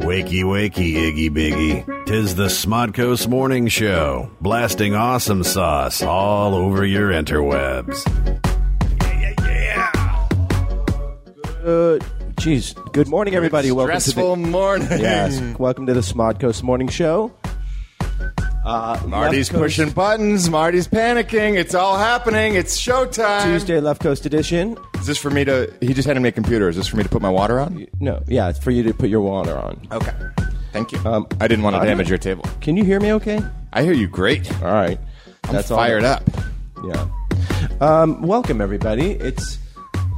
Wakey, wakey, Iggy Biggy. Tis the Smodco's Morning Show, blasting awesome sauce all over your interwebs. Yeah, yeah, yeah. Good. Jeez. Good morning, everybody. Welcome to Stressful the morning. yes. Welcome to the Smodcoast Morning Show. Uh, Marty's Left Coast pushing buttons. Marty's panicking. It's all happening. It's showtime. Tuesday Left Coast Edition. Is this for me to? He just handed me a computer. Is this for me to put my water on? No, yeah, it's for you to put your water on. Okay. Thank you. I didn't want Um, to I don't- damage your table. Can you hear me? Okay. I hear you great. All right. I'm fired up. Yeah. Um, welcome, everybody. It's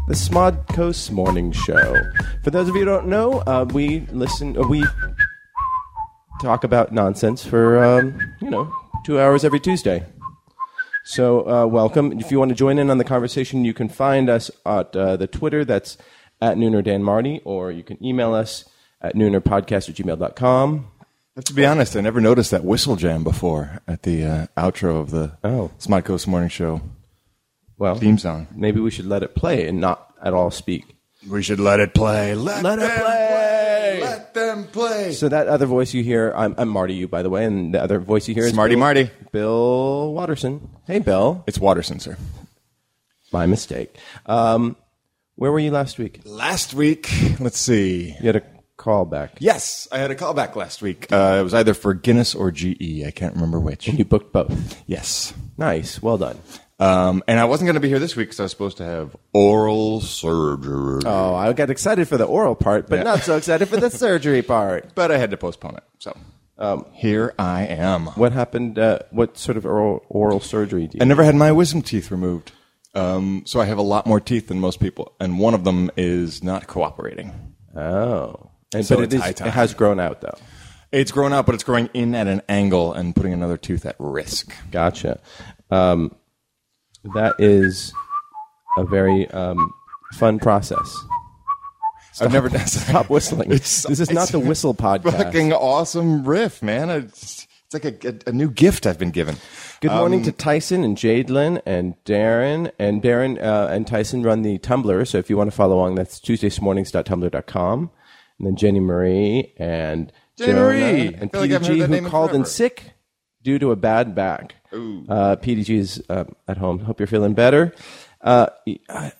the Smod Coast Morning Show. For those of you who don't know, uh, we listen, uh, we talk about nonsense for, um, you know, two hours every Tuesday. So, uh, welcome. If you want to join in on the conversation, you can find us at uh, the Twitter, that's at Nooner Dan Marty, or you can email us at noonerpodcast at gmail.com. I have to be honest. I never noticed that whistle jam before at the uh, outro of the Oh. Smod Coast Morning Show Well, theme song. maybe we should let it play and not at all speak. We should let it play. Let, Let it them play. Let them play. So that other voice you hear, I'm, I'm Marty, you by the way, and the other voice you hear is It's Marty Bill, Marty. Bill Watterson. Hey, Bill. It's water sensor. My mistake. Um, where were you last week? Last week, let's see. You had a call back. Yes, I had a callback last week. Uh, it was either for Guinness or GE. I can't remember which. You booked both. Yes. Nice. Well done. Um, and I wasn't going to be here this week because I was supposed to have oral surgery. Oh, I got excited for the oral part, but Yeah. not so excited for the surgery part. But I had to postpone it. So um, here I am. What happened? Uh, what sort of oral, oral surgery do you I never had my wisdom teeth removed. Um, so I have a lot more teeth than most people. And one of them is not cooperating. Oh. And, So but it's it, is, high it time. has grown out, though. It's grown out, but it's growing in at an angle and putting another tooth at risk. Gotcha. Um, that is a very um, fun process. I've never done Stop whistling. this is not the whistle podcast. Fucking awesome riff, man. It's, it's like a, a, a new gift I've been given. Good morning Um, to Tyson and Jadelyn and Darren. And Darren uh, and Tyson run the Tumblr. So if you want to follow along, that's tuesdaysmornings.tumblr.com. And then Jenny Marie and Jenny Jonah Marie! I and feel like I've heard PDG that who name in called in forever. sick due to a bad back. Uh, PDG's uh, at home. Hope you're feeling better. Uh, I,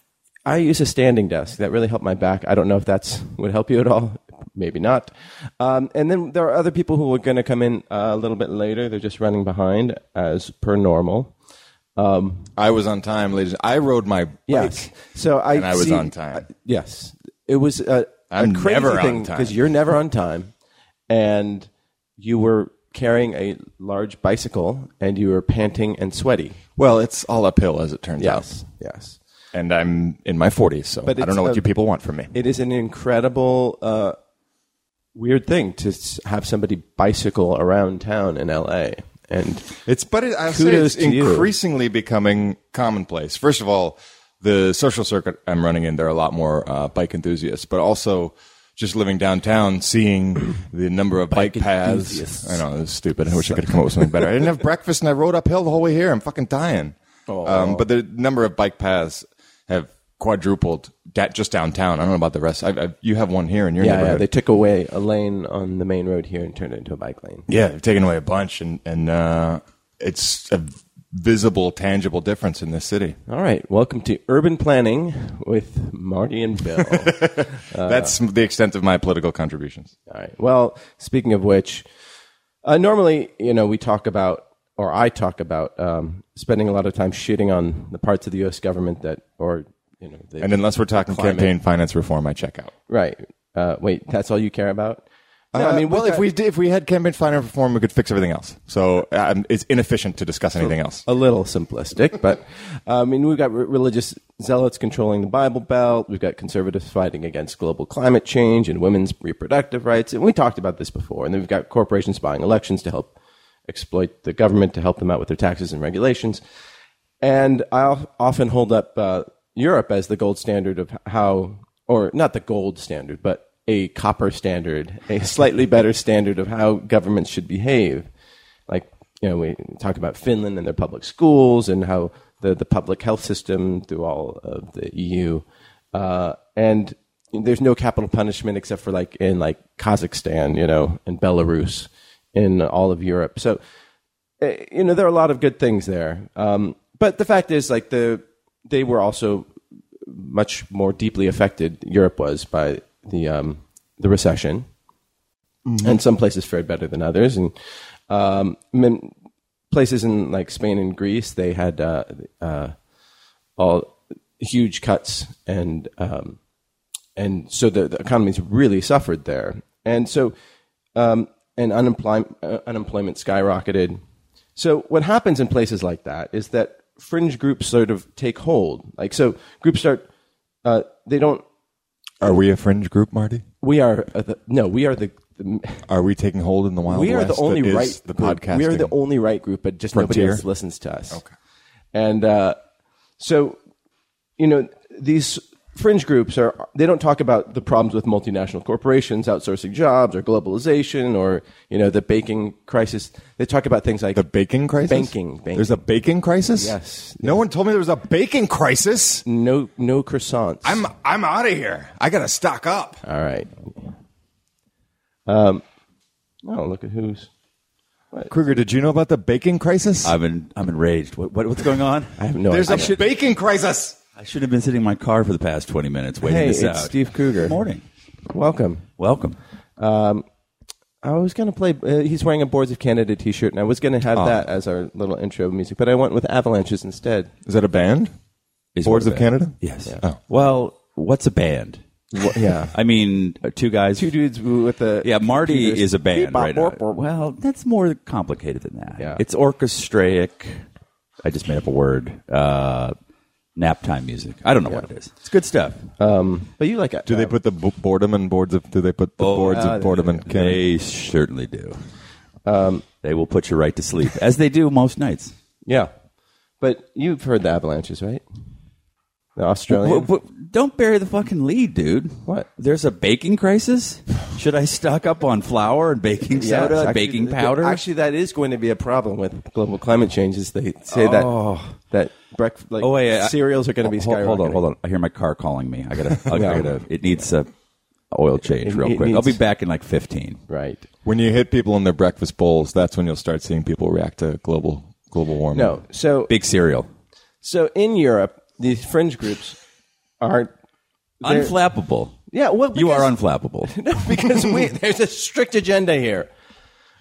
I use a standing desk. That really helped my back. I don't know if that's would help you at all. Maybe not. Um, and then there are other people who are going to come in uh, a little bit later. They're just running behind as per normal. I was on time, ladies. I rode my bike. Yes. So I And I was see- on time. yes, it was a, a I'm crazy never on thing time. because you're never on time, and you were carrying a large bicycle and you were panting and sweaty. Well, it's all uphill as it turns out. yes. And I'm in my 40s, so But I it's don't know a- what you people want from me. It is an incredible, uh, weird thing to s- have somebody bicycle around town in L.A. And It's but it, I'll Kudos say to it's you. increasingly becoming commonplace. First of all, the social circuit I'm running in, there are a lot more uh, bike enthusiasts, but also just living downtown, seeing the number of bike, paths. enthusiasts. I know it's stupid. I wish I could come up with something better. I didn't have breakfast, and I rode uphill the whole way here. I'm fucking dying. Oh. Um, but the number of bike paths have quadrupled da- just downtown. I don't know about the rest. I, I, you have one here in your yeah, yeah, neighborhood. they took away a lane on the main road here and turned it into a bike lane. Yeah, they've taken away a bunch, and and uh, it's a visible, tangible difference in this city. All right, welcome to urban planning with Marty and Bill. That's the extent of my political contributions. All right. Well, speaking of which, uh, normally, you know, we talk about, or I talk about, um, spending a lot of time shitting on the parts of the U.S. government that, or, you know, the, And unless we're talking Climate. campaign finance reform, I check out. right. Uh, wait, that's all you care about? No, I mean, Uh, well, we've if got we did, if we had campaign finance reform, we could fix everything else. So um, it's inefficient to discuss anything else. A little simplistic, but uh, I mean, we've got re- religious zealots controlling the Bible Belt. We've got conservatives fighting against global climate change and women's reproductive rights. And we talked about this before. And then we've got corporations buying elections to help exploit the government to help them out with their taxes and regulations. And I al- often hold up uh, Europe as the gold standard of how, or not the gold standard, but a copper standard, a slightly better standard of how governments should behave. Like, you know, we talk about Finland and their public schools and how the, the public health system through all of the EU. E Uh, and there's no capital punishment except for like in like Kazakhstan, you know, and Belarus, in all of Europe. So, eh, you know, there are a lot of good things there. Um, but the fact is, like the they were also much more deeply affected. Europe was by the um, the recession, and some places fared better than others. And um, I mean, places in like Spain and Greece, they had uh, uh, all huge cuts, and um, and so the, the economies really suffered there, and so um, and unemployment uh, unemployment skyrocketed. So what happens in places like that is that fringe groups sort of take hold. Like so, groups start uh, they don't. Are we a fringe group, Marty? We are uh, the, no, we are the. the Are we taking hold in the wild we are the West only that is right. the group. podcast. We are the only right group, but just nobody Frontier. else listens to us. Okay. And uh, so, you know, these fringe groups are they don't talk about the problems with multinational corporations outsourcing jobs or globalization or you know the banking crisis. They talk about things like the baking crisis. Banking, banking. There's a baking crisis. Yes. No one told me there was a baking crisis. no no croissants. I'm I'm out of here. I gotta stock up. All right. Um. Oh, look at who's. Kruger, did you know about the baking crisis? I've been I'm enraged. What, what what's going on? I have no There's a idea. baking crisis. I should have been sitting in my car for the past 20 minutes waiting Hey, this it's out. Steve Kruger. Good morning. Welcome. Welcome. I was going to play. Uh, he's wearing a Boards of Canada T-shirt, and I was going to have that as our little intro music, but I went with Avalanches instead. Is that a band? Is Boards what of a band. Canada? Yes. Oh. Well, what's a band? Wha- yeah, I mean, uh, two guys. two dudes w- with the yeah, Marty computers. is a band Bebop, right now. borp, borp. Well, that's more complicated than that. Yeah. It's orchestraic. I just made up a word. Uh, nap time music. I don't know what it is. It's good stuff. Um, But you like uh, it? Do they put the b- boredom and boards of? Do they put the boards uh, of boredom and Canada? They certainly do. Um, they will put you right to sleep, as they do most nights. yeah, but you've heard the Avalanches, right? The Australian. W- w- don't bury the fucking lead, dude. What? There's a baking crisis? Should I stock up on flour and baking Yeah, soda, it's and actually- baking powder? Actually, that is going to be a problem with global climate change. Is they say that that breakfast like oh wait, I- cereals are going to be hold, skyrocketing. hold on, hold on. I hear my car calling me. I gotta. I Yeah. gotta it needs a oil change It- real it quick. I'll be needs- back in like 15. Right. When you hit people in their breakfast bowls, that's when you'll start seeing people react to global global warming. No. So Big cereal, so in Europe, these fringe groups are They're- unflappable. Yeah, well, you are because- unflappable. because we, there's a strict agenda here.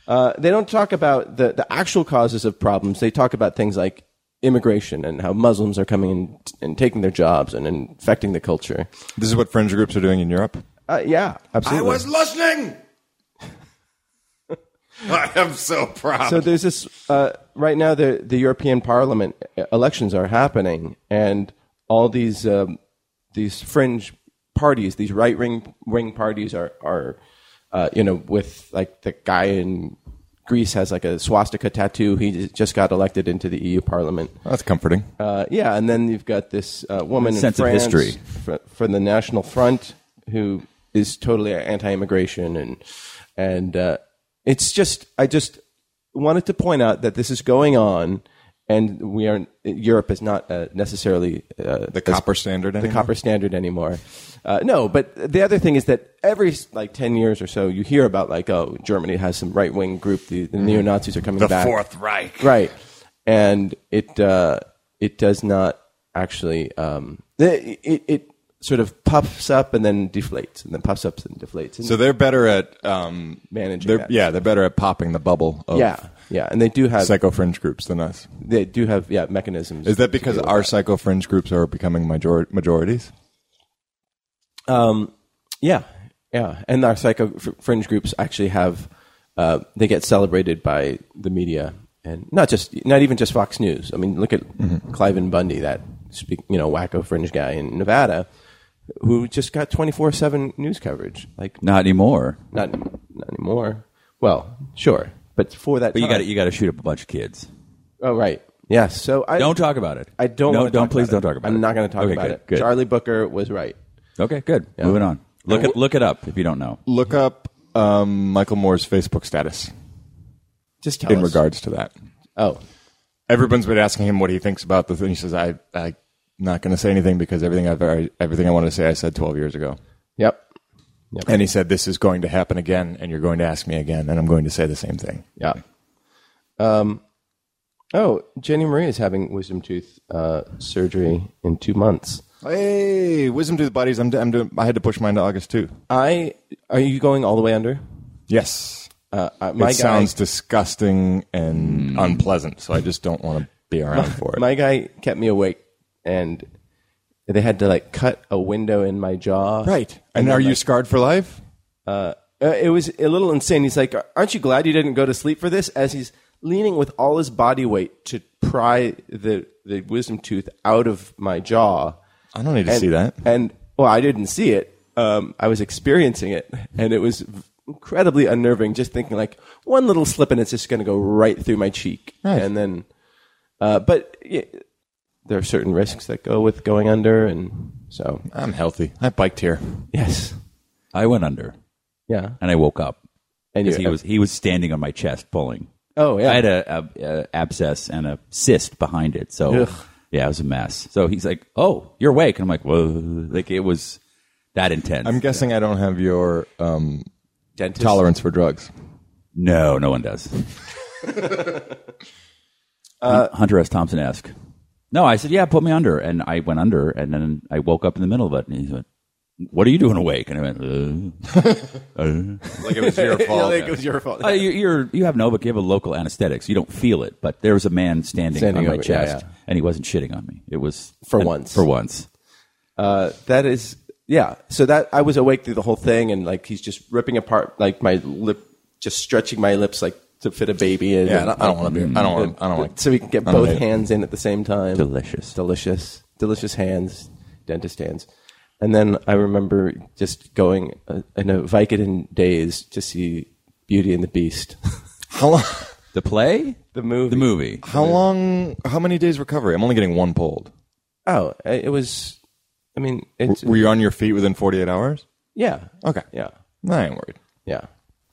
Uh, they don't talk about the, the actual causes of problems. They talk about things like immigration and how Muslims are coming in and taking their jobs and infecting the culture. this is what fringe groups are doing in Europe. Uh, yeah, absolutely. listening. I am so proud. so there's this uh, right now. The the European Parliament uh, elections are happening, and all these um, these fringe parties, these right wing wing parties, are are uh, you know with like the guy in Greece has like a swastika tattoo. He just got elected into the EU Parliament. that's comforting. Uh, yeah, and then you've got this uh, woman Sense in of France history. fr- from the National Front who is totally anti-immigration and and uh, it's just I just wanted to point out that this is going on and we are Europe is not uh, necessarily uh, the copper standard. the copper standard anymore. Uh, no, but the other thing is that every like ten years or so, you hear about like oh, Germany has some right wing group. The, the Mm-hmm. neo Nazis are coming back. The Fourth Reich, right? And it uh, it does not actually um, it, it it sort of puffs up and then deflates, and then puffs up and deflates. And So they're better at um, Managing they're- that. Yeah, they're better at popping the bubble. Of yeah, yeah, and they do have psycho fringe groups than us. they do have yeah mechanisms. Is that because our psycho fringe groups are becoming major- majorities? Um, yeah, yeah, and our psycho fr- fringe groups actually have uh, they get celebrated by the media, and not just not even just Fox News. I mean, look at Mm-hmm. Cliven Bundy, that speak, you know wacko fringe guy in Nevada, who just got twenty four seven news coverage. Like Not anymore. not not anymore. Well, sure, but for that, But you time- got to you got to shoot up a bunch of kids. Oh, right. Yes. So I Don't talk about it. I don't. No, wanna don't. talk please about don't it. talk about I'm it. not going to talk Okay, about good, it. good. Charlie Booker was right. Okay, good. Moving on. Look it look it up if you don't know. Look up um, Michael Moore's Facebook status Just tell in us. regards to that. Oh, Everyone's been asking him what he thinks about the thing. He says, "I, I'm not going to say anything because everything I've everything I wanted to say, I said 12 years ago." Yep. And he said, This is going to happen again, and you're going to ask me again, and I'm going to say the same thing. Yeah. Um, oh, Jenny Marie is having wisdom tooth uh, surgery in two months. Hey, wisdom to the buddies. I'm, I'm doing, I had to push mine to August too. I are you going all the way under? Yes. Uh, uh, my guy, it sounds disgusting and unpleasant, so I just don't want to be around for it. my guy kept me awake, and they had to like cut a window in my jaw. right. And, are you scarred for life? Uh, it was a little insane. He's like, "Aren't you glad you didn't go to sleep for this?" As he's leaning with all his body weight to pry the the wisdom tooth out of my jaw. I don't need to and, see that. And well, I didn't see it. Um, I was experiencing it, and it was v- incredibly unnerving. Just thinking, like one little slip, and it's just going to go right through my cheek, Right. and then. Uh, but yeah, there are certain risks that go with going under, and so I'm healthy. I biked here. yes, I went under yeah, and I woke up. and 'Cause you- he was he was standing on my chest pulling. Oh, yeah. I had a, a, a abscess and a cyst behind it. So Ugh. yeah, it was a mess. So he's like, "Oh, you're awake," and I'm like, "Whoa!" Like it was that intense. I'm guessing I don't have your um, dentist. tolerance for drugs. no, no one does. Uh, Hunter S. Thompson esque. No, I said, "Yeah, put me under," and I went under, and then I woke up in the middle of it, and he went, "What are you doing awake?" And I went, "Uh." Like it was your Yeah, like, it was your fault. Uh, you, you're you have no, but you have a local anesthetics. You don't feel it, but there was a man standing, Standing on my over- yeah, chest, yeah. and he wasn't shitting on me. It was For and- once. For once, Uh, that is yeah so that i was awake through the whole thing and like he's just ripping apart like my lip just stretching my lips like to fit a baby in Yeah, I don't- I don't wanna be- I don't wanna- I don't wanna- so we can get I don't both hate it. hands in at the same time Delicious. delicious delicious hands dentist hands and then i remember just going uh, in a vicodin days to see beauty and the beast How long? the play, the movie the movie. How long? How many days recovery? I'm only getting one pulled. oh I- it was i mean it's Were you on your feet within 48 hours? yeah Okay. yeah I ain't worried. Yeah.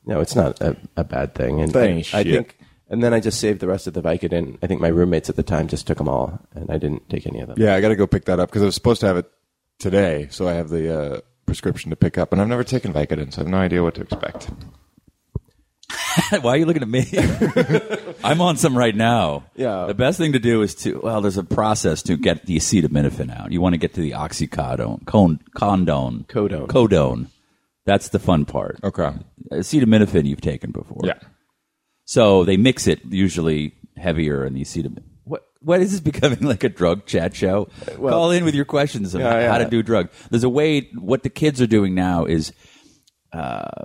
No, it's not a, a bad thing. And Thank I, shit. think, and then I just saved the rest of the Vicodin. I think my roommates at the time just took them all, and I didn't take any of them. Yeah, I got to go pick that up because I was supposed to have it today, so I have the uh, prescription to pick up, and I've never taken Vicodin, so I have no idea what to expect. Why are you looking at me? I'm on some right now. Yeah. The best thing to do is to well, there's a process to get the acetaminophen out. You want to get to the oxycodone, con, condone, Codone. codone. That's the fun part. Okay. Acetaminophen you've taken before. Yeah. So they mix it usually heavier in the acetamin. What what is this becoming like a drug chat show? Uh, well- Call in with your questions on Yeah, yeah. how to do drugs. There's a way. What the kids are doing now is uh,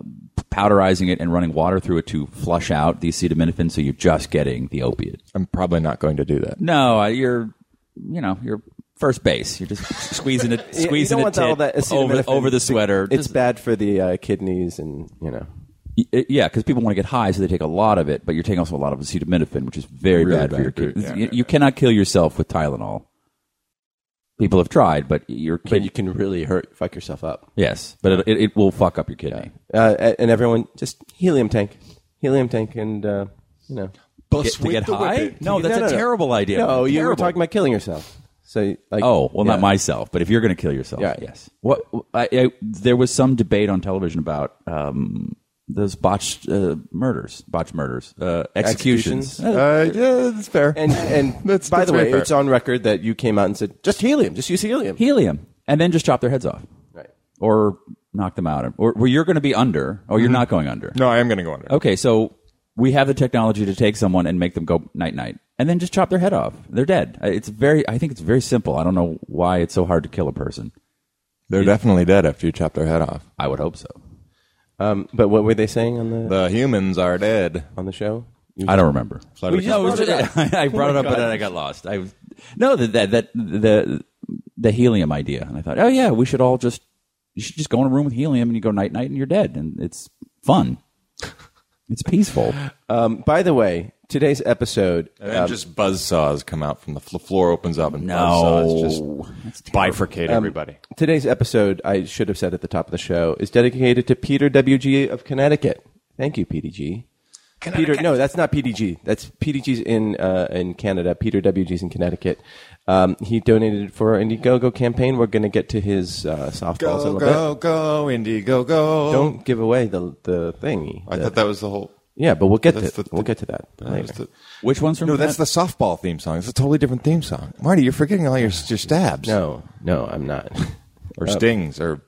powderizing it and running water through it to flush out the acetaminophen, so you're just getting the opiate. I'm probably not going to do that. No, uh, you're you know you're first base. You're just squeezing it, You- you squeezing don't it want all that over acetaminophen. over the sweater. It's bad for the uh, kidneys, and you know, Y- uh, Yeah, because people want to get high, so they take a lot of it, but you're taking also a lot of acetaminophen, which is very Really bad, for bad your for your- kidneys. yeah, you, yeah, you cannot kill yourself with Tylenol. People have tried, but your but kidney. you can really hurt, fuck yourself up. yes, but it, it, it will fuck up your kidney. Uh, a- and everyone, just helium tank, helium tank, and uh, you know, Get- to get high? No, You- that's a terrible idea. No, you were Terrible. talking about killing yourself. So, like, Oh well, yeah. not myself, but if you're going to kill yourself, Yeah. yes. What I, I, there was some debate on television about um, those botched uh, murders, botched murders, uh, executions. Executions. Uh, yeah, that's fair. And and That's- by that's the very way, fair. it's on record that you came out and said just helium, just use helium. helium, and then just chop their heads off. right. or knock them out, or where you're going to be under, or you're not going under. no, I am going to go under. Okay, so we have the technology to take someone and make them go night night, and then just chop their head off. They're dead. Uh, It's very. I think it's very simple. I don't know why it's so hard to kill a person. They're definitely dead after you chop their head off. I would hope so. Um, but what were they saying on the The humans are dead. on the show? You- I don't remember. We just No, it was brought it just- I brought it up, but then I got lost. I was, no that that that the the helium idea, and I thought, oh yeah, we should all just you should just go in a room with helium and you go night night and you're dead, and it's fun. It's peaceful. Um, by the way, today's episode. And then just buzz saws come out from the fl- floor opens up and No. buzzsaws just bifurcate everybody. Today's episode, I should have said at the top of the show, is dedicated to Peter W.G. of Connecticut. Thank you, PDG. Peter, no, that's not PDG. That's PDG's in uh, in Canada. Peter WG's in Connecticut. Um, he donated for our Indiegogo campaign. We're going to get to his uh, softballs in a Go little bit. go go, Indiegogo. Don't give away the the thingy. I The- thought that was the whole. yeah, but we'll get to That's the- we'll get to that. that later. was the- Which one's from no, that's the Connecticut? softball theme song. It's a totally different theme song. Marty, you're forgetting all your your stabs. no, no, I'm not. or stings or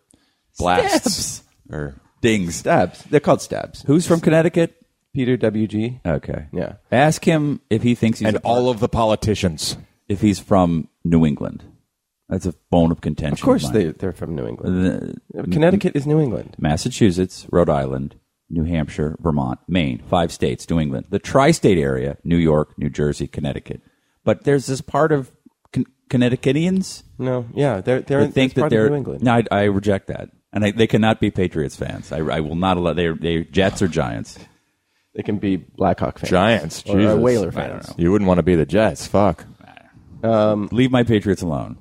blasts or dings. Stabs. They're called stabs. Who's from Connecticut? Peter WG? Okay. Yeah. Ask him if he thinks he's and a- all of the politicians. if he's from New England. That's a bone of contention. Of course, mine. they they're from New England. The- Connecticut is New England. Massachusetts, Rhode Island, New Hampshire, Vermont, Maine, five states, New England, the tri state area, New York, New Jersey, Connecticut. But there's this part of con- Connecticutians No, yeah, they're they're that think that's that part of they're. New England. No, I, I reject that. And I, they cannot be Patriots fans. I, I will not allow. They, they Jets or Giants. They can be Blackhawk fans, Giants, or, or Jesus. Whaler I don't fans. You wouldn't want to be the Jets. Fuck. Leave my Patriots alone.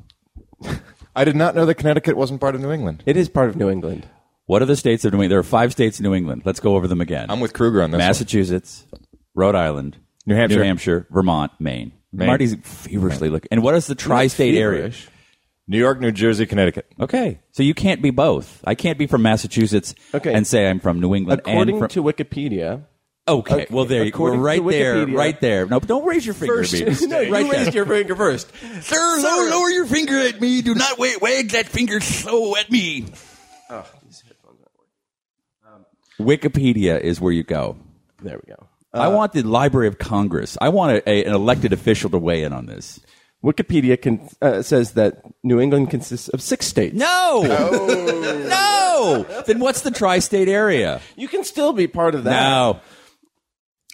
I did not know that Connecticut wasn't part of New England. It is part of New England. What are the states of New England? There are five states in New England. Let's go over them again. I'm with Kruger on this. one. Massachusetts, Rhode Island, New Hampshire. Vermont, Maine. Maine. Marty's feverishly looking. And what is the tri-state area? Feverish. New York, New Jersey, Connecticut. Okay, so you can't be both. I can't be from Massachusetts Okay. and say I'm from New England. According and to from, Wikipedia, okay, okay, well there you go. according to Right there, Wikipedia- right there. No, but don't raise your finger. First- at me. No, you right raised your finger first. Sir, Sir. lower your finger at me. Do not wag, wag that finger so at me. Oh, Wikipedia is where you go. there we go. I want the Library of Congress. I want a, a, an elected official to weigh in on this. Wikipedia can, uh, says that New England consists of six states. No, Oh. no. Then what's the tri-state area? you can still be part of that. No,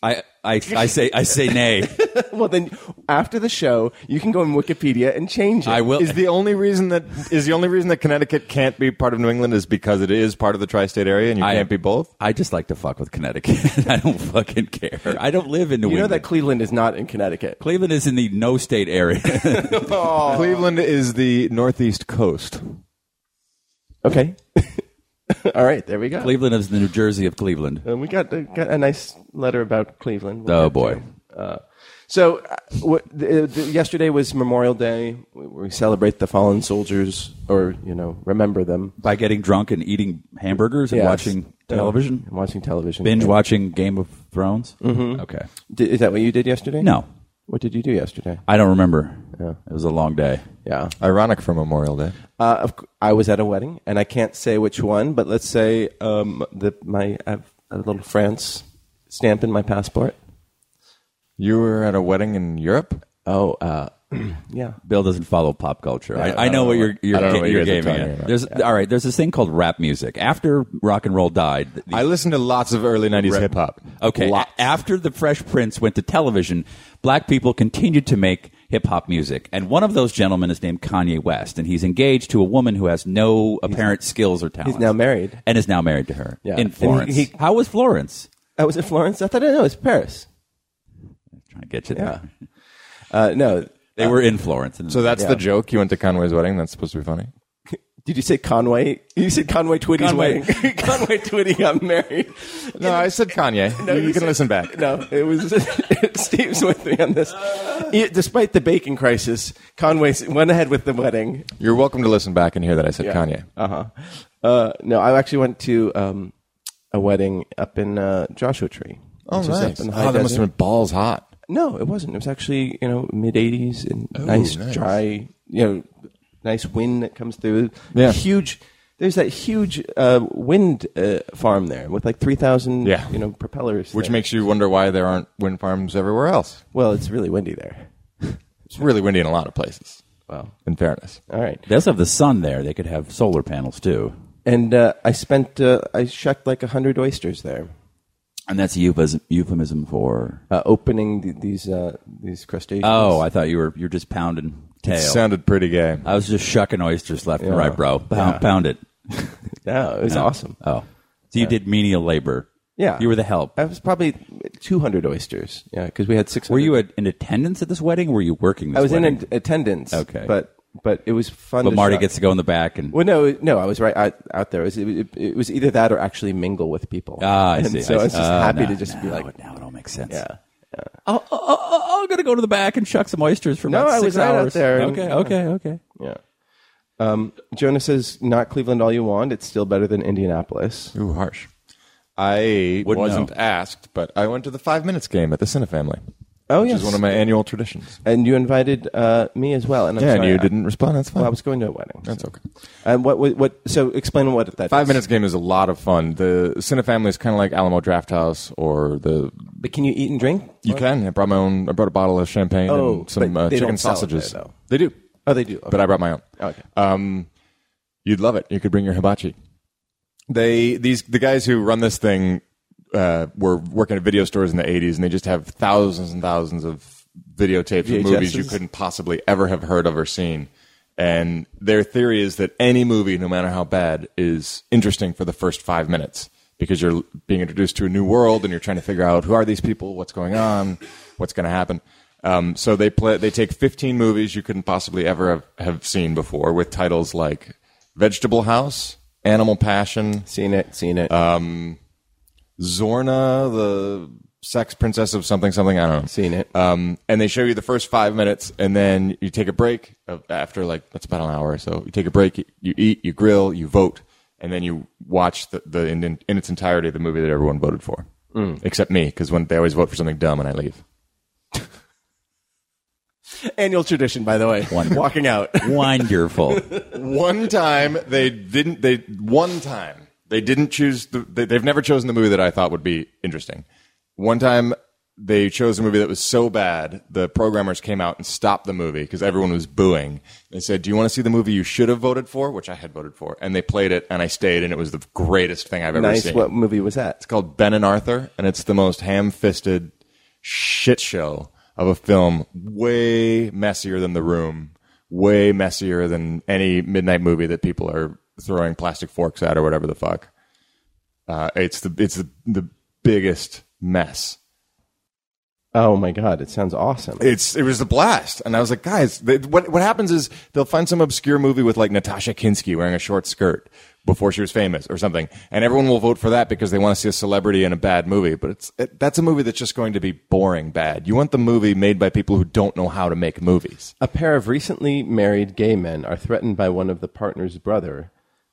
I, I, I say, I say nay. Well, then after the show, you can go on Wikipedia and change it. I will. Is the only reason that is the only reason that Connecticut can't be part of New England is because it is part of the tri-state area and you I- can't be both. I just like to fuck with Connecticut. I don't fucking care. I don't live in New You know England. that Cleveland is not in Connecticut. Cleveland is in the no state area. Cleveland is the northeast coast. Okay. All right, there we go. Cleveland is the New Jersey of Cleveland. And we got, uh, got a nice letter about Cleveland. We'll Oh get to boy. it. So, uh, what, the, the, yesterday was Memorial Day. We, we celebrate the fallen soldiers, or you know, remember them. By getting drunk and eating hamburgers and Yes. watching television, Uh, watching television. binge watching Game of Thrones. Mm-hmm. Okay. Di- is that what you did yesterday? No, What did you do yesterday? I don't remember. It was a long day. Yeah, Ironic for Memorial Day. uh, of, cou- I was at a wedding, and I can't say which one, but let's say um, the, my I have a little France stamp in my passport. You were at a wedding in Europe. Oh, uh, yeah. Bill doesn't follow pop culture. I, I don't know know what you're what- you're, I don't know you're, what you guys are gaming talking at. about. There's all right. There's this thing called rap music. After rock and roll died, the- I listened to lots of early '90s hip hop. Okay. Lots. a- After the Fresh Prince went to television, black people continued to make hip hop music. And one of those gentlemen is named Kanye West, and he's engaged to a woman who has no apparent skills or talent. now married. And is now married to her Yeah. in And he- Florence. he- How was Florence? I was in Florence. I thought I know it's Paris. trying to get you there. Uh, no, They were in Florence. And So that's Yeah. the joke. You went to Conway's wedding. That's supposed to be funny. Did you say Conway? You said Conway Twitty's Conway. wedding. Conway Twitty got married. No, I said Kanye. you, can said- listen back. No, it was Steve's with me on this. Yeah, Despite the bacon crisis, Conway s- went ahead with the wedding. You're welcome to listen back and hear that I said Kanye. Uh-huh. Uh No, I actually went to um, a wedding up in uh, Joshua Tree. which is up in the high Oh, that must desert. have been balls hot. No, it wasn't. It was actually you know mid eighties and nice, nice. dry, you know, nice wind that comes through. Yeah. huge. There's that huge uh, wind uh, farm there with like three thousand, Yeah. you know, propellers. Which there. makes you wonder why there aren't wind farms everywhere else. well, it's really windy there. It's really windy in a lot of places. Wow. In fairness, All right, they also have the sun there. They could have solar panels too. and uh, I spent uh, I shucked like hundred oysters there, And that's a euphemism, euphemism for. uh, opening the, these uh, these crustaceans. Oh, I thought you were you're just pounding tail. sounded pretty gay. I was just shucking oysters left and right, bro. Pound, Yeah. pound it. yeah, it was awesome. Oh. So you did menial labor. Yeah, You were the help. I was probably two hundred oysters. Yeah, because we had six. Were you a, in attendance at this wedding? Or were you working this I was wedding? in att- attendance. Okay. but but it was fun. But to Marty shuck. gets to go in the back and Well, no, no, I was right out, out there. It was, it, it was either that or actually mingle with people. Ah, I and see, So I I, was see. just Oh, happy no, to just be no, like, now it all makes sense. Yeah. I'll, I'll- I'll- I'm gonna go to the back and chuck some oysters for No, about I six was out hours. there and- okay, okay, okay. Yeah. Um, Jonah says, "Not Cleveland all you want. It's still better than Indianapolis." Ooh, harsh. I Wouldn't wasn't know. asked, but I went to the five minutes game at the Cine Family. Oh, which yes. is one of my annual traditions. And you invited uh, me as well. And I'm yeah, sorry, and you I- didn't respond. That's fine. Well, I was going to a wedding. That's okay. And what, what? What? So explain what that Five is. minutes game is a lot of fun. The Cine Family is kind of like Alamo Draft House or the But can you eat and drink? You can. I brought my own. I brought a bottle of champagne Oh, and some but uh, they chicken don't sell it sausages. there, though. they do, Oh, they do. Okay. but I brought my own. Okay. Um, you'd love it. You could bring your hibachi. They these the guys who run this thing uh, were working at video stores in the '80s, and they just have thousands and thousands of videotapes of movies you VHSs? couldn't possibly ever have heard of or seen. And their theory is that any movie, no matter how bad, is interesting for the first five minutes because you're being introduced to a new world and you're trying to figure out who are these people, what's going on, what's going to happen. Um, so they play. They take 15 movies you couldn't possibly ever have, have seen before, with titles like Vegetable House, Animal Passion, seen it. Seen it. Zorna, the sex princess of something something. I don't know. Seen it. Uh, Um, and they show you the first five minutes, and then you take a break of, after like that's about an hour or so. You take a break, you, you eat, you grill, you vote, and then you watch the, the in, in its entirety the movie that everyone voted for, Hmm. except me because when they always vote for something dumb and I leave. Annual tradition, by the way. Walking out. Wonderful. one time they didn't they one time they didn't choose the, they, they've never chosen the movie that i thought would be interesting one time they chose a movie that was so bad the programmers came out and stopped the movie because everyone was booing they said do you want to see the movie you should have voted for which i had voted for and they played it and i stayed and it was the greatest thing i've ever nice. seen What movie was that? it's called Ben and Arthur, and it's the most ham-fisted shit show of a film. Way messier than The Room. Way messier than any midnight movie that people are throwing plastic forks at or whatever the fuck. Uh, it's the it's the, the biggest mess. Oh my god! It sounds awesome. It's it was a blast, and I was like, guys, they, what what happens is they'll find some obscure movie with like Natasha Kinsky wearing a short skirt before she was famous or something, and everyone will vote for that because they want to see a celebrity in a bad movie. But it's it, that's a movie that's just going to be boring bad. You want the movie made by people who don't know how to make movies. A pair of recently married gay men are threatened by one of the partner's brother,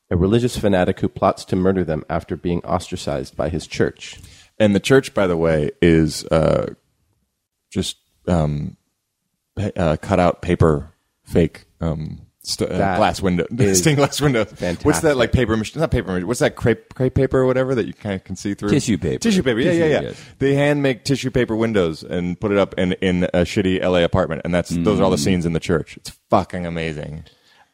a religious fanatic who plots to murder them after being ostracized by his church. And the church, by the way, is uh, just um, pa- uh, cut out paper fake um, st- uh, That glass window, is stained glass window. What's fantastic. that like paper? mach- Not paper. mach- What's that crepe crepe paper or whatever that you kind of can see through? Tissue paper. Tissue paper. Yeah, Tissue, yeah, yeah. yes. They hand make tissue paper windows and put it up in in a shitty LA apartment, and that's those are Mm. all the scenes in the church. It's fucking amazing.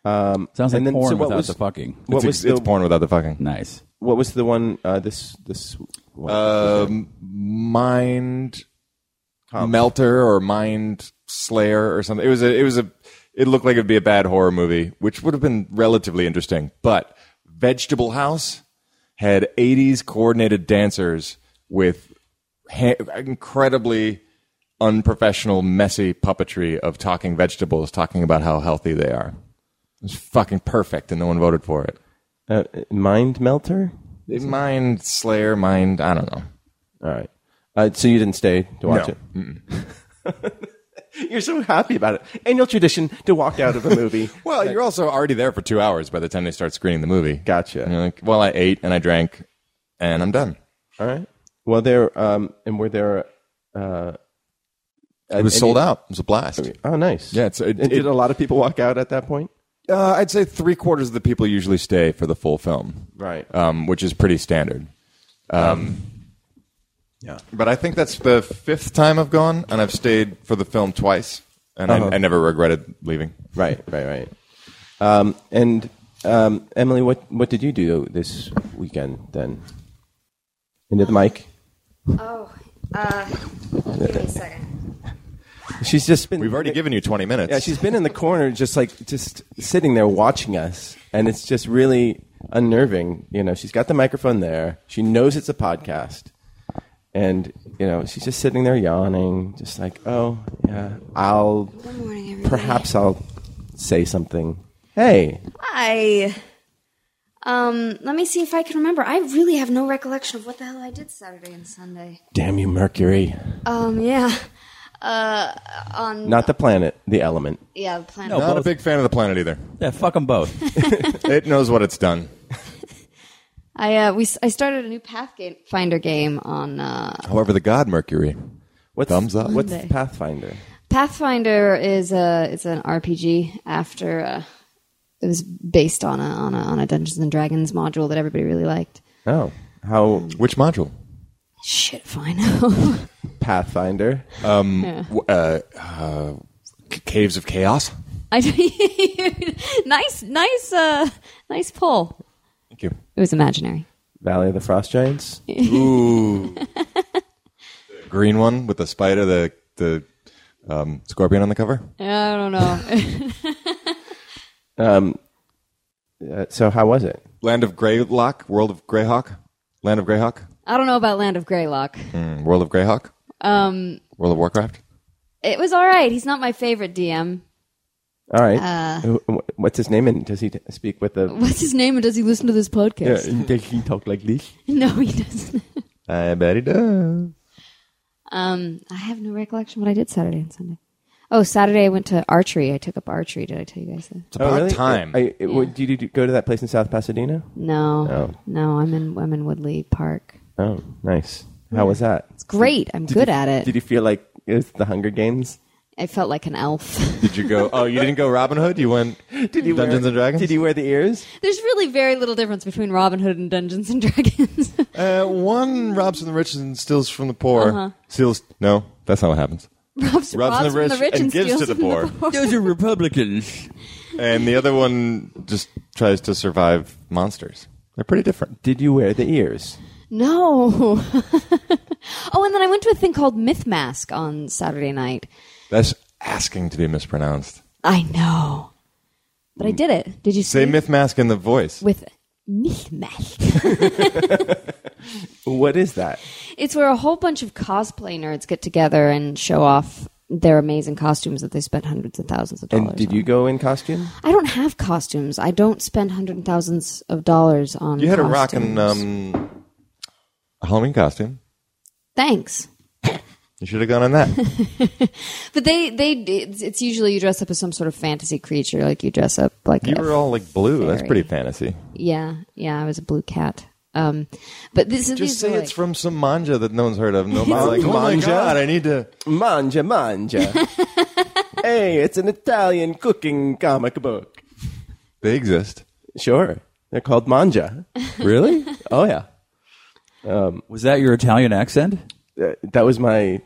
Sounds like And then- porn so what without was- the fucking. What it's, was ex- the- it's porn without the fucking Nice. What was the one? Uh, this this. One, mind melter or mind slayer or something. It was a. It was a. It looked like it'd be a bad horror movie, which would have been relatively interesting. But Vegetable House had '80s coordinated dancers with ha- incredibly unprofessional, messy puppetry of talking vegetables, talking about how healthy they are. It was fucking perfect, and no one voted for it. uh, mind melter. Mind Slayer, Mind, I don't know. All right. Uh, so you didn't stay to watch No. it. You're so happy about it. Annual tradition to walk out of a movie. Well, you're also already there for two hours by the time they start screening the movie. Gotcha. And you're like, well, I ate and I drank, and I'm done. All right. Well, there um, and were there. Uh, It was sold out. It was a blast. oh, nice. Yeah, it's- it- And did it- a lot of people walk out at that point? Uh, I'd say three quarters of the people usually stay for the full film, Right. Um, which is pretty standard. Um, yeah. But I think that's the fifth time I've gone, and I've stayed for the film twice, and I, I never regretted leaving. Right. Right. Right. Um, and um, Emily, what what did you do this weekend then? Into the mic. Oh, uh, give me a second. She's just been. We've already given you 20 minutes. Yeah, she's been in the corner, just like just sitting there watching us, and it's just really unnerving. You know, she's got the microphone there. She knows it's a podcast, and you know, she's just sitting there yawning, just like, oh yeah, I'll Good morning, everybody. perhaps I'll say something. Hey, Hi. Um, let me see if I can remember. I really have no recollection of what the hell I did Saturday and Sunday. Damn you, Mercury. Um, yeah. Uh, on Not the planet, the element. yeah, the planet. Not a both. big fan of the planet either. Yeah, fuck them both. it knows what it's done. I uh, we s- I started a new Pathfinder game on uh, However, the god Mercury. What's, Thumbs up. What's Monday. Pathfinder? Pathfinder is a it's an RPG after uh, it was based on a, on a on a Dungeons and Dragons module that everybody really liked. Oh, how Which module? Shit, if I know. Pathfinder? W- Uh, uh, C- Caves of Chaos. I nice nice uh nice pull. Thank you. It was imaginary. Valley of the Frost Giants? Ooh. Green one with the spider, the the um, scorpion on the cover. I don't know. Um, Uh, so how was it? Land of Greylock, World of Greyhawk, Land of Greyhawk, I don't know about Land of Greylock. mm, World of Greyhawk, Um, World of Warcraft. it was all right. He's not my favorite DM. All right. Uh, Who- wh- What's his name? And does he t- speak with the? What's his name? And does he listen to this podcast? does he talk like this? No, he doesn't. I bet he does. Um, I have no recollection what I did Saturday and Sunday. Oh, Saturday I went to archery. I took up archery. Did I tell you guys that? It's about time. Oh, I, I- what- did you do- go to that place in South Pasadena? No, No. no. I'm in I'm in Woodley Park. Oh, nice. How was that? It's great. I'm good at it. Did you feel like it was the Hunger Games? I felt like an elf. Did you go? Oh, you didn't go Robin Hood. You went Did you Dungeons wear, and Dragons. Did you wear the ears? There's really very little difference between Robin Hood and Dungeons and Dragons. Uh, one robs from the rich and steals from the poor. Steals? Uh-huh. No, that's not what happens. Robs Robs, robs the rich from the rich and and, gives steals to the from poor. Those are Republicans. And the other one just tries to survive monsters. They're pretty different. Did you wear the ears? No. oh, and then I went to a thing called Myth Mask on Saturday night. That's asking to be mispronounced. I know, but I did it. Did you Say see? myth mask in the voice. with Myth Mask. What is that? It's where a whole bunch of cosplay nerds get together and show off their amazing costumes that they spent hundreds of thousands of dollars. And did on. you go in costume? I don't have costumes. I don't spend hundreds of thousands of dollars on. You had a costumes. rockin' um, Halloween costume. Thanks. You should have gone on that. But they, they, it's, it's usually you dress up as some sort of fantasy creature, like you dress up like you a were all like blue. That's Fairy. pretty fantasy. Yeah, yeah, I was a blue cat. Um, but this is Just say it's from some manja that no one's heard of. No one's like, It's oh my manja. god, I need to. Manja, manja. hey, it's an Italian cooking comic book. They exist. Sure, they're called manja. Really? oh yeah. Was that your Italian accent? Uh, that was my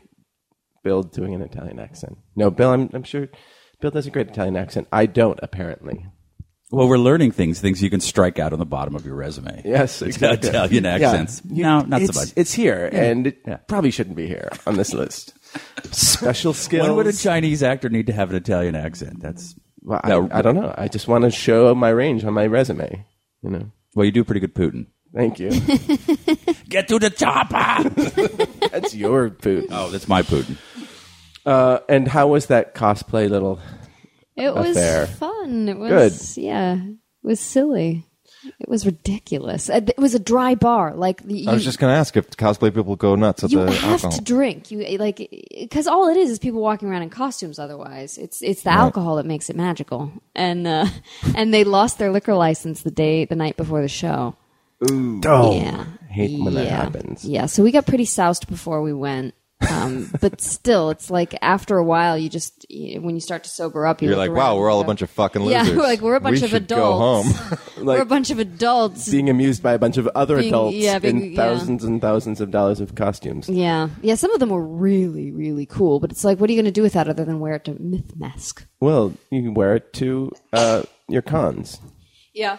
Bill doing an Italian accent. No, Bill, I'm, I'm sure Bill does a great Italian accent. I don't, apparently. Well, we're learning things, things you can strike out on the bottom of your resume. Yes, It's exactly. Italian accents. No, not it's, so much. It's here, and it Yeah. probably shouldn't be here on this list. Special skills. When would a Chinese actor need to have an Italian accent? That's Well, No. I, I don't know. I just want to show my range on my resume. You know. well, you do pretty good Putin. Thank you. Get to the chopper. That's your food. oh, that's my Putin. Uh, and how was that cosplay little? it was affair. fun. It was yeah, it was silly. It was ridiculous. Uh, It was a dry bar. Like you, I was just going to ask if cosplay people go nuts at you the have alcohol. to drink. You like because all it is is people walking around in costumes. Otherwise, it's it's the alcohol that makes it magical. And uh, and they lost their liquor license the day the night before the show. Oh, Yeah. hate when yeah. that happens. Yeah, so we got pretty soused before we went. Um, but still, it's like after a while, you just y- when you start to sober up, you You're look like, around wow, and we're all a go, bunch of fucking Yeah, losers. we're like, we're a bunch we of should adults. Go home. we're a bunch of adults. Being amused by a bunch of other Being- adults yeah, being- in yeah. thousands and thousands of dollars of costumes. Yeah, yeah. Some of them were really, really cool, but it's like, what are you going to do with that other than wear it to myth mask? Well, you can wear it to uh, your cons. Yeah.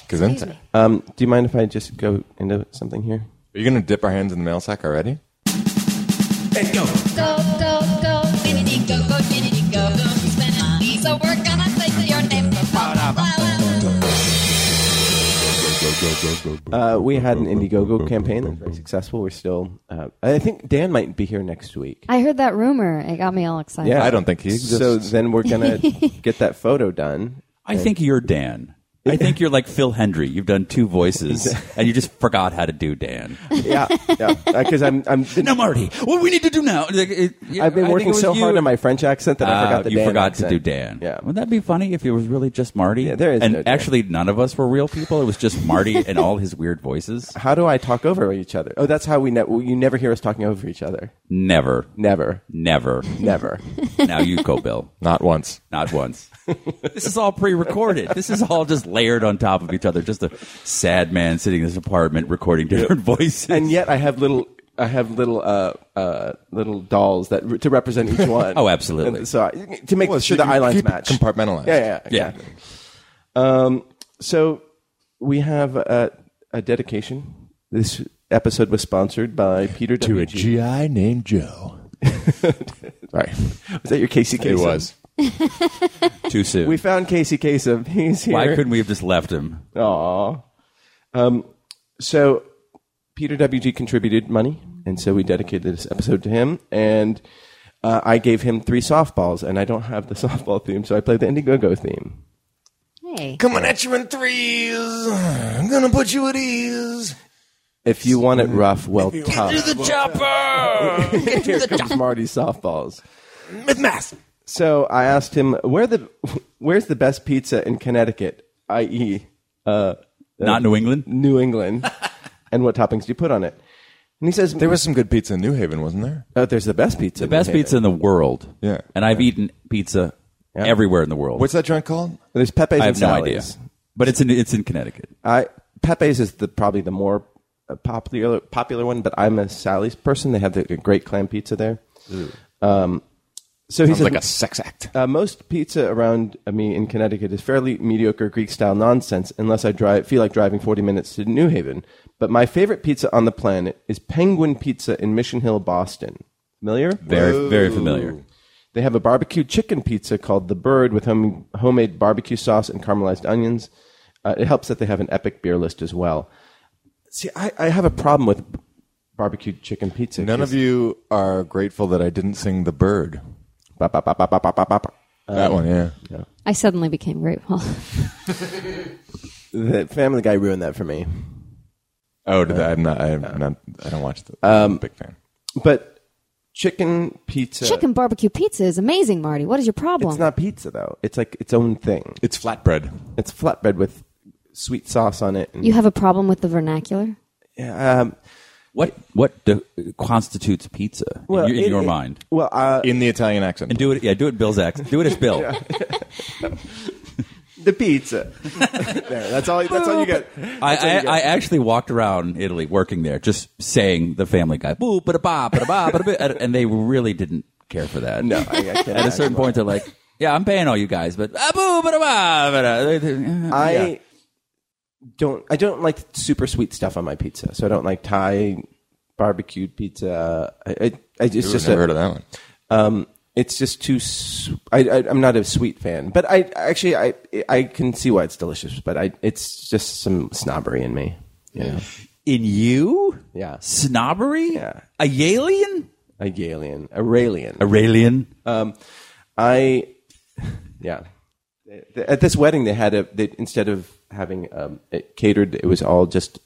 Because are Um, do you mind if I just go into something here? you going to dip our hands in the mail sack already? go, go, go, diddity go, go, diddity go, go. Spend money, so we're gonna say your name. Blah, blah, blah. Uh, we had an Indiegogo campaign that was very successful. We're still. Uh, I think Dan might be here next week. I heard that rumor. It got me all excited. I don't think he exists. So then we're gonna get that photo done. I think you're Dan. I think you're like Phil Hendry. You've done two voices, and you just forgot how to do Dan. yeah, yeah, because Uh, I'm I'm No, Marty. What we need to do now? Like, it- yeah, I've been I think it working was so you. hard on my French accent that I Uh, forgot the you Dan forgot accent. to do Dan. Yeah. Wouldn't that be funny if it was really just Marty? Yeah, there is And no Dan. actually, none of us were real people. It was just Marty and all his weird voices. How do I talk over each other? Oh, that's how we ne- you never hear us talking over each other. Never, Never, never. never. now you go, Bill. Not once. Not once. this is all pre-recorded. This is all just layered on top of each other. Just a sad man sitting in his apartment recording different voices. and yet I have little I have little uh, uh, little dolls that re- to represent each one. Oh, absolutely. And so I, to make Well, sure should the you eye lines keep it match, compartmentalized? Yeah, yeah, Yeah. exactly. Um, so we have a, a dedication. This episode was sponsored by Peter To W. a GI named Joe. Sorry, was that your Casey Kasem? It was. Too soon. We found Casey Kasem. He's here. Why couldn't we have just left him? Aw. Um, so Peter WG contributed money, and so we dedicated this episode to him. And uh, I gave him three softballs, and I don't have the softball theme, so I played the Indiegogo theme. Hey, Coming at you in threes. I'm gonna put you at ease. If you want it rough, well tough. The chopper. Here comes Marty's softballs. Myth mass. So I asked him where the where's the best pizza in Connecticut, i.e., uh, Not New England. New England, and what toppings do you put on it? And he says There was some good pizza in New Haven, wasn't there? oh, there's the best pizza. The best pizza in the world. Yeah. And I've eaten pizza everywhere in the world. What's that joint called? There's Pepe's. I and have no idea. Sally's. But it's in it's in Connecticut. I Pepe's is the probably the more uh, popular popular one, but I'm a Sally's person. They have the, the great clam pizza there. Um, so he Sounds said, like a sex act. uh, most pizza around uh, me in Connecticut is fairly mediocre Greek style nonsense, unless I drive feel like driving 40 minutes to New Haven. But my favorite pizza on the planet is Penguin Pizza in Mission Hill, Boston. Familiar? Very very familiar. They have a barbecue chicken pizza called the Bird with home, homemade barbecue sauce and caramelized onions. Uh, it helps that they have an epic beer list as well. See, I, I have a problem with barbecue chicken pizza. None of you are grateful that I didn't sing The Bird. Ba, ba, ba, ba, ba, ba, ba, ba. that one, Uh, yeah. I suddenly became grateful. The Family Guy ruined that for me. Oh, did I, I'm not. I'm not. I don't watch the. Um, big fan. But chicken pizza. Chicken barbecue pizza is amazing, Marty. What is your problem? It's not pizza though. It's like its own thing. It's flatbread. It's flatbread with sweet sauce on it. And, you have a problem with the vernacular? um, What what de- constitutes pizza in your, in it- your it- mind? Well, uh, in the Italian accent. And do it yeah, do it Bill's accent. Do it as Bill. the pizza. there, that's all. That's all you get. I, I, you I actually walked around Italy working there, just saying the Family Guy, boo, ba da ba, ba da ba, ba da and they really didn't care for that. No, I, I can't. at a certain point, they're like, "Yeah, I'm paying all you guys, but ah, boo, ba da ba, ba da." They- they- I yeah. don't. I don't like super sweet stuff on my pizza. So I don't like Thai barbecued pizza. I, I, I it's Ooh, just never a- heard of that one. Um, it's just too. Su- I, I I'm not a sweet fan, but I actually I I can see why it's delicious, but I it's just some snobbery in me. Yeah, in you, Yeah. snobbery, Yeah. a alien, a alien, a Raelian. a alien. Um, I, yeah. Th- At this wedding, they had a they, instead of having um, it catered, it was all just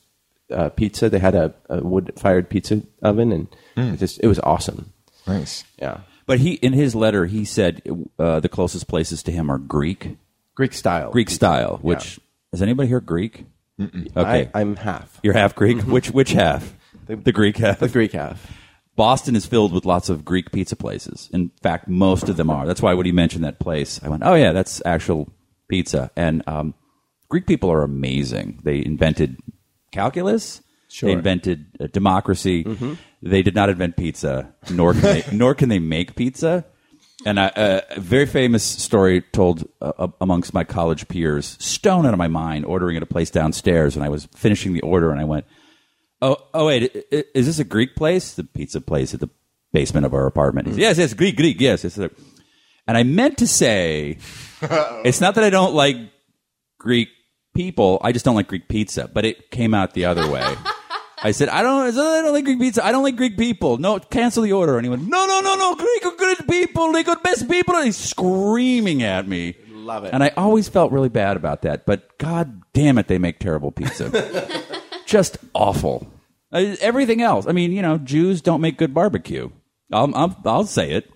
uh, pizza. They had a, a wood fired pizza oven, and it just it was awesome. Nice. Yeah, but he, in his letter, he said uh, the closest places to him are Greek, Greek style. Greek style. Which is anybody here Greek? Okay, I, I'm half you're half Greek. which which half? The, Greek half. the Greek half. Boston is filled with lots of Greek pizza places. In fact, most of them are. That's why when he mentioned that place, I went, "Oh yeah, that's actual pizza." And um, Greek people are amazing. They invented calculus. They invented uh, democracy. They did not invent pizza, nor can they, nor can they make pizza. And I, uh, a very famous story told uh, amongst my college peers, stone out of my mind, ordering at a place downstairs. And I was finishing the order, and I went, Oh, oh wait, i- i- is this a Greek place? The pizza place at the basement of our apartment. Hmm. Yes, yes, Greek, Greek, yes, yes. sir. And I meant to say, it's not that I don't like Greek people. I just don't like Greek pizza. But it came out the other way. I said, I don't, it's not that I don't like Greek pizza. I don't like Greek people. No, cancel the order. And he went, No, no, no, no, Greek are good people. They good best people. And he's screaming at me. Love it. And I always felt really bad about that, but god damn it, they make terrible pizza. Just awful. Uh, everything else. I mean, you know, Jews don't make good barbecue. I'll, I'll, I'll say it.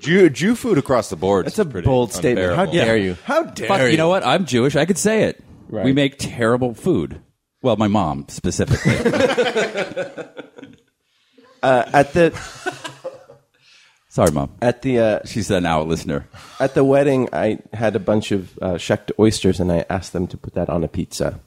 Jew, Jew food across the board. That's a bold statement. How dare you? How dare Fuck, you know what? I'm Jewish. I could say it. Right. We make terrible food. Well, my mom specifically. At the Sorry, mom. at the uh, She's an out listener. at the wedding, I had a bunch of uh, shucked oysters, and I asked them to put that on a pizza.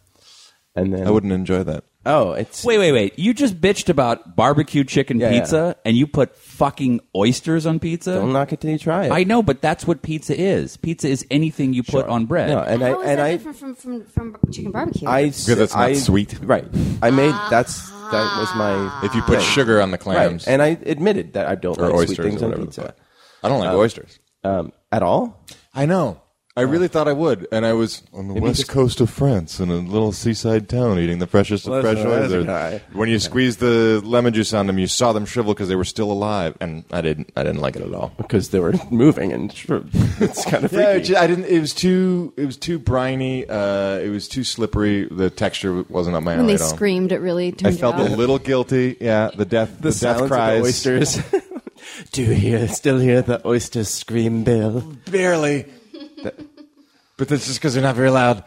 And then I wouldn't enjoy that. Oh, it's Wait, wait, wait. You just bitched about barbecue chicken Yeah, pizza and you put fucking oysters on pizza? Don't knock it till you try it. I know, but that's what pizza is. Pizza is anything you put on bread. No, and I How is and that I different from, from, from chicken barbecue? I Because it's not I- sweet. Right. I made that's that was my If you put sugar on the right, clams, and I admitted that I don't Or like oysters sweet things or on whatever the pizza fuck. I don't like oysters. um, at all. I know. I really thought I would, and I was on the west just- coast of France in a little seaside town eating the freshest of Listen, fresh that's a oysters. guy. When you squeezed the lemon juice on them, you saw them shrivel because they were still alive, and I didn't. I didn't like it at all. Because they were moving and sure, it's kind of Yeah, it freaky. ju- I didn't. It was too. It was too briny. Uh, it was too slippery. The texture wasn't up my when alley they at all. screamed, it really I turned felt a you off. little guilty. Yeah, the death. The, silence death of cries. oysters. Do you hear? Still hear the oysters scream, Bill? Barely. but that's just because they're not very loud.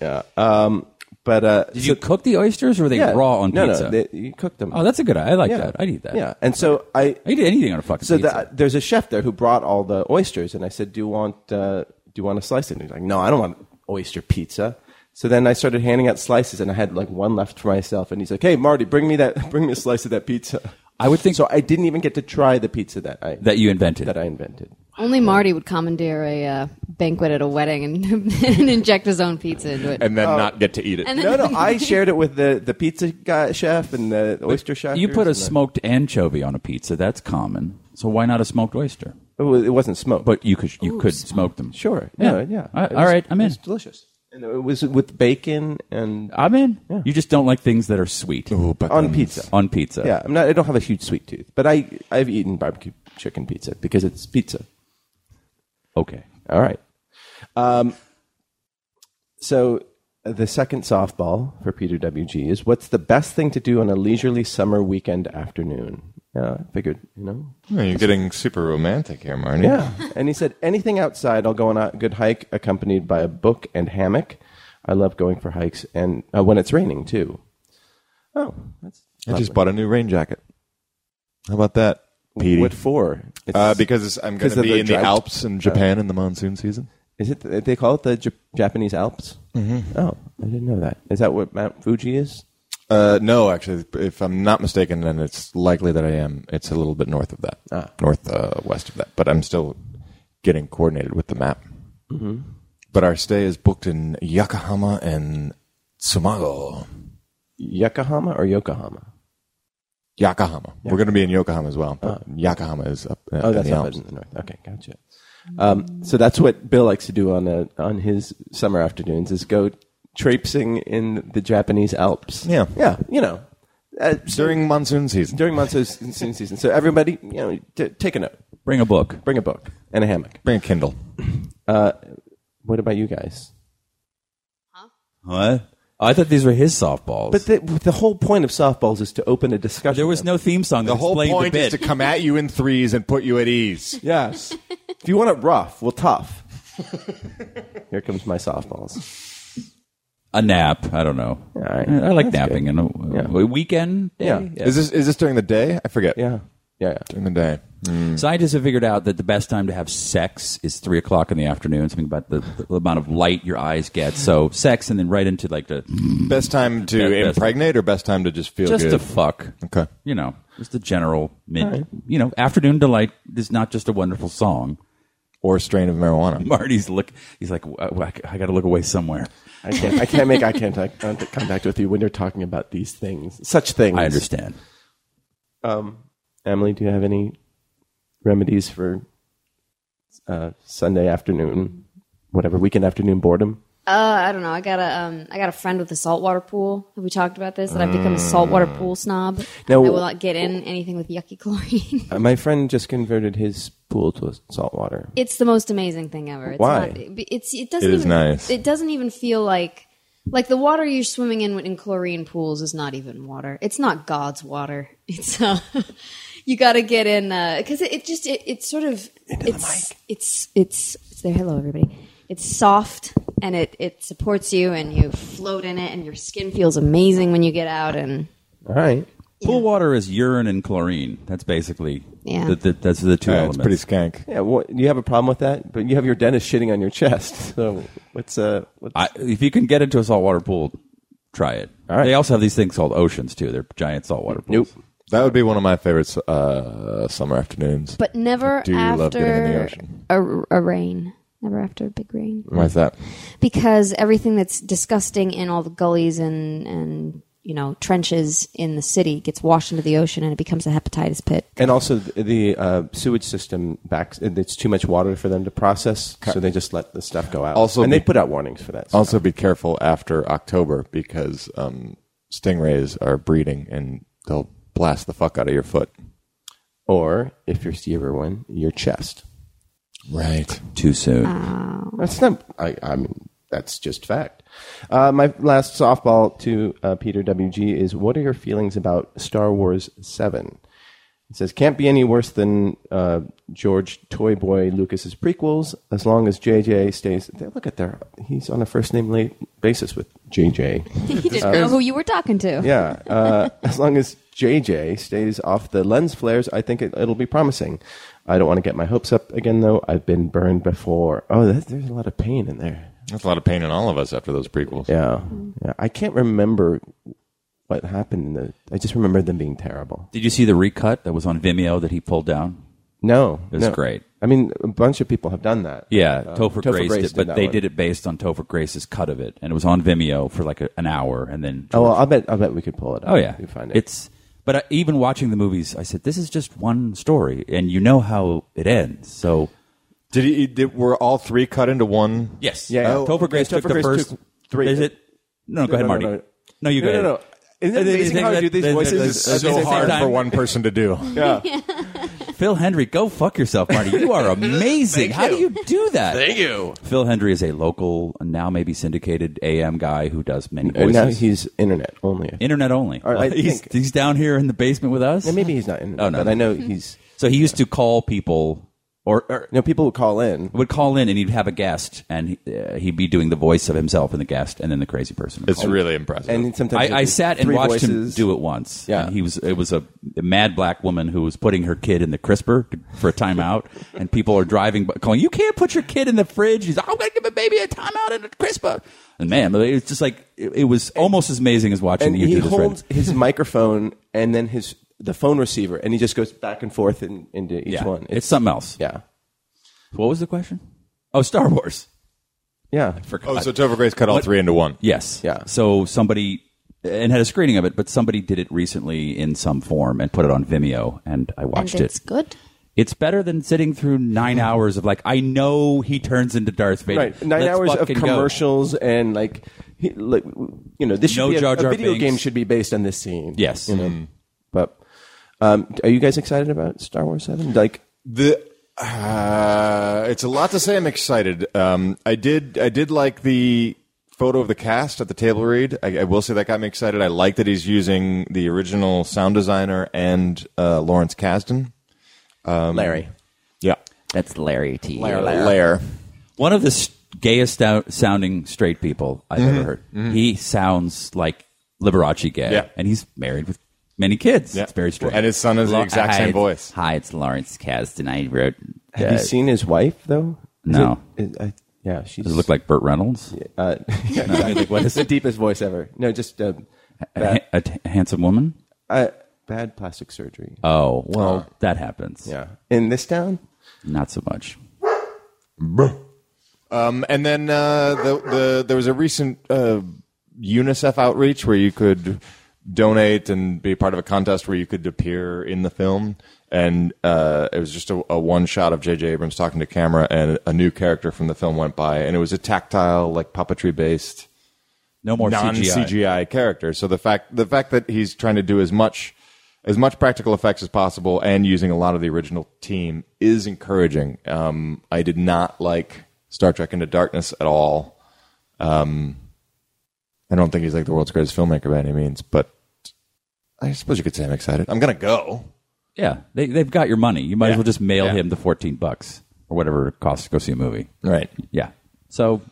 Yeah. Um. But uh. Did you cook the oysters or were they yeah. raw on no, pizza? No, they, you cook them. oh, that's a good idea. I like yeah. that. I'd eat that. Yeah. And so I. I'd eat anything on a fucking So pizza. the, there's a chef there who brought all the oysters, and I said, "Do you want uh, do you want a slice?" And he's like, "No, I don't want oyster pizza." So then I started handing out slices, and I had like one left for myself. And he's like, "Hey, Marty, bring me that, bring me a slice of that pizza." I would think so. I didn't even get to try the pizza that I that you invented. that I invented. Only Marty would commandeer a uh, banquet at a wedding and, and inject his own pizza into it. And then not get to eat it. No, no, I shared it with the, the pizza guy chef and the, the oyster chef. you put a smoked anchovy on a pizza. That's common. So why not a smoked oyster? It, wa- it wasn't smoked, But you could you could smoke them. sure, Yeah. no, yeah. All right, It all was- right, I'm it in. was delicious, and it was with bacon and I'm in. You just don't like things that are sweet on pizza. on pizza. Yeah, I'm not. I don't have a huge sweet tooth, but I I've eaten barbecue chicken pizza because it's pizza. Okay. All right. Um. So the second softball for Peter WG is what's the best thing to do on a leisurely summer weekend afternoon? Yeah, I figured you know. Oh, you're getting super romantic here, Marnie. Yeah, and he said anything outside. I'll go on a good hike accompanied by a book and hammock. I love going for hikes and uh, when it's raining too. Oh, that's I just bought a new rain jacket. How about that, Petey? what for? It's- Uh, because it's- I'm going 'Cause of to be the in drought? the Alps in Japan in the monsoon season. Is it they call it the J- Japanese Alps? Mm-hmm. Oh, I didn't know that. Is that what Mount Fuji is? Uh, no, actually, if I'm not mistaken, then it's likely that I am. It's a little bit north of that, Ah. north uh, west of that. But I'm still getting coordinated with the map. Mm-hmm. But our stay is booked in Yokohama and Sumago. Yokohama or Yokohama? Yokohama. We're going to be in Yokohama as well. But Yokohama is Ah. up. Uh, Oh, that's in the up Alps. in the north. Okay, gotcha. Um, so that's what Bill likes to do on a, on his summer afternoons is go traipsing in the Japanese Alps. Yeah. yeah, you know, uh, during monsoon season. during monsoon season. So everybody, you know, t- take a note, Bring a book. bring a book and a hammock. Uh, Bring a Kindle. What about you guys? What? I thought these were his softballs. But the, the whole point of softballs is to open a discussion. there was no theme song. The that whole explained point the is bit. to come at you in threes and put you at ease. Yes. if you want it rough, well, tough. Here comes my softballs. a nap. I don't know. All right. I like That's napping and a, Yeah. a weekend. Day? Yeah. Is this is this during the day? I forget. Yeah. Yeah. yeah. during the day. Scientists have figured out that the best time to have sex is three o'clock in the afternoon. Something about the, the amount of light your eyes get. So sex, and then right into like the Best time to That- that's- impregnate or best time to just feel just good. to fuck. okay. You know, just the general mid. You know, afternoon delight is not just a wonderful song. Or a strain of marijuana. Marty's look. He's like, "Wha- wha- I got to look away somewhere. I can't, I can't make eye contact, contact with you when you're talking about these things, such things. I understand. Um, Emily, do you have any remedies for uh, Sunday afternoon, whatever, weekend afternoon boredom? I don't know. I got a um, I got a friend with a saltwater pool. Have we talked about this? That I've become a saltwater pool snob. Ah. Now- I will not get in anything with yucky chlorine. Uh, my friend just converted his pool to salt water. it's the most amazing thing ever. It's Why? Not, it's it doesn't. It is even, nice. It doesn't even feel like like the water you're swimming in in chlorine pools is not even water. It's not God's water. It's uh, you got to get in because it, it just it, it's sort of it's, it's it's it's there. Hello, everybody. It's soft and it it supports you and you float in it and your skin feels amazing when you get out and All right. Pool water is urine and chlorine. That's basically Yeah. the, the, that's the two Yeah, it's elements. pretty skank. Yeah, well, you have a problem with that, but you have your dentist shitting on your chest. So what's uh, what's, I, if you can get into a saltwater pool, try it. All right. They also have these things called oceans too. They're giant saltwater pools. Nope. That would be one of my favorite uh, summer afternoons. but never do love getting in the after ocean. a, a rain. Never after a big rain. Why is that? because everything that's disgusting in all the gullies and and you know trenches in the city gets washed into the ocean and it becomes a hepatitis pit. and also the, the uh, sewage system backs. It's too much water for them to process, so they just let the stuff go out. Also and they be- put out warnings for that. Also, be careful after October because um, stingrays are breeding and they'll blast the fuck out of your foot. or if you're Steve Irwin, your chest. Right. Too soon. That's not. I, I mean, that's just fact. Uh, my last softball to uh, Peter WG is: What are your feelings about Star Wars Seven? It says can't be any worse than uh, George Toy Boy Lucas's prequels, as long as JJ stays. They look at their. He's on a first name late basis with JJ. He didn't know who you were talking to. Yeah. Uh, as long as JJ stays off the lens flares, I think it, it'll be promising. I don't want to get my hopes up again, though. I've been burned before. Oh, that, there's a lot of pain in there. That's a lot of pain in all of us after those prequels. Yeah. yeah. I can't remember what happened. In the, I just remember them being terrible. Did you see the recut that was on Vimeo that he pulled down? No. It was no. great. I mean, a bunch of people have done that. Yeah, Uh, Topher, Grace, did, did but that they one. did it based on Topher Grace's cut of it, and it was on Vimeo for like a, an hour, and then Oh, well, I bet, I bet we could pull it up. Oh yeah, if We find it. It's but I, even watching the movies, I said this is just one story, and you know how it ends. So Did he? Did, were all three cut into one? yes, Yeah, yeah. Uh, Topher Grace Yeah, took Topher the Grace first took three. Is it? No, go No, ahead, no, Marty. no. No, you No, go no, ahead. no. Isn't it They- they- amazing how I they- do these they- voices? they- It's they- so they- they- hard they- for one person to do. Phil Hendry, go fuck yourself, Marty. You are amazing. How do you do that? Thank you. Phil Hendry is a local, now maybe syndicated AM guy who does many and voices. now he's internet only. internet only. Or I he's, think- he's down here in the basement with us. Yeah, maybe he's not internet, Oh, no, but no. I know he's. So he used to call people, or, or You know, people would call in. would call in, and he'd have a guest, and he, uh, he'd be doing the voice of himself and the guest, and then the crazy person. would It's call in. really impressive. And sometimes I, I sat and watched him do it once. Yeah. and he was it was a mad black woman who was putting her kid in the crisper for a timeout, and people are driving by calling, "You can't put your kid in the fridge." He's, "I'm gonna give a baby a timeout in a crisper." And man, it was just like it, it was almost as amazing as watching And you he do this. right? holds his microphone and then his the phone receiver, and he just goes back and forth in, into each yeah, one. It's, something else. yeah, What was the question? Oh, Star Wars. yeah. Forgot. oh, so Topher Grace cut all three into one. Yes. Yeah. So somebody and had a screening of it, but somebody did it recently in some form and put it on Vimeo, and I and watched it's it. good. It's better than sitting through nine Mm-hmm. hours of like I know he turns into Darth Vader. Right, 9 Let's hours of fucking go. commercials and like, he, like, you know, this should No be a, Jar a Jar video Binks. game should be based on this scene. Yes. Mm-hmm. you know. But um, are you guys excited about Star Wars Seven? Like, The uh, it's a lot to say. I'm excited. Um, I did I did like the photo of the cast at the table read. I, I will say that got me excited. I like that he's using the original sound designer and uh, Lawrence Kasdan. Um, Larry, Yeah, That's Larry T. Lair. One of the s- gayest out- sounding straight people I've Mm-hmm. ever heard. He sounds like Liberace gay, Yeah. and he's married with many kids. Yeah. It's very straight. And his son has the Lo- exact hi, same it's- voice. Hi, it's Lawrence Kasdan. I wrote. have uh, you seen his wife though? Is No. it- is- I- yeah, she's Does it look like Burt Reynolds? uh, what is the deepest voice ever? No, just uh, A, ha- a t- handsome woman? uh, bad plastic surgery. Oh, well, Uh, that happens. Yeah. In this town? Not so much. Um, and then uh, the, the there was a recent uh, UNICEF outreach where you could donate and be part of a contest where you could appear in the film. and uh, it was just a, a one shot of J.J. Abrams talking to camera, and a new character from the film went by, and it was a tactile, like puppetry based No more non CGI. CGI character. So the fact the fact that he's trying to do as much as much practical effects as possible and using a lot of the original team is encouraging. Um, I did not like Star Trek Into Darkness at all. Um, I don't think he's like the world's greatest filmmaker by any means, but I suppose you could say I'm excited. I'm gonna go. Yeah, they, they've got your money. You might as Yeah. well just mail Yeah. him the 14 bucks or whatever it costs to go see a movie. Right. Yeah. So,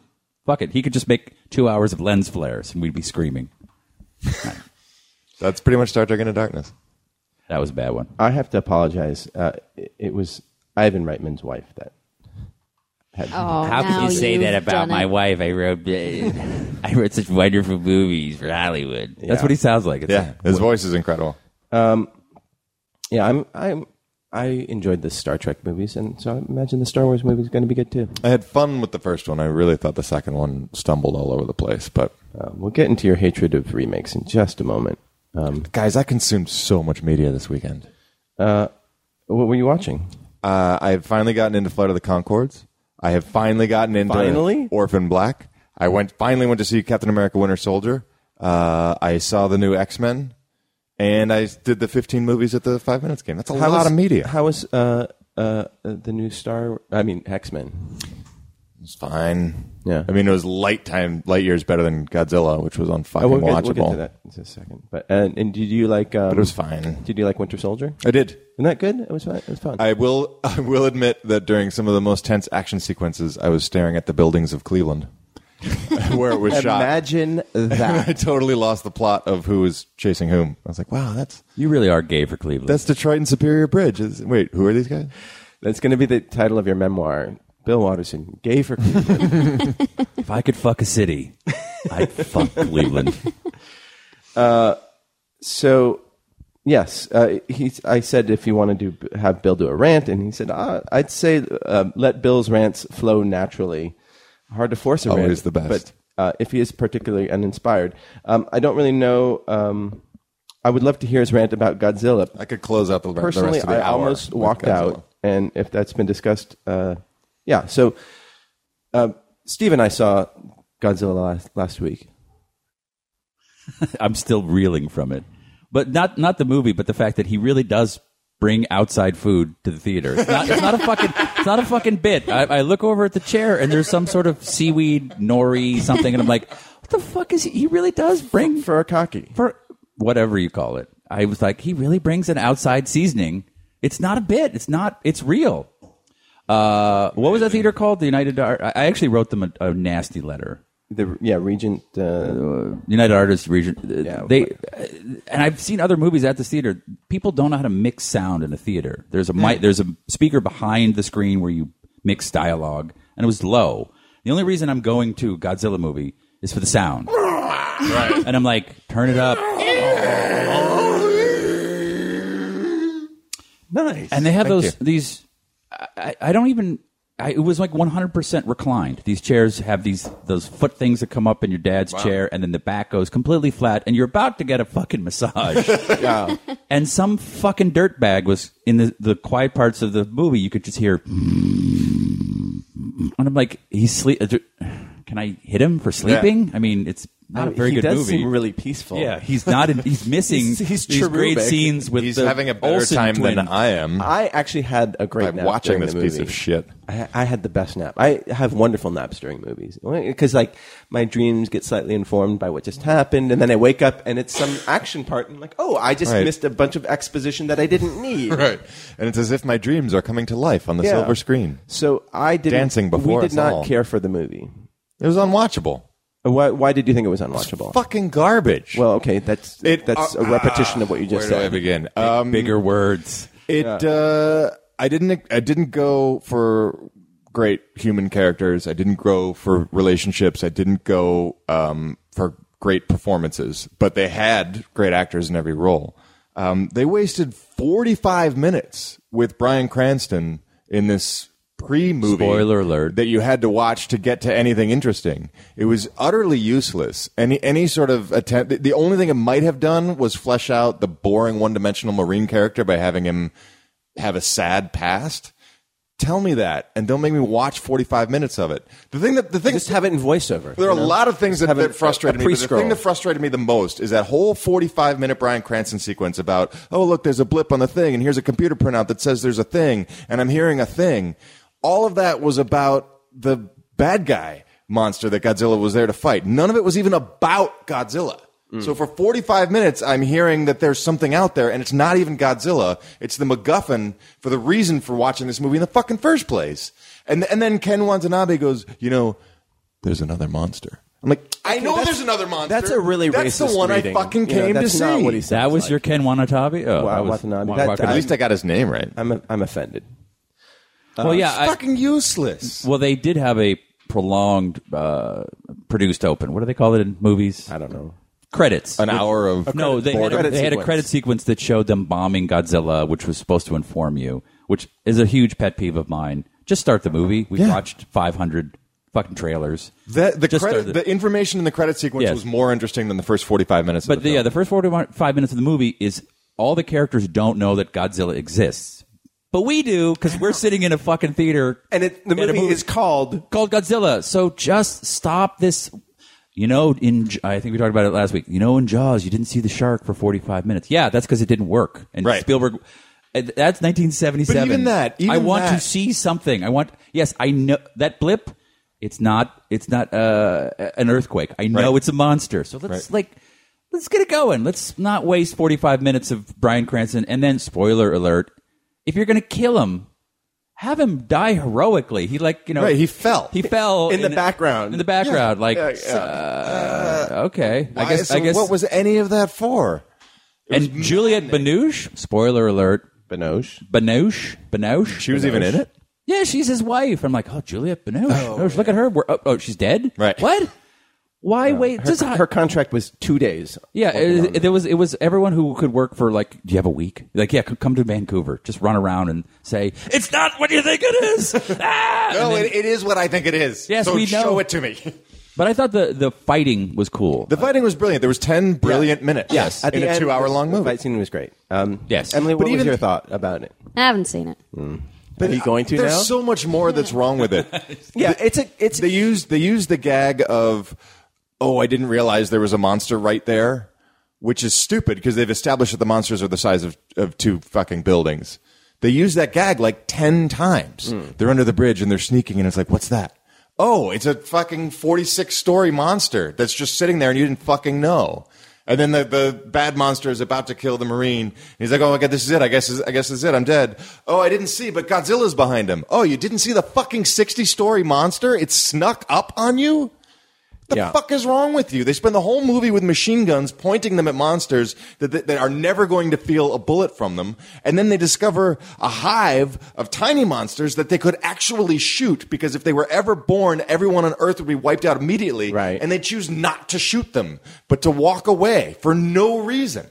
fuck it. He could just make two hours of lens flares and we'd be screaming. That's pretty much Star Trek Into Darkness. That was a bad one. I have to apologize. Uh, it, it was Ivan Reitman's wife that had. Oh, How now can you say that you've about done my it. wife? I wrote, I wrote such wonderful movies for Hollywood. That's what he sounds like. It's Yeah, his voice is incredible. Yeah, I'm. I'm. I enjoyed the Star Trek movies, and so I imagine the Star Wars movie is going to be good too. I had fun with the first one. I really thought the second one stumbled all over the place, but Uh, we'll get into your hatred of remakes in just a moment. Um, guys, I consumed so much media this weekend. Uh, what were you watching? Uh, I have finally gotten into Flight of the Concords. I have finally gotten into Finally? Orphan Black. I went finally went to see Captain America: Winter Soldier. Uh, I saw the new X Men, and I did the 15 movies at the Five Minutes Game. That's a lot was- of media. How was uh, uh, the new Star? I mean, X Men. it's fine. Yeah. I mean it was light time, light years better than Godzilla, which was on fucking we'll, watchable. get, we'll get to that in a second. But and, and did you like? Um, But it was fine. Did you like Winter Soldier? I did. Isn't that good? It was fun. It was fun. I will. I will admit that during some of the most tense action sequences, I was staring at the buildings of Cleveland, where it was shot. Imagine And I that. totally lost the plot of who was chasing whom. I was like, wow, that's You really are gay for Cleveland. that's Detroit and Superior Bridge. It's- wait, who are these guys? That's going to be the title of your memoir. Bill Watterson, gay for if I could fuck a city, I'd fuck Cleveland. so yes uh, he's, i said if you want to do have bill do a rant and he said ah, i'd say uh, let bill's rants flow naturally hard to force a rant, Always the best. but uh, if he is particularly uninspired um, i don't really know um, i would love to hear his rant about godzilla I could close out the, the rest of the personally i hour almost with walked Godzilla. out and if that's been discussed uh, yeah so uh, steve and i saw godzilla last, last week I'm still reeling from it. But not not the movie, but the fact that he really does bring outside food to the theater. It's not, it's not a fucking it's not a fucking bit. I, I look over at the chair and there's some sort of seaweed nori something, and I'm like, what the fuck is he? He really does bring for Furikake. for whatever you call it. I was like, he really brings an outside seasoning. It's not a bit. It's not. It's real. Uh, what was that theater called? The United Art. I I actually wrote them a, a nasty letter. the yeah regent uh, United Artists Region. uh, Yeah, they but- and I've seen other movies at this theater. People don't know how to mix sound in a theater. There's a mic, there's a speaker behind the screen where you mix dialogue, and it was low. The only reason I'm going to a Godzilla movie is for the sound. And I'm like, turn it up. nice And they have Thank those these. I- I, I don't even. I, it was like 100% reclined. These chairs have these those foot things that come up in your dad's chair, and then the back goes completely flat, and you're about to get a fucking massage. yeah and some fucking dirtbag was in the, the quiet parts of the movie. You could just hear, and I'm like, he's sleep. uh, Can I hit him for sleeping? I mean, it's not a Uh, very he good does movie. seem really peaceful. yeah, he's not. In, he's missing He's- he's these great cherubic. scenes with. He's the having a better Olsen time twins. than I am. I actually had a great by nap watching during this the piece movie. of shit. I, I had the best nap. I have wonderful naps during movies because like my dreams get slightly informed by what just happened, and then I wake up and it's some action part, and I'm like, oh, I just Right. missed a bunch of exposition that I didn't need. Right. And it's as if my dreams are coming to life on the Yeah. silver screen. So I didn't. Dancing before we did us not all. care for the movie. It was unwatchable. Why, why did you think it was unwatchable? Fucking garbage. Well, okay, that's It- uh, that's a repetition of what you where just do I said. begin? Um, Bigger words. It uh, I didn't I didn't go for great human characters. I didn't go for relationships. I didn't go um, for great performances. But they had great actors in every role. Um, they wasted 45 minutes with Brian Cranston in this pre-movie Spoiler alert. that you had to watch to get to anything interesting. It was utterly useless. Any any sort of attempt. the- The only thing it might have done was flesh out the boring one-dimensional marine character by having him have a sad past, tell me that, and don't make me watch forty five minutes of it. The thing that the thing Just have it in voiceover. there are you know? a lot of things that, Have a- that frustrated a me. But the thing pre-scroll. that frustrated me the most is that whole 45 minute Brian Cranston sequence about, oh, look, there's a blip on the thing, and here's a computer printout that says there's a thing, and I'm hearing a thing. All of that was about the bad guy monster that Godzilla was there to fight. None of it was even about Godzilla. So for 45 minutes, I'm hearing that there's something out there, and it's not even Godzilla. It's the MacGuffin for the reason for watching this movie in the fucking first place. And, and then Ken Watanabe goes, you know, there's another monster. I'm like, I know that's- there's another monster. that's a really that's racist the one reading. I fucking Yeah, came to that's see. not what he said. That was Like- your Ken Watanabe. Oh, Wa- that was Watanabe. Wa- That- At that- least I got his name right. I'm I'm offended. Oh, well, yeah. I- fucking useless. well, they did have a prolonged uh, produced open. What do they call it in movies? I don't know. Credits. An hour of no, they had, a, Credit they had a sequence. credit sequence that showed them bombing Godzilla, which was supposed to inform you, which is a huge pet peeve of mine. Just start the movie. We Yeah. watched 500 fucking trailers. That- the Just credit, started. the information in the credit sequence Yes. was more interesting than the first 45 minutes. But of the the, yeah, film. the first 45 minutes of the movie is all the characters don't know that Godzilla exists. But we do because we're sitting in a fucking theater. And it, the in a movie is called called Godzilla. So just stop this. You know, in J- I think we talked about it last week. You know, in Jaws, you didn't see the shark for 45 minutes. Yeah, that's because it didn't work. And Right. Spielberg. and That's But 1977. even that- even I want to that- see something. I want. Yes, I know that blip. It's not. It's not uh, an earthquake. I know Right. it's a monster. So let's Right. like. Let's get it going. Let's not waste 45 minutes of Brian Cranston. And then, spoiler alert: if you're going to kill him, have him die heroically. He like you know Right, he fell. He fell In the background. In the background, like uh, okay. I guess. so I guess. What was any of that for? and Juliette Binoche. Spoiler alert. Binoche. Binoche. Binoche. She was even in it. Yeah, she's his wife. I'm like, oh, Juliette Binoche. Oh, look at her. We're, oh, oh, she's dead. Right. What? Why wait? Her, just her contract was two days. Yeah, working on it, there was it was everyone who could work for like. Do you have a week? Like, yeah, c- come to Vancouver. Just run around and say it's not what you think it is. Ah! And then- it is what I think it is. Yes, we know. to me. but I thought the the fighting was cool. The fighting was brilliant. There was 10 brilliant minutes. Yes, in a two-hour-long the movie. fight scene was great. Um, Yes. Emily, But what was even- your thought about it? I haven't seen it. But Are you going to There's now? so much more that's wrong with it. yeah, it's a it's they used they used the gag of oh I didn't realize there was a monster right there, which is stupid because they've established that the monsters are the size of, of two fucking buildings. They use that gag like ten times. They're under the bridge and they're sneaking and it's like what's that? Oh, it's a fucking forty six story monster that's just sitting there and you didn't fucking know. And then the, the bad monster is about to kill the marine. And he's like, "Oh my god, this is it. I guess this- I guess this is it. I'm dead. Oh, I didn't see, but Godzilla's behind him. Oh, you didn't see the fucking sixty story monster? It snuck up on you. The Yeah. fuck is wrong with you? They spend the whole movie with machine guns pointing them at monsters that, that, that are never going to feel a bullet from them. And then they discover a hive of tiny monsters that they could actually shoot because if they were ever born, everyone on Earth would be wiped out immediately. Right. And they choose not to shoot them, but to walk away for no reason.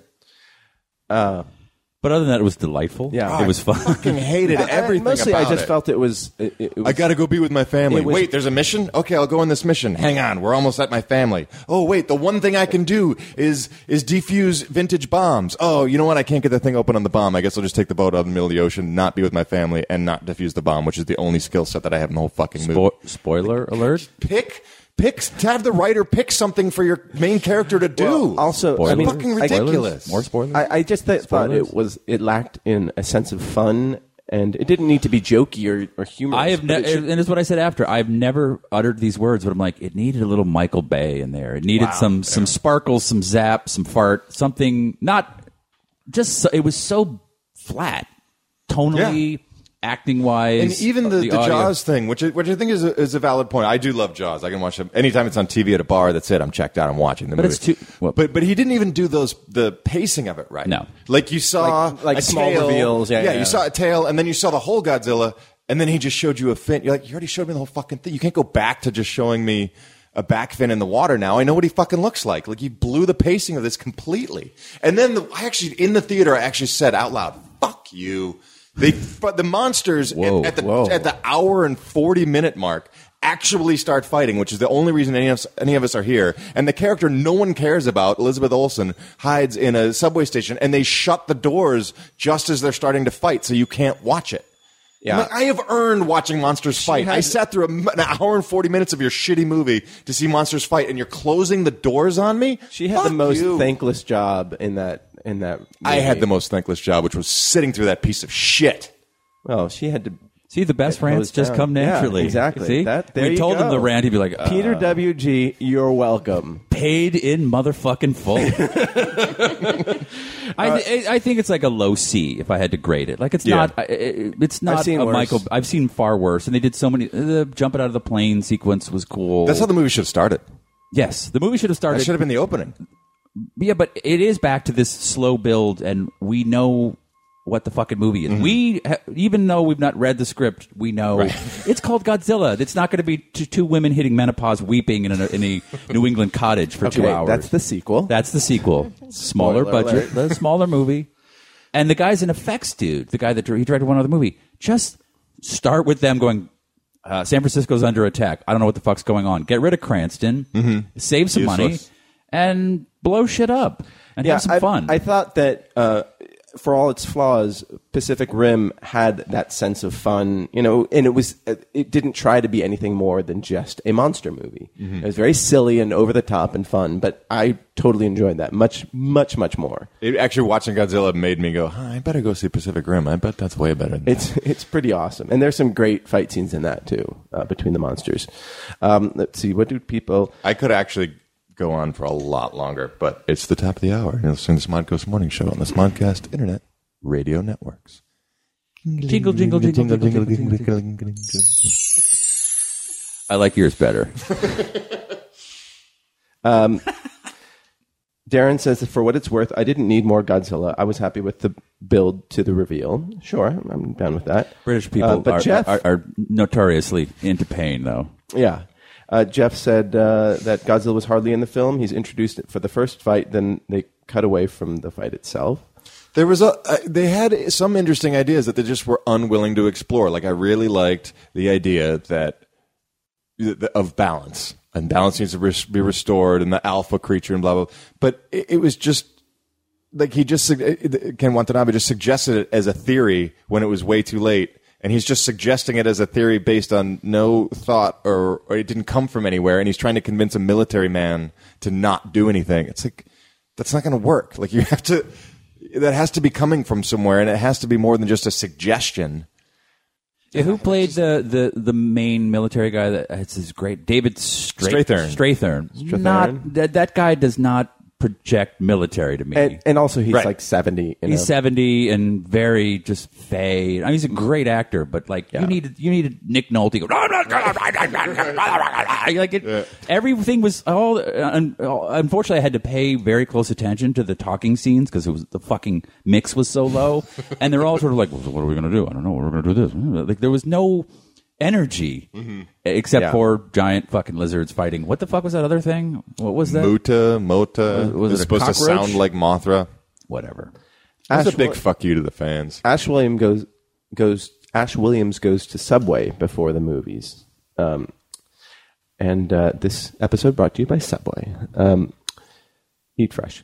but other than that, it was delightful. Yeah. it was fun. Fucking hated everything. Mostly, I about just it. felt it was. It, it was I gotta go be with my family. It was- wait, there's a mission? Okay, I'll go on this mission. Hang on, we're almost at my family. Oh wait, the one thing I can do is is defuse vintage bombs. Oh, you know what? I can't get the thing open on the bomb. I guess I'll just take the boat out in the middle of the ocean, not be with my family, and not defuse the bomb, which is the only skill set that I have in the whole fucking movie. Spo- spoiler alert. Pick pick have the writer pick something for your main character to do. Well, also, I It's mean, fucking I- ridiculous. More spoilers. I, I just th- thought Spoilers? it was it lacked in a sense of fun, and it didn't need to be jokey or, or humorous. I have but never, it should- and it's what I said after. I've never uttered these words, but I'm like, it needed a little Michael Bay in there. It needed some some sparkles, some zap, some fart, something not just. So, it was so flat, tonally, acting wise, and even the, the, audio. Jaws thing, which I, which I think is a, is a valid point. I do love Jaws. I can watch it anytime it's on TV at a bar. That's it. I'm checked out. I'm watching the But movie. it's too- well- but but he didn't even do those the pacing of it right. No. like you saw Like- like a small tail- reveals. Yeah, yeah. you saw a tail, and then you saw the whole Godzilla, and then he just showed you a fin. You're like, you already showed me the whole fucking thing. You can't go back to just showing me. A back fin in the water. Now I know what he fucking looks like. Like you blew the pacing of this completely. And then the, I actually in the theater, I actually said out loud, "Fuck you." They, but the monsters Whoa, at, at the whoa. at the hour and forty minute mark actually start fighting, which is the only reason any of us, any of us are here. And the character no one cares about, Elizabeth Olsen, hides in a subway station, and they shut the doors just as they're starting to fight, so you can't watch it. Yeah. I'm like, I have earned watching monsters fight. I sat through a m an hour and forty minutes of your shitty movie to see monsters fight, and you're closing the doors on me. She had Fuck the most you. thankless job in that. In that, I had movie. the most thankless job, which was sitting through that piece of shit. Well, she had to. See, the best It rants goes just down. come Yeah, naturally. exactly. See, That- there we you told him go. the rant. He'd be like, uh, Peter W. G. You're welcome. paid in motherfucking full. Uh, I, th- I I think it's like a low C if I had to grade it. Like it's Yeah. not I- I- it's not seen a worse. Michael. I've seen far worse, and they did so many. uh, The jumping out of the plane sequence was cool. Oh. That's how the movie should have started. yes, the movie should have That started. should have been the opening. Yeah, but it is back to this slow build, and we know what the fucking movie Mm-hmm. is. We ha- even though we've not read the script, we know it's called Godzilla. It's not going to be t- two women hitting menopause, weeping in a, in a New England cottage for two Okay, hours. that's the sequel. Oh. That's the sequel. Smaller Spoiler budget, the smaller movie. And the guy's an effects dude. The guy that drew, he directed one other movie. Just start with them going. Uh, San Francisco's under attack. I don't know what the fuck's going on. Get rid of Cranston. Save some money Useless. and blow shit up and have some I, fun. I thought that uh, for all its flaws, Pacific Rim had that sense of fun, you know, and it was uh, it didn't try to be anything more than just a monster movie. Mm-hmm. It was very silly and over the top and fun, but I totally enjoyed that much, much, much more. It, actually, watching Godzilla made me go, huh, I better go see Pacific Rim. I bet that's way better. Than that." It's it's pretty awesome, and there's some great fight scenes in that too uh, between the monsters. Um, let's see, what do people? I could actually go on for a lot longer, but it's the top of the hour. You're listening to the Smodcoast Morning Show on the Smodcast Internet Radio Networks. jingle, jingle, jingle, jingle, jingle, jingle. I like yours better. Darren says that for what it's worth, I didn't need more Godzilla. I was happy with the build to the reveal. Sure, I'm down with that. British people Uh, but are, Jeff, are, are notoriously into pain, though. Yeah. Uh, Jeff said uh, that Godzilla was hardly in the film. He's introduced for the first fight, then they cut away from the fight itself. There was a. Uh, they had some interesting ideas that they just were unwilling to explore. Like I really liked the idea that the- of balance and balance needs to res- be restored, and the alpha creature and blah blah. But it, it was just like he just sug- it- it- Ken Watanabe just suggested it as a theory when it was way too late, and he's just suggesting it as a theory based on no thought or, or it didn't come from anywhere, and he's trying to convince a military man to not do anything. It's like that's not going to work. Like you have to. That has to be coming from somewhere, and it has to be more than just a suggestion. Yeah, who played the, the, the main military guy that uh, it's his great David Stra- Strathern. Strathern. Not that that guy does not project military to me. And, and also, he's Right. like 70. You know? he's seventy and very just fey. I mean, he's a great actor, but like you needed you needed Nick Nolte. Go, "No, no, no." like it, everything was all. uh, un- Unfortunately, I had to pay very close attention to the talking scenes because it was the fucking mix was so low, and they're all sort of like, "Well, "What are we gonna do? I don't know. We're gonna do this." Like there was no energy except Mm-hmm. Yeah. for giant fucking lizards fighting. What the fuck was that other thing? What was that? Muta, Mota. Uh, was it's it a supposed to cockroach? sound like Mothra. Whatever. That's a Ash big Wil- fuck you to the fans. Ash Williams goes, goes, Ash Williams goes to Subway before the movies. Um, and uh, this episode brought to you by Subway. Um, eat fresh.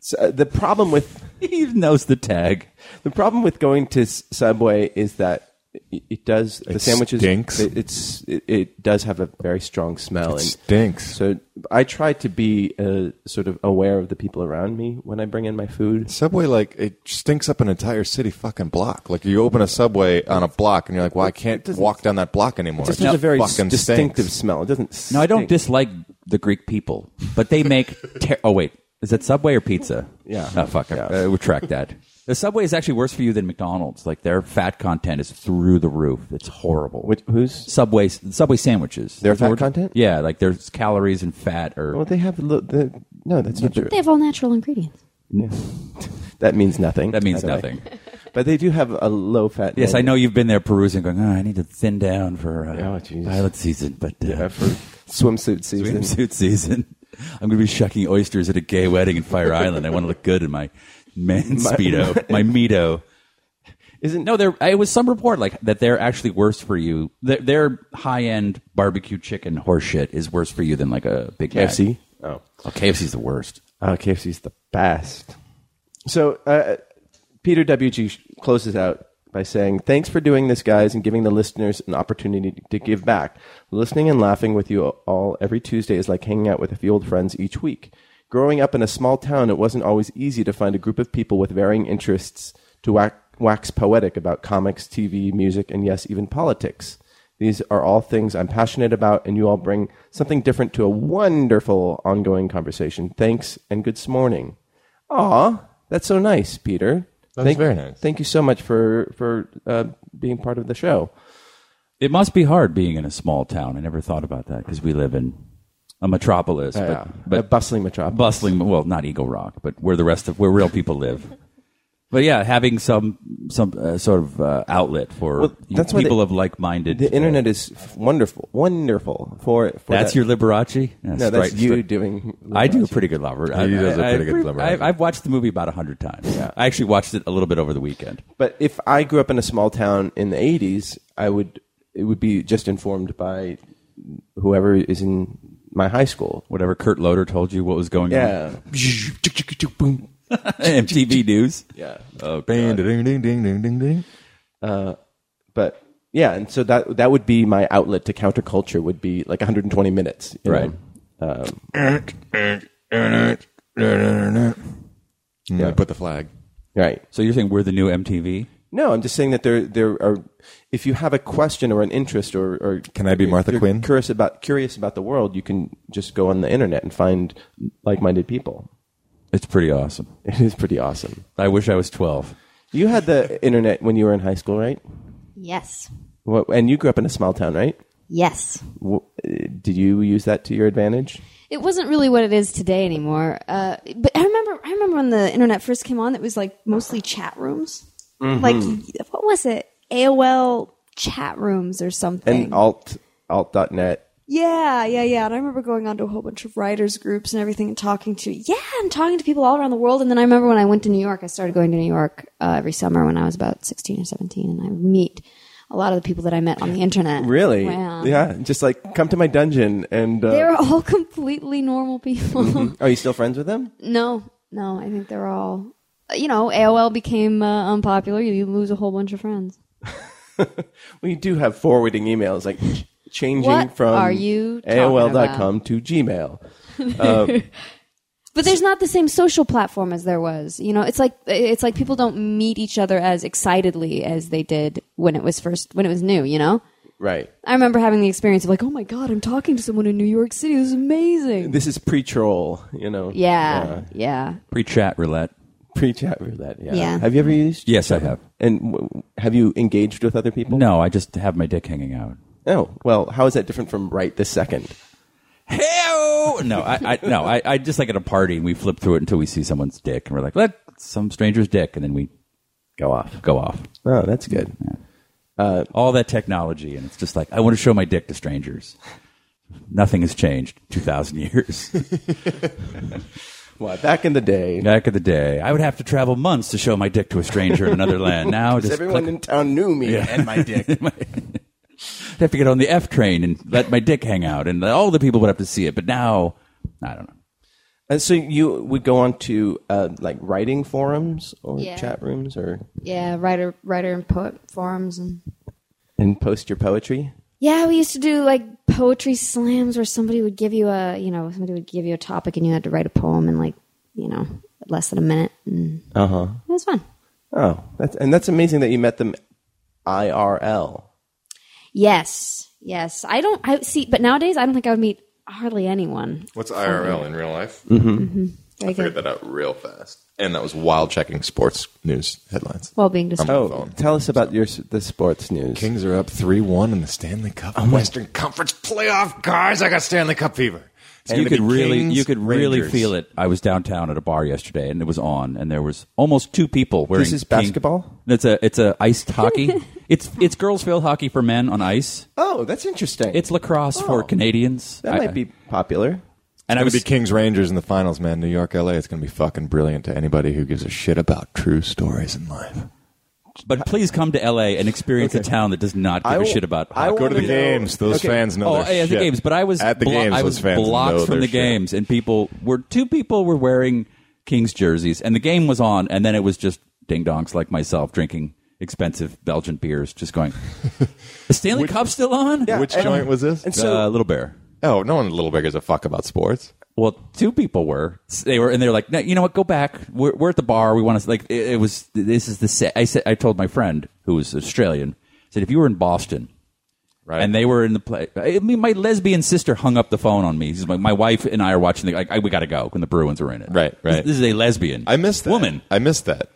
So, uh, the problem with He knows the tag. The problem with going to S- Subway is that it, it does the It sandwiches. stinks. It, it's it, it does have a very strong smell. and stinks. So I try to be uh, sort of aware of the people around me when I bring in my food. Subway, like it stinks up an entire city fucking block. Like you open a subway on a block, and you're like, "Well, I can't walk down that block anymore." It's just It has a very s- fucking distinctive stinks. smell. It doesn't. No, I don't stink. dislike the Greek people, but they make. Ter- oh wait, is that Subway or pizza? Yeah. Oh fuck, I- Yeah. I retract that. The Subway is actually worse for you than McDonald's. Like their fat content is through the roof. It's horrible. Which, who's? Subway Subway sandwiches? Their That's what fat we're- content? Yeah, like there's calories and fat or Well, they have lo- the. No, that's not true. They have all natural ingredients. That means nothing. that means by the way. nothing. But they do have a low fat. Yes, I menu. know you've been there perusing, going, oh, I need to thin down for uh, Oh, jeez. pilot season, but uh, Yeah, for swimsuit season. swimsuit season. I'm going to be shucking oysters at a gay wedding in Fire Island. I want to look good in my man speedo, my, Mito. Isn't No, there. It was some report like that. They're actually worse for you. Their, their high-end barbecue chicken horseshit is worse for you than like a Big KFC? Mac. Oh, KFC's the worst. Uh, KFC's the best. So uh, Peter WG sh- closes out by saying, "Thanks for doing this, guys, and giving the listeners an opportunity to give back. Listening and laughing with you all every Tuesday is like hanging out with a few old friends each week. Growing up in a small town, it wasn't always easy to find a group of people with varying interests to wax, wax poetic about comics, TV, music, and yes, even politics." These are all things I'm passionate about, and you all bring something different to a wonderful ongoing conversation. Thanks and good morning. Aw, that's so nice, Peter. That's very nice. Thank you so much for for uh, being part of the show. It must be hard being in a small town. I never thought about that because we live in a metropolis, yeah, but, but a bustling metropolis. bustling. Well, not Eagle Rock, but where the rest of where real people live. But yeah, having some some uh, sort of uh, outlet for Well, that's why people the- of like minded. the internet is f- wonderful, wonderful for for. That's that. your Liberace. no, that's you doing. I do a pretty good Liberace. He does a I- I- pretty good Liberace. I, I've watched the movie about hundred times. I actually watched it a little bit over the weekend. But if I grew up in a small town in the '80s, I would it would be just informed by whoever is in my high school. Whatever Kurt Loder told you what was going Yeah, on. MTV News. yeah. Bang, ding, ding, ding, ding, ding, ding. but yeah, and so that that would be my outlet to counterculture would be like 120 minutes, you Right. know? And I put the flag. Right. So you're saying we're the new MTV? No, I'm just saying that there there are if you have a question or an interest or, or Can I be Martha you're Quinn? Curious about curious about the world, you can just go on the internet and find like-minded people. It's pretty awesome. It is pretty awesome. I wish I was 12. You had the internet when you were in high school, right? Yes. What, and you grew up in a small town, right? Yes. Wh- uh, Did you use that to your advantage? It wasn't really what it is today anymore. Uh, but I remember, I remember when the internet first came on, it was like mostly chat rooms. Mm-hmm. Like, what was it? AOL chat rooms or something. And alt alt.net. Yeah, yeah, yeah. And I remember going on to a whole bunch of writers groups and everything and talking to yeah, and talking to people all around the world. And then I remember when I went to New York, I started going to New York uh, every summer when I was about sixteen or seventeen, and I would meet a lot of the people that I met on the internet. Really? Wow. Yeah, just like come to my dungeon and uh, They're all completely normal people. Are you still friends with them? no, no, I think they're all. You know, AOL became uh, unpopular. You, you lose a whole bunch of friends. We do have forwarding emails like changing What from are you talking AOL.com to Gmail. But there's not the same social platform as there was. You know, it's like it's like people don't meet each other as excitedly as they did when it was first when it was new, you know? Right. I remember having the experience of like, "Oh my god, I'm talking to someone in New York City. This is amazing." This is pre troll, you know. Uh, yeah. Yeah. Pre chat roulette. Pre chat roulette. Yeah. Yeah. Have you ever used? Yes, I have. And w- have you engaged with other people? No, I just have my dick hanging out. Oh well, how is that different from right this second? Hey-o! No, I, I no, I, I just like at a party and we flip through it until we see someone's dick and we're like, look, some stranger's dick, and then we Go off. go off. Oh, that's good. All that technology, and it's just like I want to show my dick to strangers. Nothing has changed. Two thousand years. Well, back in the day, Back in the day, I would have to travel months to show my dick to a stranger in another land. Now, just everyone click- in town knew me and my dick. I'd have to get on the F train and let my dick hang out, and all the people would have to see it. But now, I don't know. and so you would go on to uh, like writing forums or Yeah. chat rooms or Yeah, writer writer and poet forums and and post your poetry. Yeah, we used to do like poetry slams where somebody would give you a, you know, somebody would give you a topic and you had to write a poem in like, you know, less than a minute and Uh huh. it was fun. Oh, that's and that's amazing that you met them IRL. Yes, yes. I don't. I see, but nowadays I don't think I would meet hardly anyone. What's Mm-hmm. IRL in real life? Very Figured good. that out real fast. And that was while checking sports news headlines. Well, being just Oh. Oh, tell us about your s- the sports news. Kings are up 3 1 in the Stanley Cup Western Conference playoff. Guys, I got Stanley Cup fever. It's you gonna be could really Kings, you could really Rangers. feel it. I was downtown at a bar yesterday and it was on and there was almost two people wearing This is King- basketball? It's a it's a iced hockey. it's it's girls field hockey for men on ice. Oh, that's interesting. It's lacrosse for Canadians. Oh. that I- might be popular. And I It's was going to be Kings Rangers in the finals, man. New York, LA. It's going to be fucking brilliant to anybody who gives a shit about true stories in life. But please come to LA and experience a town that does not give I a will- shit about. I hockey. Go to the Okay. games. Those Okay. fans know. Oh, their hey, at the shit. games, but I was at the blo- games. I those was fans know blocked from their the shit. games, and people were two people were wearing Kings jerseys, and the game was on, and then it was just ding dongs like myself drinking expensive Belgian beers, just going. the Stanley Cup's still on? Yeah, Which joint was this? And uh, so, Little Bear. Oh, no one in Little Bear gives a fuck about sports. Well, two people were. They were, and they were like, no, "You know what? Go back. We're, we're at the bar. We want to like." It, it was. This is the set. I said. I told my friend who was Australian. I said, "If you were in Boston, Right. and they were in the play. I mean, my lesbian sister hung up the phone on me. She's like, my wife and I are watching. The, like, I, we got to go when the Bruins were in it. Right, right. This, this is a lesbian. I missed that. woman. I missed that.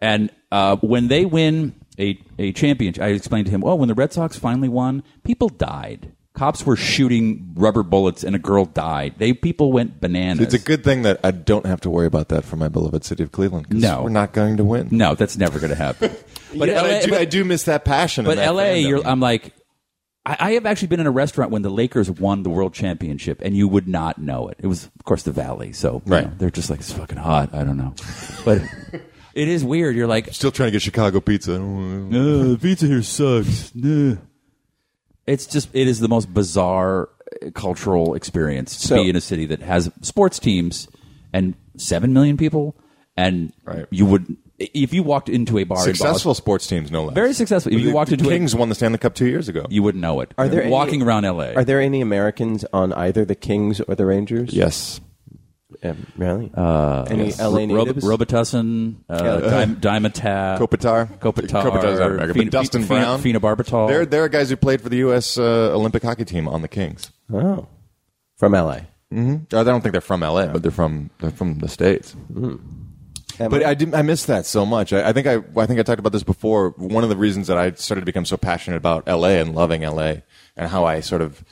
And uh, when they win a, a championship, I explained to him, oh, when the Red Sox finally won, people died. Cops were shooting rubber bullets, and a girl died. They people went bananas. It's a good thing that I don't have to worry about that for my beloved city of Cleveland. 'cause No. we're not going to win. No, that's never going to happen. but, LA I, do, but- I do miss that passion. But and that LA, fandom. you're, uh, I'm like, I, I have actually been in a restaurant when the Lakers won the World Championship, and you would not know it. It was, of course, the Valley, so you Right. know, they're just like it's fucking hot. I don't know, but it is weird. You're like, still trying to get Chicago pizza. I don't- the pizza here sucks. It's just it is the most bizarre uh, cultural experience to So- be in a city that has sports teams and seven million people, and Right. you would if you walked into a bar in Successful Boston- sports teams, no less. Very successful. If you The- walked the into a- Kings won the Stanley Cup two years ago. you wouldn't know it. Are there any- walking around L.A. are there any Americans on either the Kings or the Rangers? yes. Um, really? Uh, any LA Rob- natives? Robitussin, uh, Dim- Dimetap, Kopitar. Kopitar, Kopitar's not American, but Phena- Dustin Phena- Brown. phenobarbital. There, there are guys who played for the U.S. Uh, Olympic hockey team on the Kings. Uh, oh, from LA. I don't think they're from L.A., but they're from they're from the states. But I didn't. I missed that so much. I, I think I. I think I talked about this before. One of the reasons that I started to become so passionate about L.A. and loving L.A. and how I sort of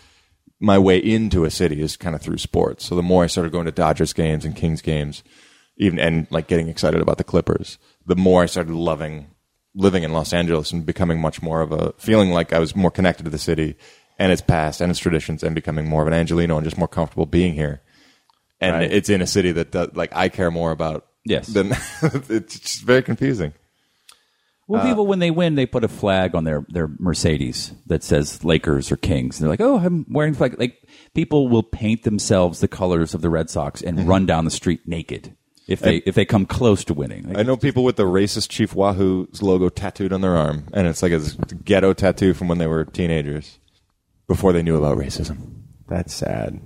my way into a city is kind of through sports. So the more I started going to Dodgers games and Kings games, even and like getting excited about the Clippers, the more I started loving living in Los Angeles and becoming much more of a feeling like I was more connected to the city and its past and its traditions and becoming more of an Angelino and just more comfortable being here. And it's in a city that does, like I care more about. Yes. Than it's just very confusing. uh, Well, people when they win, they put a flag on their their Mercedes that says Lakers or Kings. And they're like, "Oh, I'm wearing the flag." Like people will paint themselves the colors of the Red Sox Mm-hmm. and run down the street naked if they if they come close to winning. Like, I know people with the racist Chief Wahoo's logo tattooed on their arm, and it's like a ghetto tattoo from when they were teenagers, before they knew about racism. That's sad.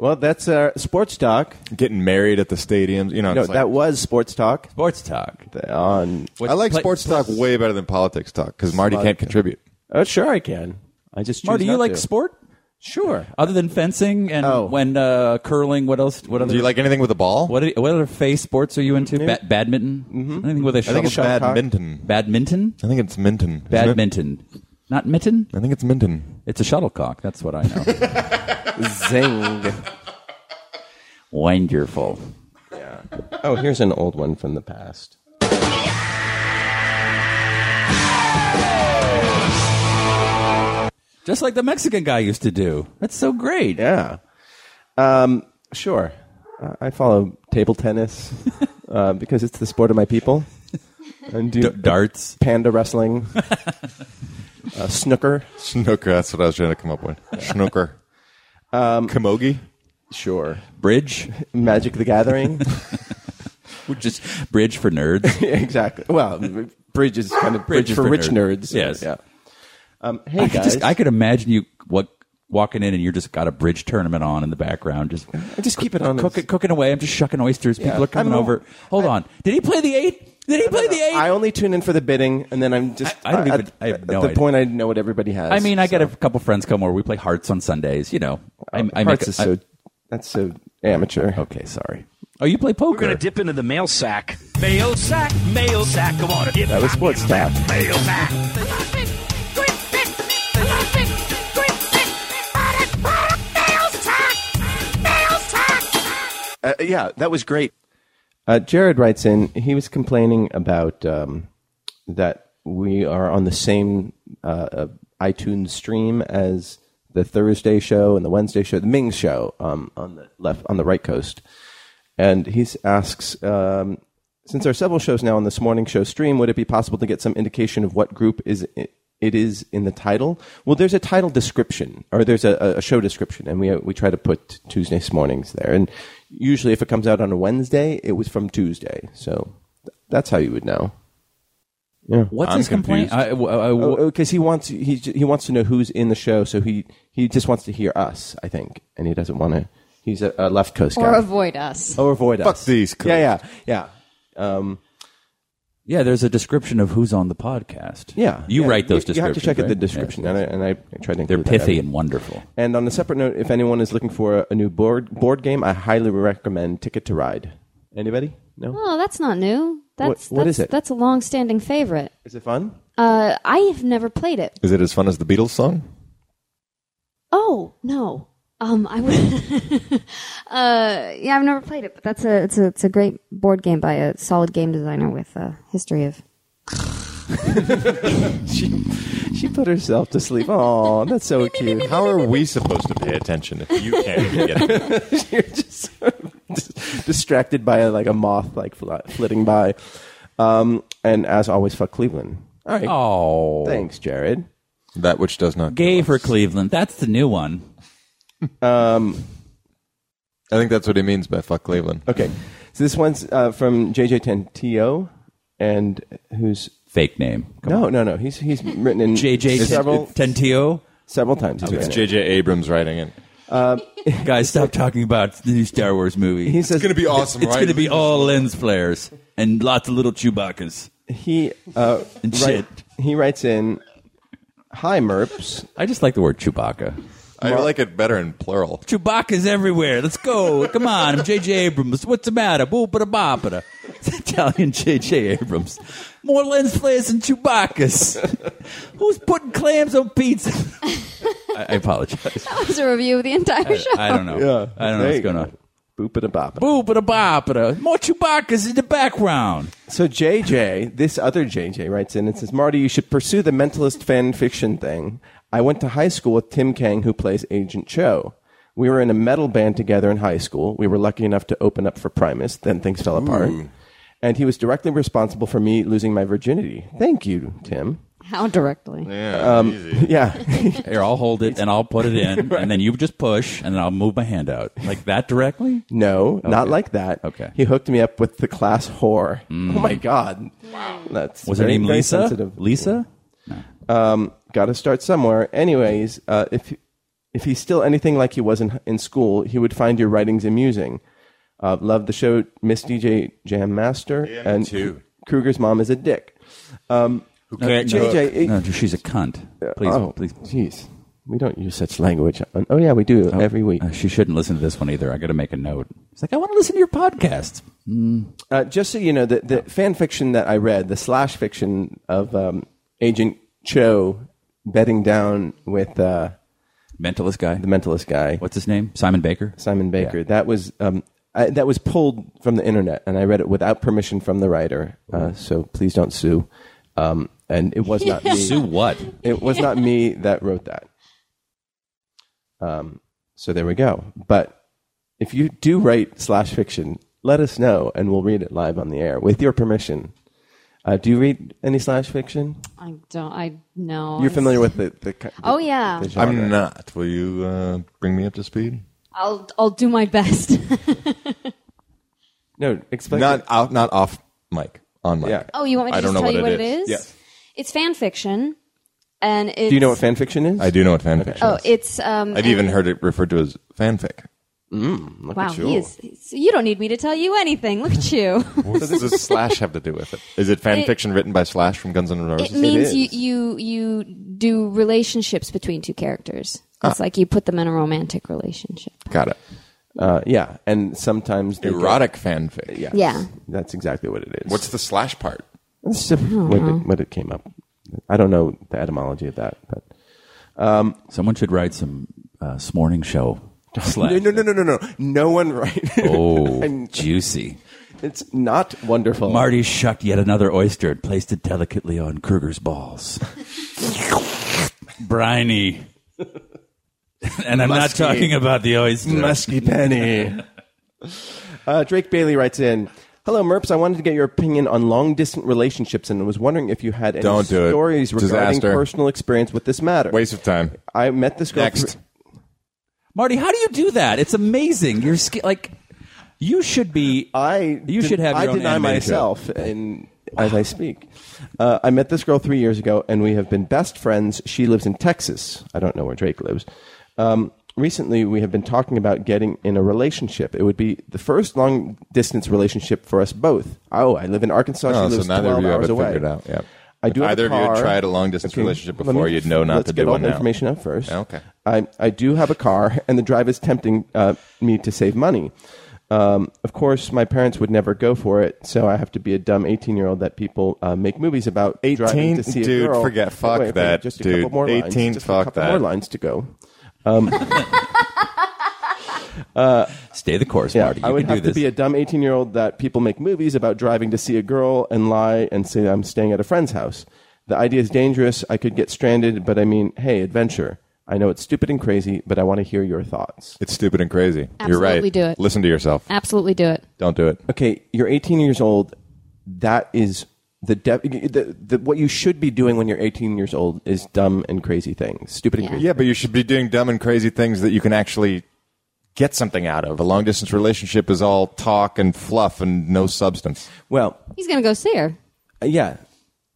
Well, that's uh, sports talk. Getting married at the stadiums, you know. No, it's like- that was sports talk. sports talk. On I like Play- sports talk way better than politics talk because Marty Slut. can't contribute. oh, sure I can. I just choose Marty, you not like to. sport Sure. other than fencing and Oh. when uh, curling? What else? What other? Do you like anything with a ball? what, are- what other face sports are you into? Ba- badminton? Anything with a I shuttle? think it's shot- badminton. Badminton? I think it's minton. isn't it? Badminton. Not mitten? I think it's minton. It's a shuttlecock. That's what I know. Zing. Wonderful. Oh, here's an old one from the past. Just like the Mexican guy used to do. That's so great. Yeah. Um, sure. Uh, I follow table tennis uh, because it's the sport of my people. And do D- darts. panda wrestling, uh, snooker. Snooker. That's what I was trying to come up with. Snooker. Um, Camogie. Sure. Bridge. Magic the Gathering. Which is bridge for nerds. exactly. Well, bridge is kind of bridge, Bridge is for, for rich nerds. nerds. Yes. Yeah. Um, hey, I could, guys. just, I could imagine you what, walking in and you're just got a bridge tournament on in the background. Just, just keep it on. cook, cooking away. I'm just shucking oysters. People are coming I'm- over. Hold on. Did he play the eight? Did he play the eight? I only tune in for the bidding, and then I'm just. I- I don't at- even- I have at no the idea. point, I know what everybody has. I mean, I so. get a couple friends come over. We play hearts on Sundays. You know, I, I Hearts make Oh, is so. that's so amateur. I- okay. Sorry. Oh, you play poker? We're gonna dip into the mail sack. Mail sack, mail sack. Come on, dip. That was sports talk. Mail sack. Uh, yeah, that was great. Uh, Jared writes in. He was complaining about um, that we are on the same uh, uh, iTunes stream as the Thursday show and the Wednesday show, the Ming show um, on the left on the right coast, and he asks, um, Since there are several shows now on this morning show stream, would it be possible to get some indication of what group is i- it is in the title? Well, there's a title description, or there's a, a- a show description, and we uh, we try to put Tuesday mornings there. And usually, if it comes out on a Wednesday, it was from Tuesday, so th- that's how you would know. What's his complaint? I, w- I- w- because he wants he j- he wants to know who's in the show, so he he just wants to hear us, I think, and he doesn't want to. He's a, a left coast or guy, avoid us. or avoid Fuck us. these coasts. Yeah, yeah, yeah, um, yeah, there's a description of who's on the podcast. yeah. you yeah. write those You, descriptions. you have to check right? at the description, Yeah. and I, and I tried to. They're include that pithy every- and wonderful. And on a separate note, if anyone is looking for a new board board game, I highly recommend Ticket to Ride. Anybody? No. Oh, that's not new. That's what is that's, it? That's a long-standing favorite. Is it fun? Uh, I have never played it. Is it as fun as the Beatles song? Oh no. Um, I would. uh, yeah, I've never played it, but that's a it's a it's a great board game by a solid game designer with a history of. she she put herself to sleep. Oh, that's so cute. How are we supposed to pay attention if you can't even get it? You're just sort of dis- distracted by like a moth like fl- flitting by. Um, and as always, fuck Cleveland. All right. Oh, Thanks, Jared. That which does not. gay for Cleveland. That's the new one. Um, I think that's what he means by fuck Cleveland. Okay. So this one's uh, from JJ Tentio, and who's Fake name. Come no, on. no, no. He's he's written in JJ several Ten- Tentio. several times. He's It's written it. J.J. Abrams writing it. Guys, stop talking about the new Star Wars movie. He says It's going to be awesome, it's right? going to be all lens flares and lots of little Chewbaccas he uh, and write, shit. he writes in. Hi, Merps. I just like the word Chewbacca. I like it better in plural. Chewbacca's everywhere. Let's go. Come on. I'm J.J. Abrams. What's the matter? Boopada bopada. It's Italian J.J. Abrams. More lens flares than Chewbacca's. Who's putting clams on pizza? I, I apologize. That was a review of the entire show. I don't know. Yeah, I don't know what's there going you on. Boop it a bop. Boopada bopada. More Chewbacca's in the background. So JJ, this other JJ writes in and says, Marty, you should pursue the mentalist fan fiction thing. I went to high school with Tim Kang, who plays Agent Cho. We were in a metal band together in high school. We were lucky enough to open up for Primus. Then things fell apart. And he was directly responsible for me losing my virginity. Thank you, Tim. How directly? Yeah. Here, I'll hold it and I'll put it in, and then you just push, and then I'll move my hand out like that directly. no, not like that. Okay. Mm. He hooked me up with the class whore. Oh my God. Wow. That's Was her very, name very Lisa? sensitive. Lisa. got to start somewhere. Anyways, uh, if if he's still anything like he was in in school, he would find your writings amusing. Uh, love the show, Miss DJ Jam Master, and too. Kruger's mom is a dick. Um, Who can't JJ, cook. it- No, she's a cunt. Please, oh, please. jeez, we don't use such language. on- Oh yeah, we do every week. Uh, she shouldn't listen to this one either. I got to make a note. It's like I want to listen to your podcast. Uh, just so you know, the, the fan fiction that I read, the slash fiction of um, Agent Cho bedding down with uh, Mentalist guy. the mentalist guy. What's his name? Simon Baker. Simon Baker. That was um, I, that was pulled from the internet, and I read it without permission from the writer. Uh, so please don't sue. Um, and it was not me. Sue what? It was not me that wrote that. Um, so there we go. But if you do write slash fiction, let us know, and we'll read it live on the air with your permission. Uh, do you read any slash fiction? I don't. I know. You're familiar with the, the, ki- Oh, yeah. the genre. I'm not. Will you uh, bring me up to speed? I'll I'll do my best. no explain not out, not off mic, on mic. Yeah. oh, you want me to I don't just know tell what you it what it is. is? Yes. It's fan fiction, and it's, Do you know what fan fiction is? I do know what fanfic is. Oh, it's um. I've even heard it referred to as fanfic. Wow, he is. he's- You don't need me to tell you anything. Look at you. What does this slash have to do with it? Is it fan It- fiction written by Slash from Guns N' it Roses? means is. you you you do relationships between two characters. It's like you put them in a romantic relationship. Got it. Uh, yeah, and sometimes they get- Erotic fanfic. Yes. Yeah. That's exactly what it is. What's the slash part? That's just Hmm. what, it, what it came up? I don't know the etymology of that, but Someone should write some uh, morning show. slash. no, no, no, no, no, no one right. Oh, And- juicy. it's not wonderful. Marty shucked yet another oyster and placed it delicately on Kruger's balls. Briny. and I'm not Musky. talking about the oyster. Musky Penny. uh, Drake Bailey writes in. Hello, Merps. I wanted to get your opinion on long distance relationships and was wondering if you had any Don't do it. stories regarding Disaster. personal experience with this matter. Waste of time. I met this girl. Next. through- Marty, how do you do that? It's amazing. You're sk- like, you should be. I You should have I your own deny animated show. myself in, as I speak. Uh, I met this girl three years ago, and we have been best friends. She lives in Texas. I don't know where Drake lives. Um, recently, we have been talking about getting in a relationship. It would be the first long distance relationship for us both. Oh, I live in Arkansas. Oh, she so lives neither of 12 you have hours it away. figured out, yeah. I do If have either a of you had car- tried a long-distance relationship let before, you'd know not let's to get do all one the now. information up first. Oh, Okay. I, I do have a car, and the drive is tempting uh, me to save money. Um, of course, my parents would never go for it, so I have to be a dumb 18 year old that people uh, make movies about. 18? Driving to see a Dude, girl. forget- Wait, fuck wait, that, Just a dude. couple more lines. 18, Just fuck a couple that. more lines to go. Stay the course, Yeah, Marty. You I would can have do to this. be a dumb 18 year old that people make movies about driving to see a girl and lie and say I'm staying at a friend's house. The idea is dangerous. I could get stranded, but I mean, hey, adventure. I know it's stupid and crazy, but I want to hear your thoughts. It's stupid and crazy. You're Absolutely right. do it. Listen to yourself. Absolutely do it. Don't do it. Okay, you're 18 years old. That is the, de- the, the what you should be doing when you're 18 years old is dumb and crazy things, stupid and Yeah. crazy. Yeah, but you should be doing dumb and crazy things that you can actually get something out of. A long distance relationship is all talk and fluff and no substance. Well, He's gonna go see her. uh, yeah,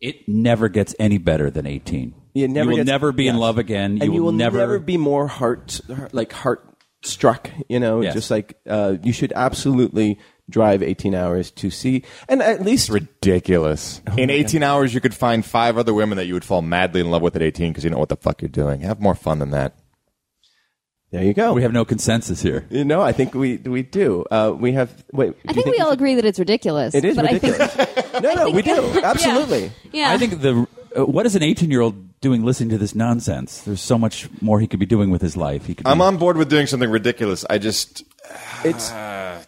it never gets any better than 18. it never you will gets- never be in yes. love again. and you will never, be more heart like heart struck. You know, Yes. just like uh, you should absolutely drive 18 hours to see, and at least Ridiculous. Oh in 18 hours, you could find five other women that you would fall madly in love with at 18 because you know what the fuck you're doing. Have more fun than that. there you go. We have no consensus here. you know, I think we we do. Uh, we have wait. I do you think, we all should- agree that it's ridiculous. It is but ridiculous. I think, no, no, we do absolutely. yeah. I think the uh, what is an 18 year old doing listening to this nonsense? There's so much more he could be doing with his life. He could. I'm be, on board with doing something ridiculous. I just, It's.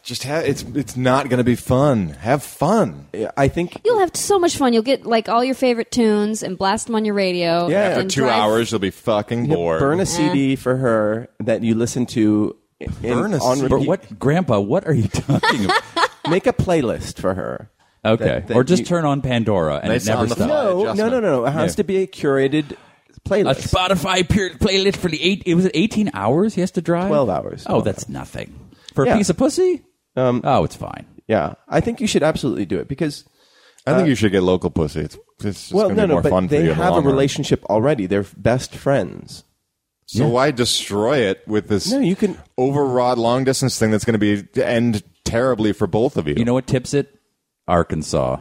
just have, it's, it's not going to be fun. Have fun. I think You'll have so much fun. You'll get like all your favorite tunes and blast them on your radio. Yeah. and After two drive- hours, you'll be fucking Yeah, bored. Burn a CD for her that you listen to. in- Burn a on CD? But repeat. what, Grandpa? What are you talking about? Make a playlist for her. Okay, That- that or just you- turn on Pandora and Nice it never on the stops. fly. Oh, No, no, no, no. It has Yeah. to be a curated A playlist. Spotify peer playlist for the eight. It was 18 hours he has to drive. 12 hours. Oh, that's nothing for Yeah. a piece of pussy. Um, oh, it's fine. Yeah, I think you should absolutely do it because I think you should get local pussy. It's, it's just Uh, well, going to no, be more no, but fun for they you. in the have a long run. relationship already. They're best friends. So why destroy it with this No, you can- overwrought long distance thing that's going to be end terribly for both of you. You know what tips it? Arkansas.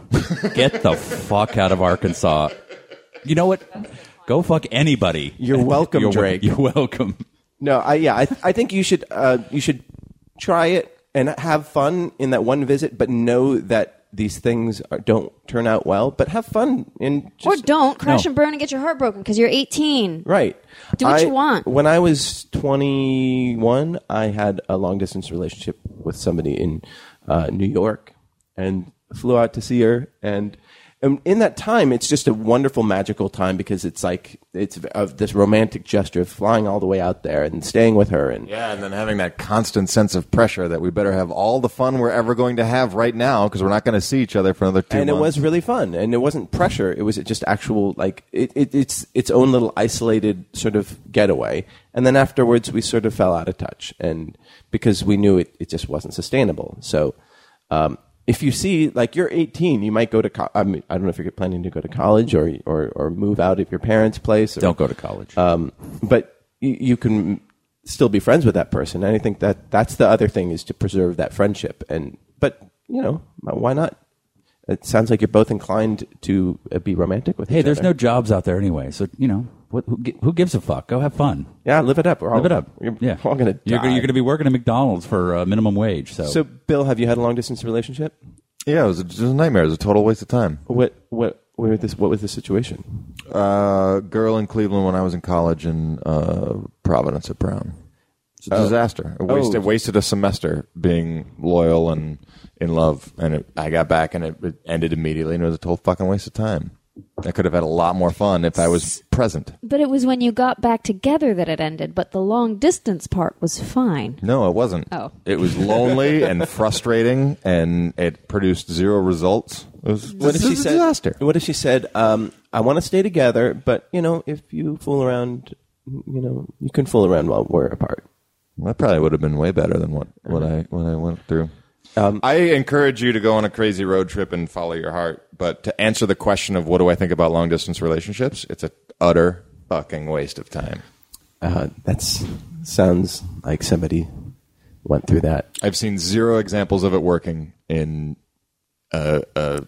Get the fuck out of Arkansas. You know what? Go fuck anybody. You're welcome, You're wel- Drake. You're welcome. No, I yeah, I, I think you should uh, you should try it and have fun in that one visit, but know that these things are, don't turn out well. But have fun and Or just, don't crash No. and burn and get your heart broken because you're 18. Right. Do what I- you want. When I was 21, I had a long distance relationship with somebody in uh, New York and flew out to see her. And, and in that time, it's just a wonderful, magical time because it's like, it's of this romantic gesture of flying all the way out there and staying with her. And yeah, and then having that constant sense of pressure that we better have all the fun we're ever going to have right now because we're not going to see each other for another two and it was months. really fun and it wasn't pressure it was just actual like it, it, it's its own little isolated sort of getaway and then afterwards we sort of fell out of touch and because we knew it, it just wasn't sustainable so um, if you see like you're 18 you might go to co- I, mean, I don't know if you're planning to go to college or, or, or move out of your parents place or, Don't go to college. Um, but you, you can still be friends with that person and i think that that's the other thing is to preserve that friendship and but you know uh, why not it sounds like you're both inclined to uh, be romantic with hey, each there's other. no jobs out there anyway. So, you know, what, who, gi- who gives a fuck? Go have fun. yeah live it up We're all, Live it up. we're yeah. Oh, all gonna You're, die. gonna- you're going to be working at McDonald's for uh, minimum wage. So, so bill have you had a long distance relationship yeah, it was, a, just a nightmare. It was a total waste of time. what what what was this what was the situation Uh, girl in Cleveland when I was in college in uh, Providence at Brown. It's Oh. a disaster. I wasted, wasted a semester being loyal and in love, and it, I got back and it, it ended immediately, and it was a total fucking waste of time. I could have had a lot more fun if I was present. But it was when you got back together that it ended, but the long distance part was fine. No, it wasn't. Oh. It was lonely and frustrating, and it produced zero results. It was, What if this she is a said? disaster. What if she said, um, "I want to stay together, but you know, if you fool around, you know, you can fool around while we're apart." That probably would have been way better than what, what I what I went through. Mm-hmm. I encourage you to go on a crazy road trip and follow your heart. But to answer the question of what do I think about long distance relationships, it's a utter fucking waste of time. Uh, that sounds like somebody went through that I've seen zero examples of it working in a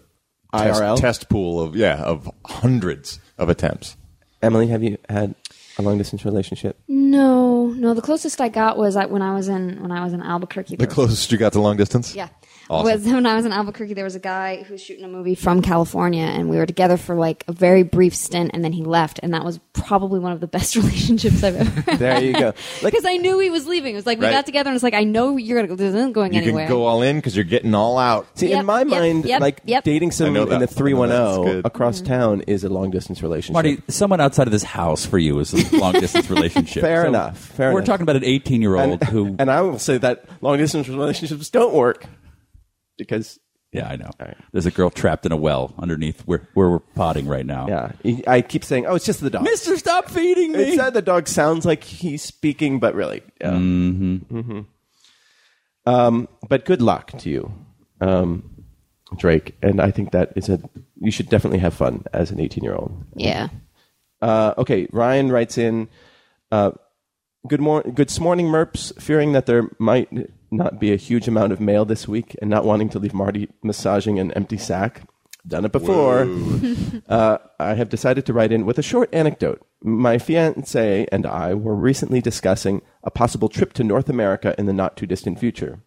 IRL. test, test pool of yeah of hundreds of attempts. Emily, have you had a long distance relationship? No, no. The closest I got was like when I was in when I was in Albuquerque. The there was- closest you got to long distance, Yeah. Awesome. Was when I was in Albuquerque, there was a guy who was shooting a movie from California, and we were together for like a very brief stint, and then he left, and that was probably one of the best relationships I've ever. had. There you go. Like, Because I knew he was leaving. It was like we Right. got together, and it's like I know you're gonna go. This isn't going you anywhere. can go all in because you're getting all out. see, Yep, in my yep, mind, yep, like yep. Mm-hmm. dating know someone in that. I know the that's three one zero good. across town is a long distance relationship. Marty, someone outside of this house for you is a long distance relationship. Fair So enough. Fair we're enough. talking about an 18 year old and, who. and I will say that long distance relationships don't work because yeah, I know. right. There's a girl trapped in a well underneath where, where we're potting right now. yeah, I keep saying, "Oh, it's just the dog." Mister, stop feeding me. It's that the dog sounds like he's speaking, but really, yeah. Mm-hmm. Mm-hmm. Um, but good luck to you, um, Drake. And I think that is a you should definitely have fun as an eighteen-year-old. Yeah. Uh, okay, Ryan writes in. Uh, Good morning, good morning, Merps. Fearing that there might not be a huge amount of mail this week, and not wanting to leave Marty massaging an empty sack. Done it before. Uh, I have decided to write in with a short anecdote. My fiance and I were recently discussing a possible trip to North America in the not too distant future.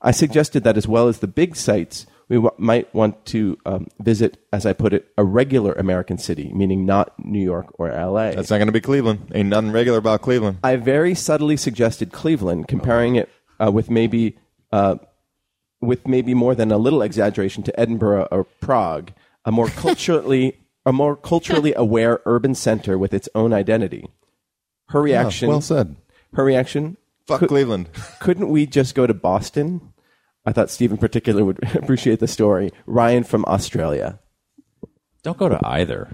I suggested that as well as the big sites, we w- might want to um, visit, as I put it, a regular American city, meaning not New York or LA. That's not going to be Cleveland. Ain't nothing regular about Cleveland. I very subtly suggested Cleveland, comparing it uh, with maybe uh, with maybe more than a little exaggeration to Edinburgh or Prague, a more culturally a more culturally aware urban center with its own identity. Her reaction. well said. Her reaction. Fuck "Cou- Cleveland. Couldn't we just go to Boston? I thought Steve in particular would appreciate the story. Ryan from Australia. Don't go to either.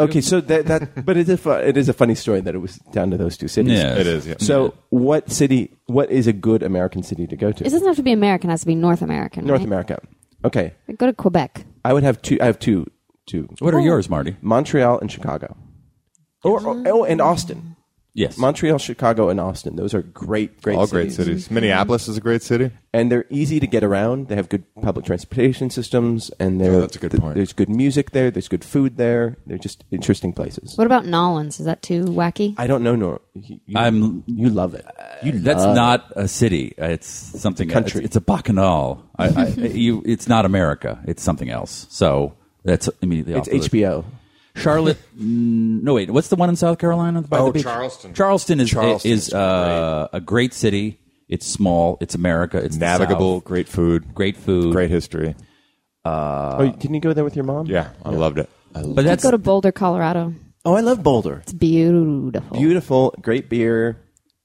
Okay, so that, that but it is, a fu- it is a funny story that it was down to those two cities. Yeah. It is. Yeah. So, what city? What is a good American city to go to? It doesn't have to be American. It has to be North American. North right? America. Okay, Go to Quebec. I would have two. I have two. Two. What Oh. are yours, Marty? Montreal and Chicago. Or, or- oh, and Austin. Yes. Montreal, Chicago, and Austin. Those are great, great, all cities. great cities. Minneapolis is a great city. and they're easy to get around. They have good public transportation systems, and they're, Oh, that's a good point. There's good music there. There's good food there. They're just interesting places. What about Nolans? Is that too wacky? I don't know, Nor. You, you- I'm- You love it. You That's love not a city. Uh, It's something. country. It's, it's a bacchanal. I, I, you, it's not America. It's something else. So that's immediately. It's off the list. HBO. Charlotte. mm, no, wait. What's the one in South Carolina? By Oh, the beach? Charleston. Charleston is Charleston's is uh, a great city. It's small. It's America. It's the Navigable, South. great food, Great food. great history. oh, didn't you go there with your mom? Yeah, I loved it. I loved But that's go to Boulder, Colorado. Oh, I love Boulder. It's beautiful. beautiful, great beer,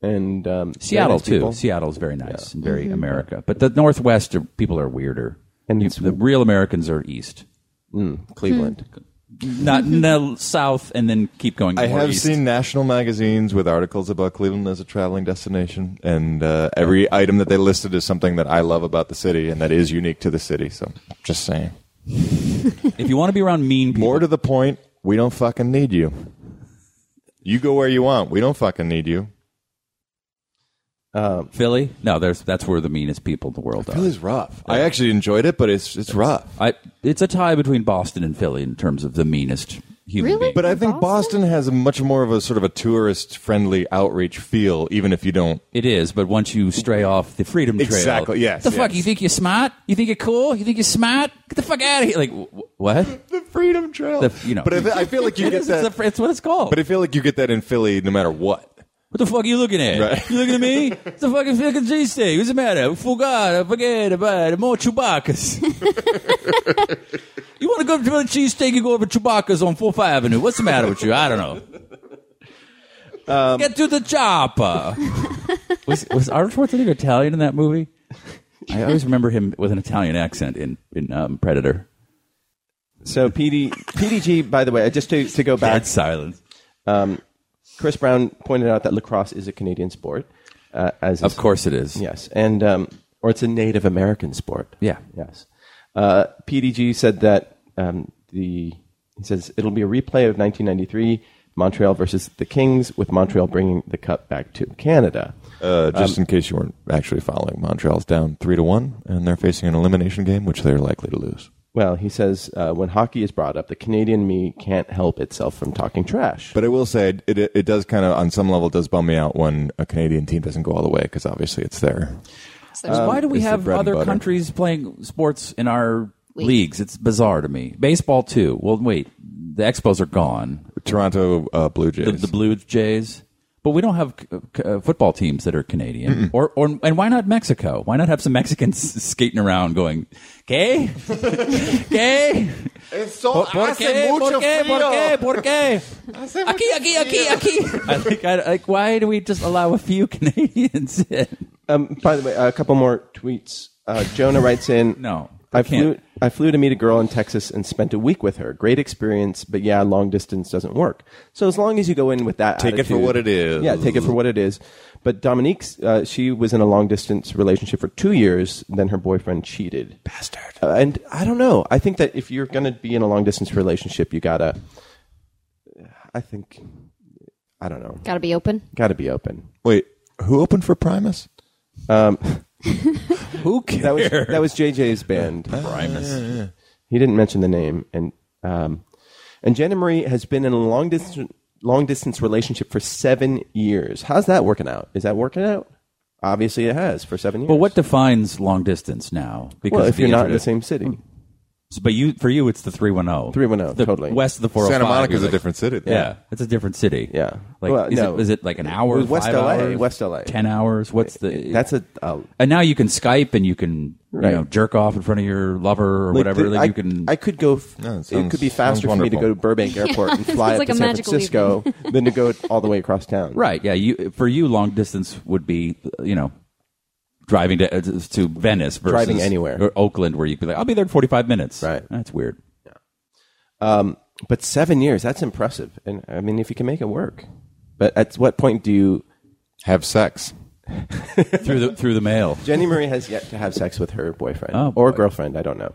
and um, very Seattle nice too. people. Seattle's very nice and very America. But the Northwest are, people are weirder. And You- it's- the real Americans are East, Mm, Hmm. Cleveland. not no, South, and then keep going. I more have east. seen national magazines with articles about Cleveland as a traveling destination, and uh, every item that they listed is something that I love about the city and that is unique to the city. So, just saying. If you want to be around mean people, More to the point, we don't fucking need you. You go where you want. We don't fucking need you. Um, Philly. No, there's that's where the meanest people in the world are. Philly's rough. I actually enjoyed it, but it's it's rough. I, it's a tie between Boston and Philly in terms of the meanest human Really? being. But I In think Boston Boston? has a much more of a sort of a tourist friendly outreach feel, even if you don't. It is, but once you stray off the Freedom Trail, Exactly, yes, The fuck? yes. You think you're smart? You think you're cool? You think you're smart? Get the fuck out of here! Like wh- what? The Freedom Trail. The- you know. But I, fe- I feel like you It get is, that. it's, a- it's what it's called. but I feel like you get that in Philly no matter what. what the fuck are you looking at? Right. You looking at me? It's a fucking fucking G steak. What's the matter? I forgot. I forget about it. more Chewbacca's. you want to go to a cheesesteak and go over Chewbacca's on Fourth Avenue. What's the matter with you? I don't know. Um, Get to the chopper. was, was Arnold Schwarzenegger Italian in that movie? I always remember him with an Italian accent in in um, Predator. So PD, PDG, by the way, just to, to go back, Bad silence. Chris Brown pointed out that lacrosse is a Canadian sport. Uh, as Of is- course it is. Yes, and um, or it's a Native American sport. Yeah. Yes. Uh, PDG said that um, the he says it'll be a replay of 1993 Montreal versus the Kings, with Montreal bringing the cup back to Canada. Uh, just in case you weren't actually following, Montreal's down three to one, and they're facing an elimination game, which they're likely to lose. Well, he says uh, when hockey is brought up, the Canadian me can't help itself from talking trash. But I will say it it, it does kind of on some level does bum me out when a Canadian team doesn't go all the way because obviously it's there. Um, Why do we it's the have bread and other butter. countries playing sports in our leagues? It's bizarre to me. Baseball too. Well, wait, the Expos are gone. Toronto uh, Blue Jays. The, the Blue Jays. But we don't have uh, c- uh, football teams that are Canadian, or, or and why not Mexico? Why not have some Mexicans skating around going, "Gay, gay, so por qué? Aquí, aquí, aquí, aquí." I think I, like why do we just allow a few Canadians in? Um, by the way, a couple more tweets. Uh, Jonah writes in. No, I, I flew. can't. I flew to meet a girl in Texas and spent a week with her. Great experience, but yeah, long distance doesn't work. So as long as you go in with that, Take it for attitude- what it is. Yeah, take it for what it is. But Dominique's, uh, she was in a long distance relationship for two years. Then her boyfriend cheated. Bastard. and I don't know. I think that if you're going to be in a long distance relationship, you gotta. I think. I don't know. Got to be open. Got to be open. Wait, who opened for Primus? Who cares? That was that was JJ's band. Primus. He didn't mention the name, and um, and Jenna Marie has been in a long distance long distance relationship for seven years. How's that working out? Is that working out? Obviously, it has for seven years. But what defines long distance now? Because well, of if the you're not in the internet. same city, but you for you it's the three one zero. 310, The oh, totally. West of the four. oh Santa Monica's a different city. Yeah. it's a different city. Yeah. like Well, is, no. it, is it like an hour? was West five LA, hours, West LA. Ten hours. What's the that's a. Uh, And now you can Skype and you can Right. you know jerk off in front of your lover or whatever. Like I, you can. I could go. f- No, it it, sounds- could be faster sounds for me to wonderful. go to Burbank Airport and fly up sounds like to a San magical Francisco than to go all the way across town. right. Yeah. You for you long distance would be you know. Driving to, uh, to Venice versus Driving anywhere. or Oakland, where you'd be like, I'll be there in forty five minutes. Right. that's weird. But seven years—that's impressive. And I mean, if you can make it work. But at what point do you Have sex. through the through the mail, Jenny Marie has yet to have sex with her boyfriend Oh, or boy. girlfriend. I don't know.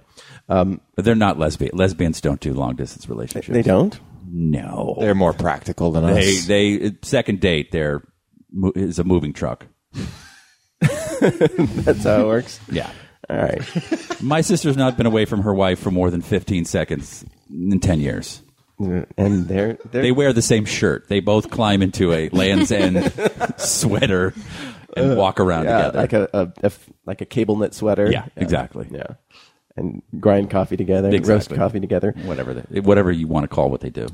but they're not lesbian. Lesbians don't do long distance relationships. They don't. No, They're more practical than They us. they second date there is a moving truck. That's how it works. Yeah. All right. My sister's not been away from her wife for more than 15 seconds in 10 years. And they're they're They wear the same shirt. They both climb into a Land's End sweater and walk around Uh, yeah, together. like a, a- a f- like a cable knit sweater. Yeah, exactly. Yeah. And grind coffee together, roast Exactly. coffee together. whatever they, whatever you want to call what they do.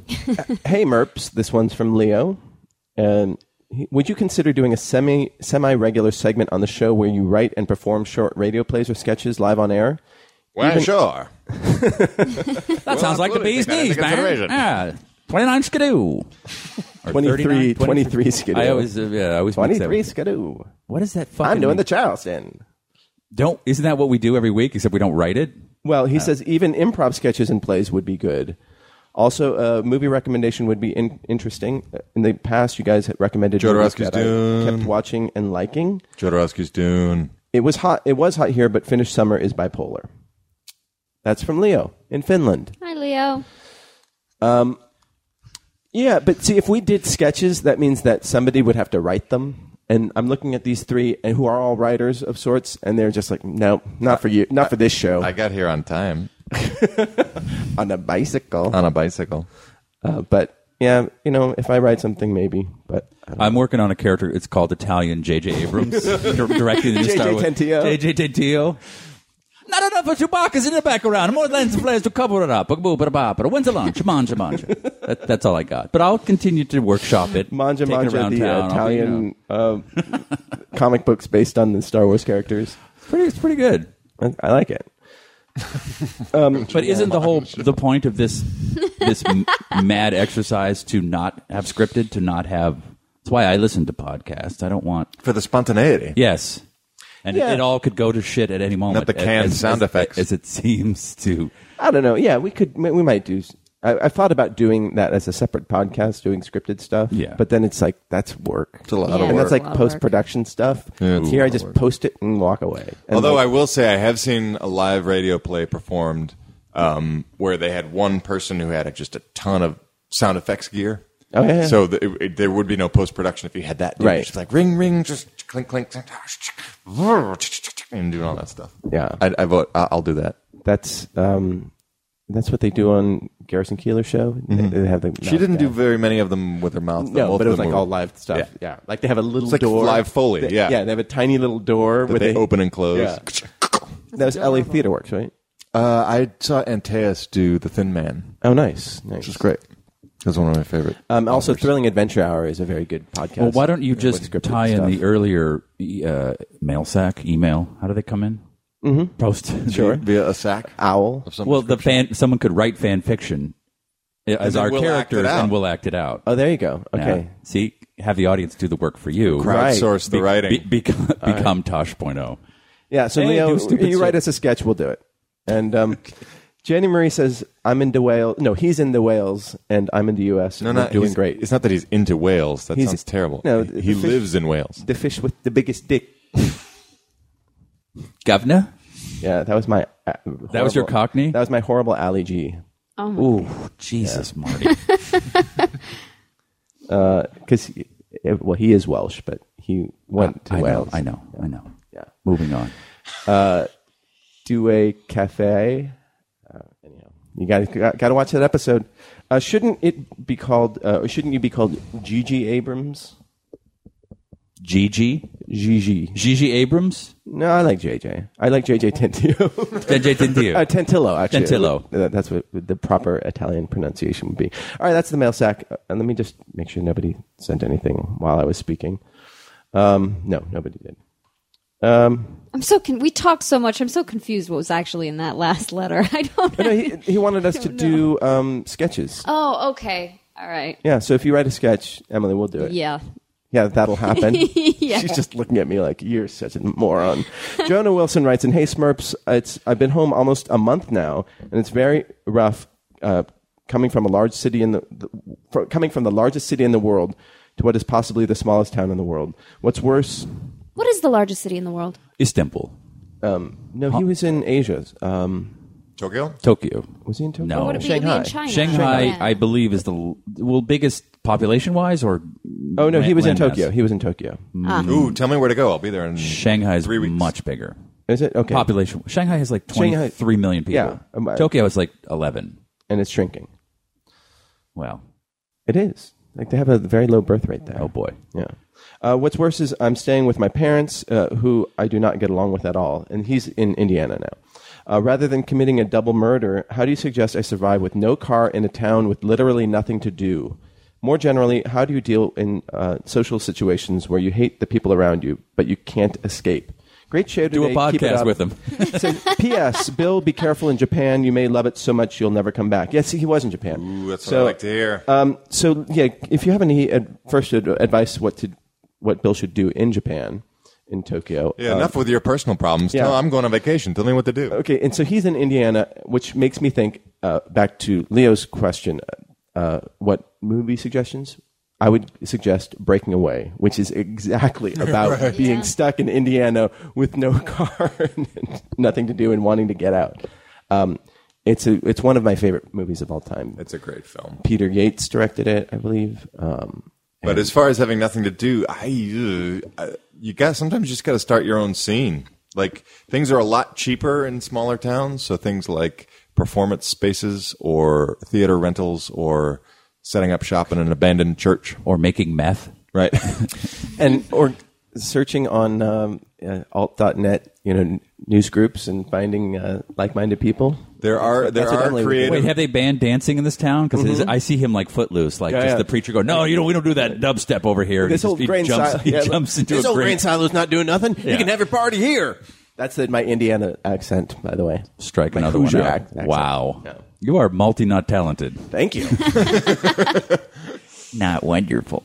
Hey, Merps. This one's from Leo. And he- would you consider doing a semi semi regular segment on the show where you write and perform short radio plays or sketches live on air? Well, sure. That sounds like the absolutely. Take bee's that into knees, man. consideration. Yeah. 29 skidoo. Or 23, 39, 23. 23 skidoo. I always, uh, yeah, I always mix that 23 with- skidoo. What is that fucking? I'm doing mean? the Charleston. don't. Isn't that what we do every week? Except we don't write it. Well, he says even improv sketches and plays would be good. Also, a movie recommendation would be in- interesting. In the past, you guys had recommended movies Jodorowsky's that I kept Dune. watching and liking. Jodorowsky's Dune. It was hot. It was hot here, but Finnish summer is bipolar. That's from Leo in Finland. Hi, Leo. Yeah, but see, if we did sketches, that means that somebody would have to write them. And I'm looking at these three, and who are all writers of sorts, and they're just like, no, not for you, not for this show. I got here on time on a bicycle. on a bicycle. Uh, but yeah, you know, if I write something, maybe. But I'm working on a character. It's called Italian J.J. Abrams, dir- directed and J.J. starred with- Tentillo. J.J. Tentillo. Not enough of Chewbacca's in the background. More lens flares to cover it up. Boo, ba, ba, ba. When's the lunch? Manja, manja. That, that's all I got. But I'll continue to workshop it. Manja take it Manja, around the town. I'll be, you know, Italian uh, comic books based on the Star Wars characters. it's pretty, it's pretty good. I, I like it. But isn't the whole the point of this this m- mad exercise to not have scripted, to not have? That's why I listen to podcasts. I don't want for the spontaneity. yes, and it- Yeah. it, all could go to shit at any moment. the as- canned as- sound as- effects. as it seems to. I don't know. Yeah, we could. We might do. I, I thought about doing that as a separate podcast, doing scripted stuff. Yeah. but then it's like that's work. It's a lot of Yeah, and work. that's like a lot of work. post production stuff. Yeah, it's a Here, lot I of just work. post it and walk away. And Although I like, will say, I have seen a live radio play performed um, where they had one person who had a, just a ton of sound effects gear. Oh, yeah, yeah. So the, it, it- there would be no post production if you had that. dude. Right. Just like ring, ring, just clink, clink, clink, and doing all that stuff. Yeah. I, I vote. I- I'll do that. that's um, that's what they do on Garrison Keeler show. They, they have the Mm-hmm. She didn't do very many of them with her mouth. though. No, Most but it of was them like were- all live stuff. Yeah. Yeah. like they have a little It's like door, live Foley, They- yeah. yeah, they have a tiny little door where That they open and close. Yeah. That was LA E Theater Works, right? Uh, I saw Antaeus do The Thin Man, Oh, nice, nice. which is great. It was one of my favorite. Um, also, Thrilling Adventure Hour is a very good podcast. Well, why don't you with just scripted tie in stuff. the earlier uh, mail sack email? How do they come in? Mm-hmm. Post sure. Via a sack. owl? of some well, the fan someone could write fan fiction uh, as then our we'll act it characters, out. and we'll act it out. Oh, there you go. Yeah. Okay, See, have the audience do the work for you. Right. crowdsource the Be- writing. be- become become Tosh.0. yeah. So Hey, Leo, do stupid you write shit. us a sketch, we'll do it. And um, Jenny Marie says, "I'm into Wales." No, he's into Wales, and I'm into U.S. no, We're not doing he's- great. It's not that he's into Wales. That He's- sounds terrible. no, he, the he fish- lives in Wales. the fish with the biggest dick. Governor? Yeah, that was my. uh, That was your horrible- Cockney? That was my horrible allergy. Oh my Ooh, Jesus, Marty. because well, he is Welsh, but he went to I know, Wales. I know, I know. Yeah. Moving on. Do a Uh, cafe. Uh, anyhow, you got got to watch that episode. Uh, shouldn't it be called? Uh, shouldn't you be called Gigi Abrams? Gigi? Gigi. Gigi Abrams? No, I like JJ. I like JJ Tentillo. JJ Tindio. uh, Tentillo, actually. Tentillo. That- That's what the proper Italian pronunciation would be. All right, that's the mail sack. Uh, And let me just make sure nobody sent anything while I was speaking. Um, no, nobody did. I'm so con- we talked so much. I'm so confused. What was actually in that last letter? I don't. No, he, he wanted us to don't know. do um, sketches. oh, okay. All right. Yeah, so if you write a sketch, Emily, we'll do it. Yeah. Yeah, that'll happen. She's just looking at me like, you're such a moron. Jonah Wilson writes in, Hey Smurps, it's, I've been home almost a month now, and it's very rough uh, coming from a large city in the, the fr- coming from the largest city in the world to what is possibly the smallest town in the world. What's worse? What is the largest city in the world? Istanbul. um, No, he was in Asia. Um, Tokyo. Tokyo. was he in Tokyo? No. Would it be- Shanghai. in China? Shanghai, Yeah. I believe, is the l- well biggest population wise, or Oh no, he was in landmass? Tokyo. He was in Tokyo. Ooh, tell me where to go. I'll be there in Shanghai is Three weeks. much bigger. Is it okay? Population. Shanghai has like Shanghai- twenty three million people. Yeah. Um, I- Tokyo is like eleven. and it's shrinking. Wow. It is. Like they have a very low birth rate there. Oh boy. Yeah. Uh, what's worse is I'm staying with my parents, uh, who I do not get along with at all, and he's in Indiana now. Uh, rather than committing a double murder, how do you suggest I survive with no car in a town with literally nothing to do? More generally, how do you deal in uh, social situations where you hate the people around you, but you can't escape? Great show today. Do a Keep it podcast up. with them. Says, P.S. Bill, be careful in Japan. You may love it so much you'll never come back. Yes, he was in Japan. Ooh, that's So, what I like to hear. Um, so yeah, if you have any ad- first ad- advice, what to what Bill should do in Japan, in Tokyo? yeah, um, enough with your personal problems. yeah. Tell- I'm going on vacation. Tell me what to do. Okay, and so he's in Indiana, which makes me think uh, back to Leo's question: uh, what movie suggestions? I would suggest Breaking Away, which is exactly about being stuck in Indiana with no car and nothing to do and wanting to get out. Um, it's a, it's one of my favorite movies of all time. It's a great film. Peter Yates directed it, I believe. Um, But as far as having nothing to do, I, uh, I- you got sometimes you just got to start your own scene. Like things are a lot cheaper in smaller towns, so things like performance spaces or theater rentals or setting up shop in an abandoned church. or making meth. Right. and or searching on um, uh, alt.net, you know, n- news groups and finding uh, like-minded people. There are That's there what are Emily would do. Mm-hmm. creative Wait, have they banned dancing in this town? Because I see him like footloose, like Yeah, just yeah. the preacher going, "No, you know, we don't do that dubstep over here." And This he just- old he grain jumps, silo, he yeah, jumps into this a old grain- grain silo's not doing nothing. Yeah. You can have your party here. That's the, my Indiana accent, by the way. Strike My another one Hoosier out. ac- accent. Wow. No. You are multi not talented. Thank you. Not wonderful.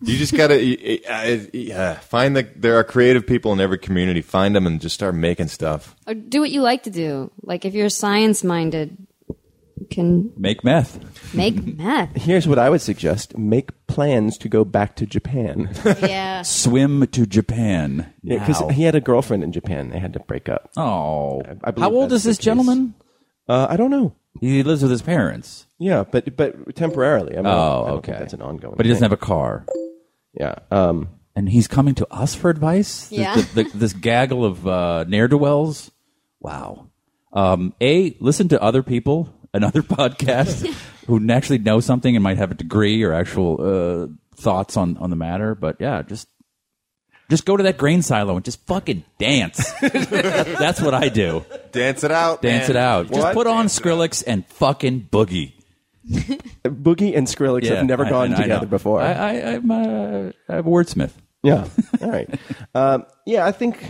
You just gotta y- y- uh, yeah, find that there are creative people in every community. Find them and just start making stuff. Or do what you like to do. Like if you're science minded, you can Make meth. make meth. Here's what I would suggest: make plans to go back to Japan. Yeah. Swim to Japan. Yeah, 'cause now. he had a girlfriend in Japan. They had to break up. oh. I believe How old that's is this the case. gentleman? Uh, I don't know. He lives with his parents. Yeah, but but temporarily. I mean, Oh, I don't okay. think that's an ongoing. But he doesn't thing. have a car. Yeah. Um, And he's coming to us for advice? The- Yeah. the- the- this gaggle of uh, ne'er do wells? Wow. Um, a, listen to other people and other podcasts who actually know something and might have a degree or actual uh, thoughts on, on the matter. But yeah, just. Just go to that grain silo and just fucking dance. That- that's what I do. Dance it out. Dance man. it out. Just What? put on Dance it out. Skrillex and fucking boogie. Boogie and Skrillex have never I- gone I- I together know. before. I, I, I'm, uh, I'm a wordsmith. yeah. All right. Um, yeah, I think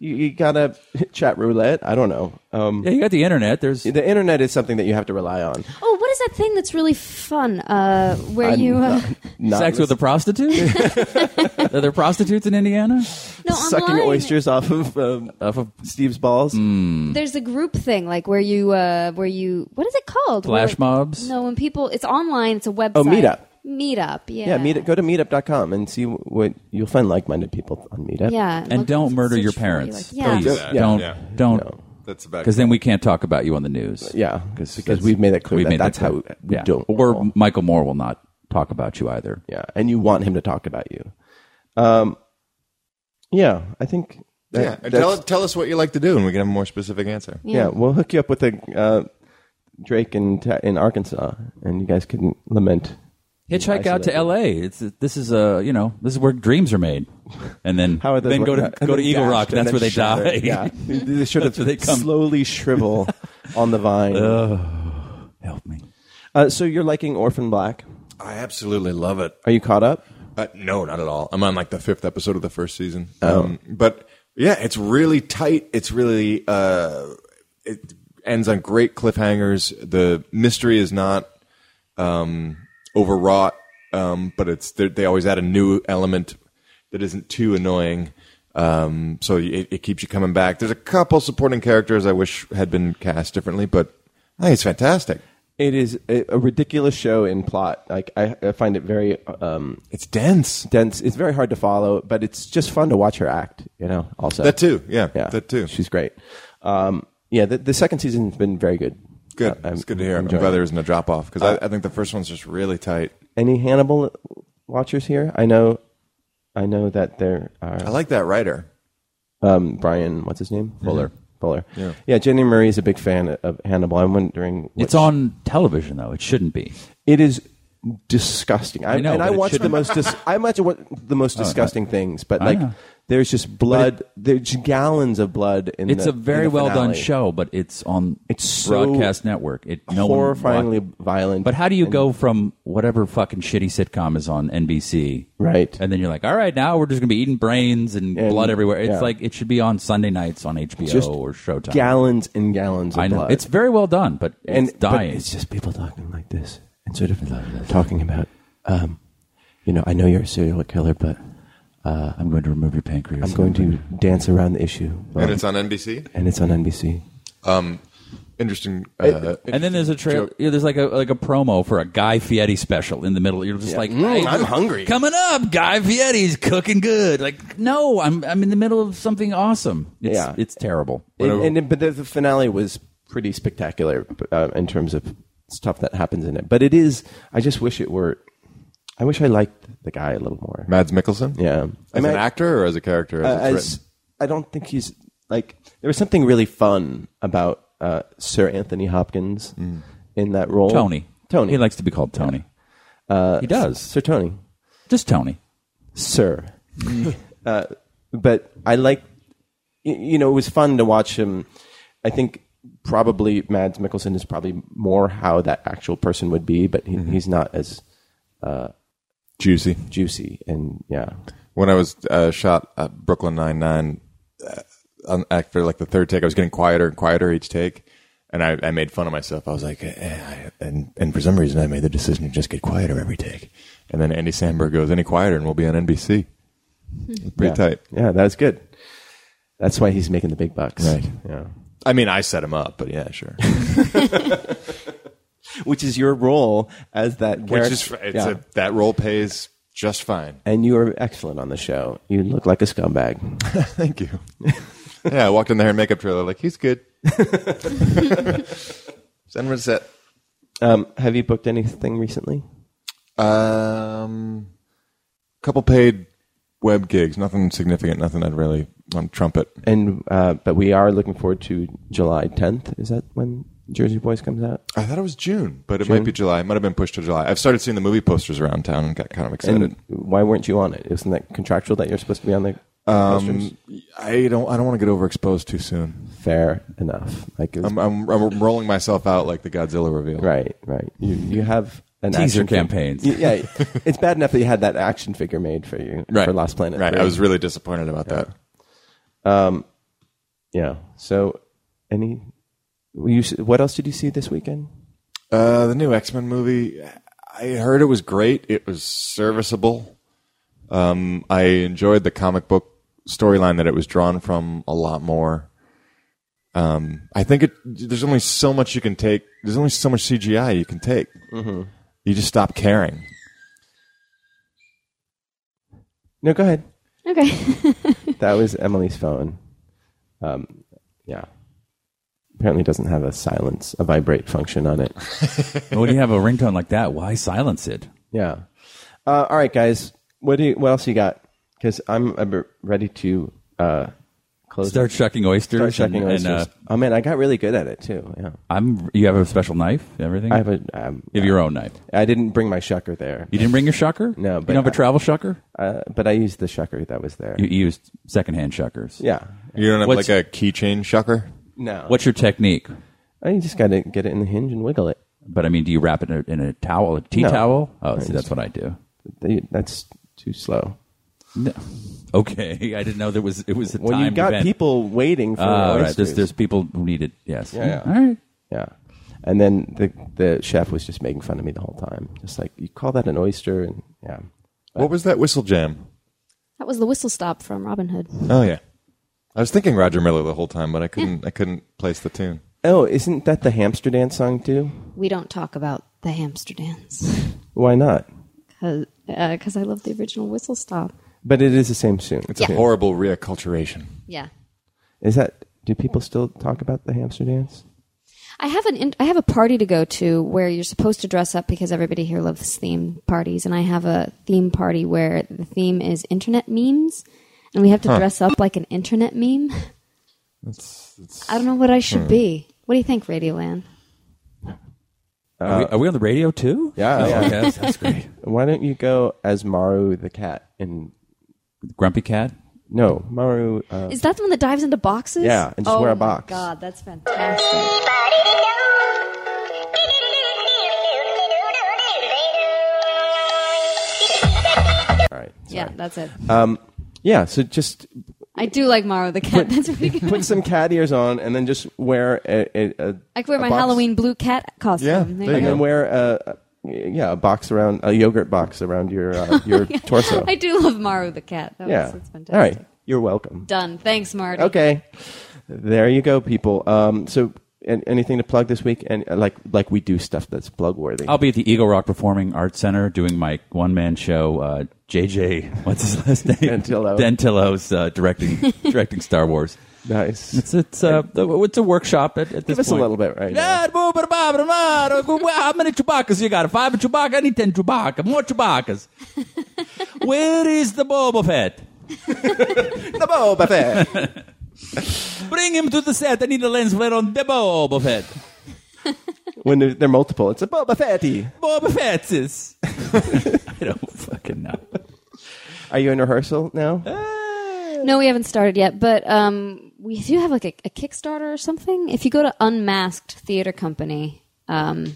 you, you gotta chat roulette. I don't know. Um, Yeah, you got the internet. There's the internet is something that you have to rely on. Oh, what is that thing that's really fun? Uh, where I'm you uh, not- not sex with a prostitute. Are there prostitutes in Indiana? no sucking online, oysters off of um, off of Steve's balls. Mm. There's a group thing like where you uh, where you what is it called? Flash Where- mobs? No, when people it's online, it's a website. Oh, Meetup. Meetup. Yeah. Yeah, meet go to meetup.com and see what you'll find like-minded people on Meetup. Yeah. And look- don't murder search your for what you parents. like. Yeah. Please. Don't do that. Don't. Yeah. Don't. That's about. Because then we can't talk about you on the news. Yeah, because we've made that clear We've that made that's that how clear. we Yeah. don't. Or Michael Moore will not talk about you either. yeah, and you want him to talk about you. Um, yeah, I think. that- Yeah. that's- Tell, tell us what you like to do, and we can have a more specific answer. yeah, we'll hook you up with a uh, Drake in Ta- in Arkansas, and you guys can lament. Hitchhike out to Isolated. L.A. It's this is a you know this is where dreams are made, and then How are those then go to working out? go And to then Eagle dashed, Rock. and That's then where they shattered. die. Yeah, they, they should have That's where they come. slowly shrivel on the vine. Help me. Uh, so you're liking Orphan Black? I absolutely love it. Are you caught up? Uh, no, not at all. I'm on like the fifth episode of the first season. Um, but yeah, it's really tight. It's really uh, it ends on great cliffhangers. The mystery is not um, overwrought, um, but it's they they always add a new element that isn't too annoying. Um, so it, it keeps you coming back. There's a couple supporting characters I wish had been cast differently, but I think it's fantastic. It is a, a ridiculous show in plot. Like I, I find it very um, It's dense. dense. It's very hard to follow, but it's just fun to watch her act. You know, also That too. Yeah, yeah, that too. She's great. Um, yeah, the, the second season's been very good. Good. Uh, I'm- it's good to hear. I'm enjoying it. glad Uh, there isn't a drop off because I, I think the first one's just really tight. Any Hannibal watchers here? I know, I know that there I are. like that writer. Um, Brian, what's his name? Mm-hmm. Fuller. Fuller. Yeah. yeah, Jenny Murray is a big fan of Hannibal. I'm wondering. which- It's on television though. It shouldn't be. It is disgusting. I, I know, and but I it watch the shouldn't. most. Dis- I watch what the most disgusting things, but like know. there's just blood. there's gallons of blood in. It's the- a very in the well done finale. show, but it's on It's so broadcast network. It no one wa- horrifyingly violent. But how do you and- go from whatever fucking shitty sitcom is on NBC, Right. And then you're like, all right, now we're just gonna be eating brains and, And- blood everywhere. It's yeah. like it should be on Sunday nights on HBO Just or Showtime. Gallons and gallons. Of I know blood. it's very well done, but and it's but dying. it's just people talking like this and sort of talking about. Um, you know, I know you're a serial killer, but uh, I'm going to remove your pancreas. I'm going to dance around the issue. And it's on NBC. and it's on NBC. Um, Interesting. Uh, And then there's a trail. Yeah, there's like a like a promo for a Guy Fieri special in the middle. You're just like, hey, Mm, I'm hungry. Coming up, Guy Fieri's cooking good. Like, no, I'm I'm in the middle of something awesome. It's, Yeah. it's terrible. And, and- but the, the finale was pretty spectacular uh, in terms of stuff that happens in it. But it is. I just wish it were. I wish I liked the guy a little more. Mads Mikkelsen. Yeah, I As mean, an actor or as a character? uh, As it's as- I don't think he's like. There was something really fun about uh, Sir Anthony Hopkins in that role. Mm. Tony, Tony. he likes to be called Tony. Uh, he does Sir Tony. just Tony. sir. uh, Mm. but I like, y- you know, it was fun to watch him. I think probably Mads Mikkelsen is probably more how that actual person would be, but he, Mm-hmm. he's not as juicy. juicy. And yeah, When I was uh, shot at Brooklyn Nine Nine, um, after like the third take, I was getting quieter and quieter each take, and I, I made fun of myself. I was like, eh, I, and and for some reason, I made the decision to just get quieter every take. And then Andy Sandberg goes, "Any quieter, and we'll be on NBC." It's pretty tight. Yeah, that's good. That's why he's making the big bucks. Right. Yeah. I mean, I set him up, but yeah, sure. Which is your role as that character. Which is it's Yeah. a, that role pays just fine. and you are excellent on the show. You look like a scumbag. Thank you. yeah, I walked in the hair and makeup trailer like he's good. Send him a set. Um, have you booked anything recently? Um, couple paid web gigs. Nothing significant. Nothing I'd really on trumpet. And uh, but we are looking forward to July 10th. Is that when Jersey Boys comes out? I thought it was June, but it June? might be July. It might have been pushed to July. I've started seeing the movie posters around town and got kind of excited. And why weren't you on it? Isn't that contractual that you're supposed to be on the Um, posters? I don't. I don't want to get overexposed too soon. Fair enough. Like it was, I'm, I'm, I'm rolling myself out like the Godzilla reveal. right, right. You you have an Teaser action fig- campaigns. Y- yeah, it's bad enough that you had that action figure made for you Right. for Lost Planet. Right. three. I was really disappointed about that. yeah. So any you s- what else did you see this weekend? Uh, the new X Men movie. I heard it was great. It was serviceable. Um, I enjoyed the comic book storyline that it was drawn from a lot more. Um, I think it. There's only so much you can take. There's only so much CGI you can take. Mm-hmm. You just stop caring. No, go ahead. Okay. That was Emily's phone. Um, yeah. Apparently doesn't have a silence, a vibrate function on it. when you have a ringtone like that, why silence it? Yeah. Uh, all right, guys. What do you, what else you got? Because I'm, I'm ready to uh, close. Start shucking oysters. start checking. and- and, uh, oh man, I got really good at it too. Yeah. I'm. You have a special knife. Everything. I have a. Um, You have your own knife. I didn't bring my shucker there, You didn't bring your shucker. No, you but don't have a I- travel shucker. uh, but I used the shucker that was there. You you used secondhand shuckers. yeah. You don't have What's- like a keychain shucker. No. What's your technique? I Oh, just got to get it in the hinge and wiggle it. But I mean, do you wrap it in a, in a towel, a tea No. towel? Oh, Right. see, that's what I do. They- That's too slow. No. Okay, I didn't know there was. It was a Well, you timed got event. people waiting for Ah, all right. oysters. There's, there's people who need it. Yes. Yeah, yeah. All right. Yeah. And then the the chef was just making fun of me the whole time. Just like you call that an oyster and yeah. What was that whistle jam? That was the whistle stop from Robin Hood. Oh yeah. I was thinking Roger Miller the whole time, but I couldn't. I couldn't place the tune. Oh, isn't that the hamster dance song too? We don't talk about the hamster dance Why not? because I love the original whistle stop. But it is the same tune. It's a Yeah. horrible reacculturation. Yeah. Is that do people still talk about the hamster dance? I have an in- I have a party to go to where you're supposed to dress up because everybody here loves theme parties, and I have a theme party where the theme is internet memes, and we have to dress up like an internet meme. I don't know what I Hmm. should be. What do you think, Radioland? are, we, are we on the radio too? Uh, Yeah, Oh, yeah. okay, that's, that's great. Why don't you go as Maru the cat and Grumpy cat. no, Maru uh, Is that the one that dives into boxes? Yeah, and just oh wear a my box. God, that's fantastic. all right. Sorry. Yeah, that's it. Yeah, so just I do like Mario the cat. that's pretty good. put some cat ears on and then just wear a, a, a I could wear a my box- Halloween blue cat costume. Yeah, there and you then wear a, a yeah, a box around a yogurt box around your uh, your torso. I do love Mario the cat. That yeah. was, that's fantastic. All right. You're welcome. Done. Thanks, Marty. Okay. There you go, people. Um, so, an anything to plug this week? And uh, like, like we do stuff that's plug worthy. I'll be at the Eagle Rock Performing Arts Center doing my one man show. Uh, JJ, what's his last name? Dantillo. Dantillo's uh, directing directing Star Wars. nice. It's it's uh, it's a workshop at, at this Give us a point. little bit right Yeah, boo, bada, ba, bada, ma, da, well, how many Chewbacca's you got? Five Chewbacca? I need ten Chewbacca. More Chewbaccas. Where is the Boba Fett? now. The Boba Fett. Bring him to the set. I need a lens flare on the Boba Fett. when they're, they're multiple, it's a Boba Fetty. Boba Fett's. I don't fucking know. Are you in rehearsal now? No, we haven't started yet, but um, we do have like a, a Kickstarter or something. If you go to Unmasked Theater Company, um,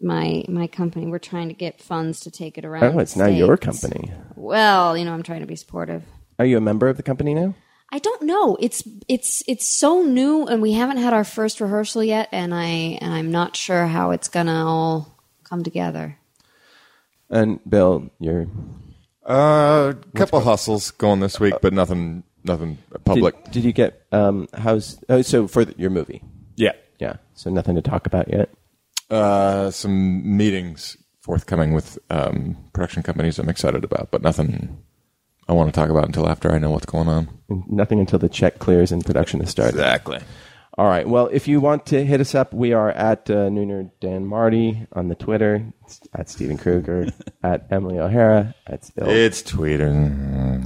my my company, we're trying to get funds to take it around. Oh, it's the now your States. company. Well, you know, I'm trying to be supportive. Are you a member of the company now? I don't know. It's it's it's so new, and we haven't had our first rehearsal yet, and I and I'm not sure how it's gonna all come together. And Bill, you're Uh, couple hustles going this week, but nothing, nothing public. Did, did you get um how's oh so for the, your movie? yeah. Yeah. So nothing to talk about yet. Uh, some meetings forthcoming with um, production companies. I'm excited about, but nothing I want to talk about until after I know what's going on. Nothing until the check clears and production is started. Exactly. All right. Well, if you want to hit us up, we are at uh, Nooner Dan Marty on the Twitter, it's at Steven Kruger, at Emily O'Hara, at Bill, It's Twitter.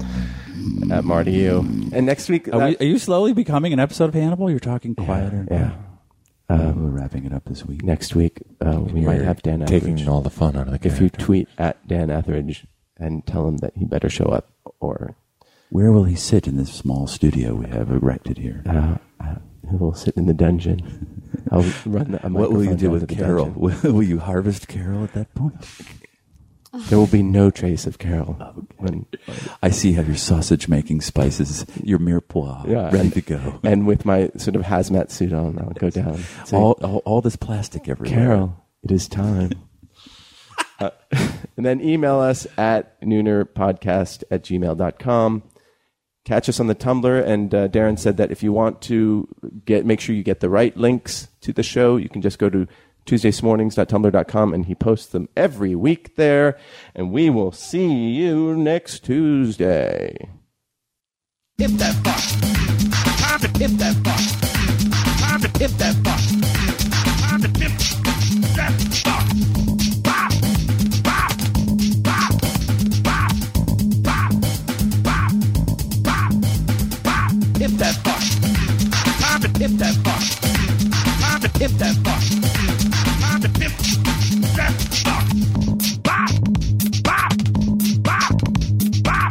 at Marty U. And next week, Are, uh, we, are you slowly becoming an episode of Hannibal? You're talking quieter. yeah. Uh, we're wrapping it up this week. Next week uh, we might have Dan taking Etheridge. all the fun out of the if you character. tweet at Dan Etheridge and tell him that he better show up, or Where will he sit in this small studio we have erected here? uh, uh, we'll sit in the dungeon. I'll run the, a what will you microphone do down with to the Carol? dungeon. Will, will you harvest Carol at that point? There will be no trace of Carol. Oh, When, I see how your sausage making spices, your mirepoix, Yeah. ready to go. and with my sort of hazmat suit on, I'll go down. Say, all, all, all this plastic everywhere. Carol, it is time. Uh, and then email us at noonerpodcast at gmail.com. Catch us on the Tumblr. And uh, Darren said that if you want to get, make sure you get the right links to the show, you can just go to tuesdaysmornings.tumblr.com and he posts them every week there. And we will see you next Tuesday. If that bus. Time to if that bus. Time to if that bus. Time to if that bus. Bop, bop, bop, bop, bop, bop, bop, bop. If that bus. Time to if that bus. Time to if that bus. Time to if that bus. Bop, bop, bop, bop, bop,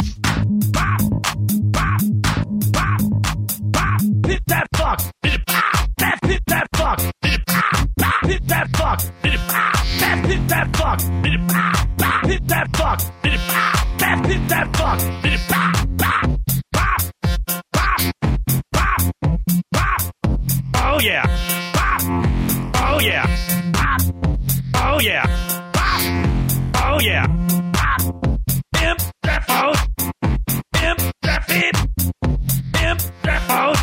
bop bop, bop, hit that fuck, hit it, pow, that hit that fuck, hit it, pow, pow, hit that fuck, hit it, pow, that hit that fuck, hit it, pow, pow, hit that fuck, hit it, pow, that hit that fuck, hit it, pow, pow, pop, pop, pop, pop, oh yeah, pop, oh yeah, pop, oh yeah, pop, oh yeah, pop, imp that phone, imp that fit. Imp that house.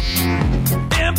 Imp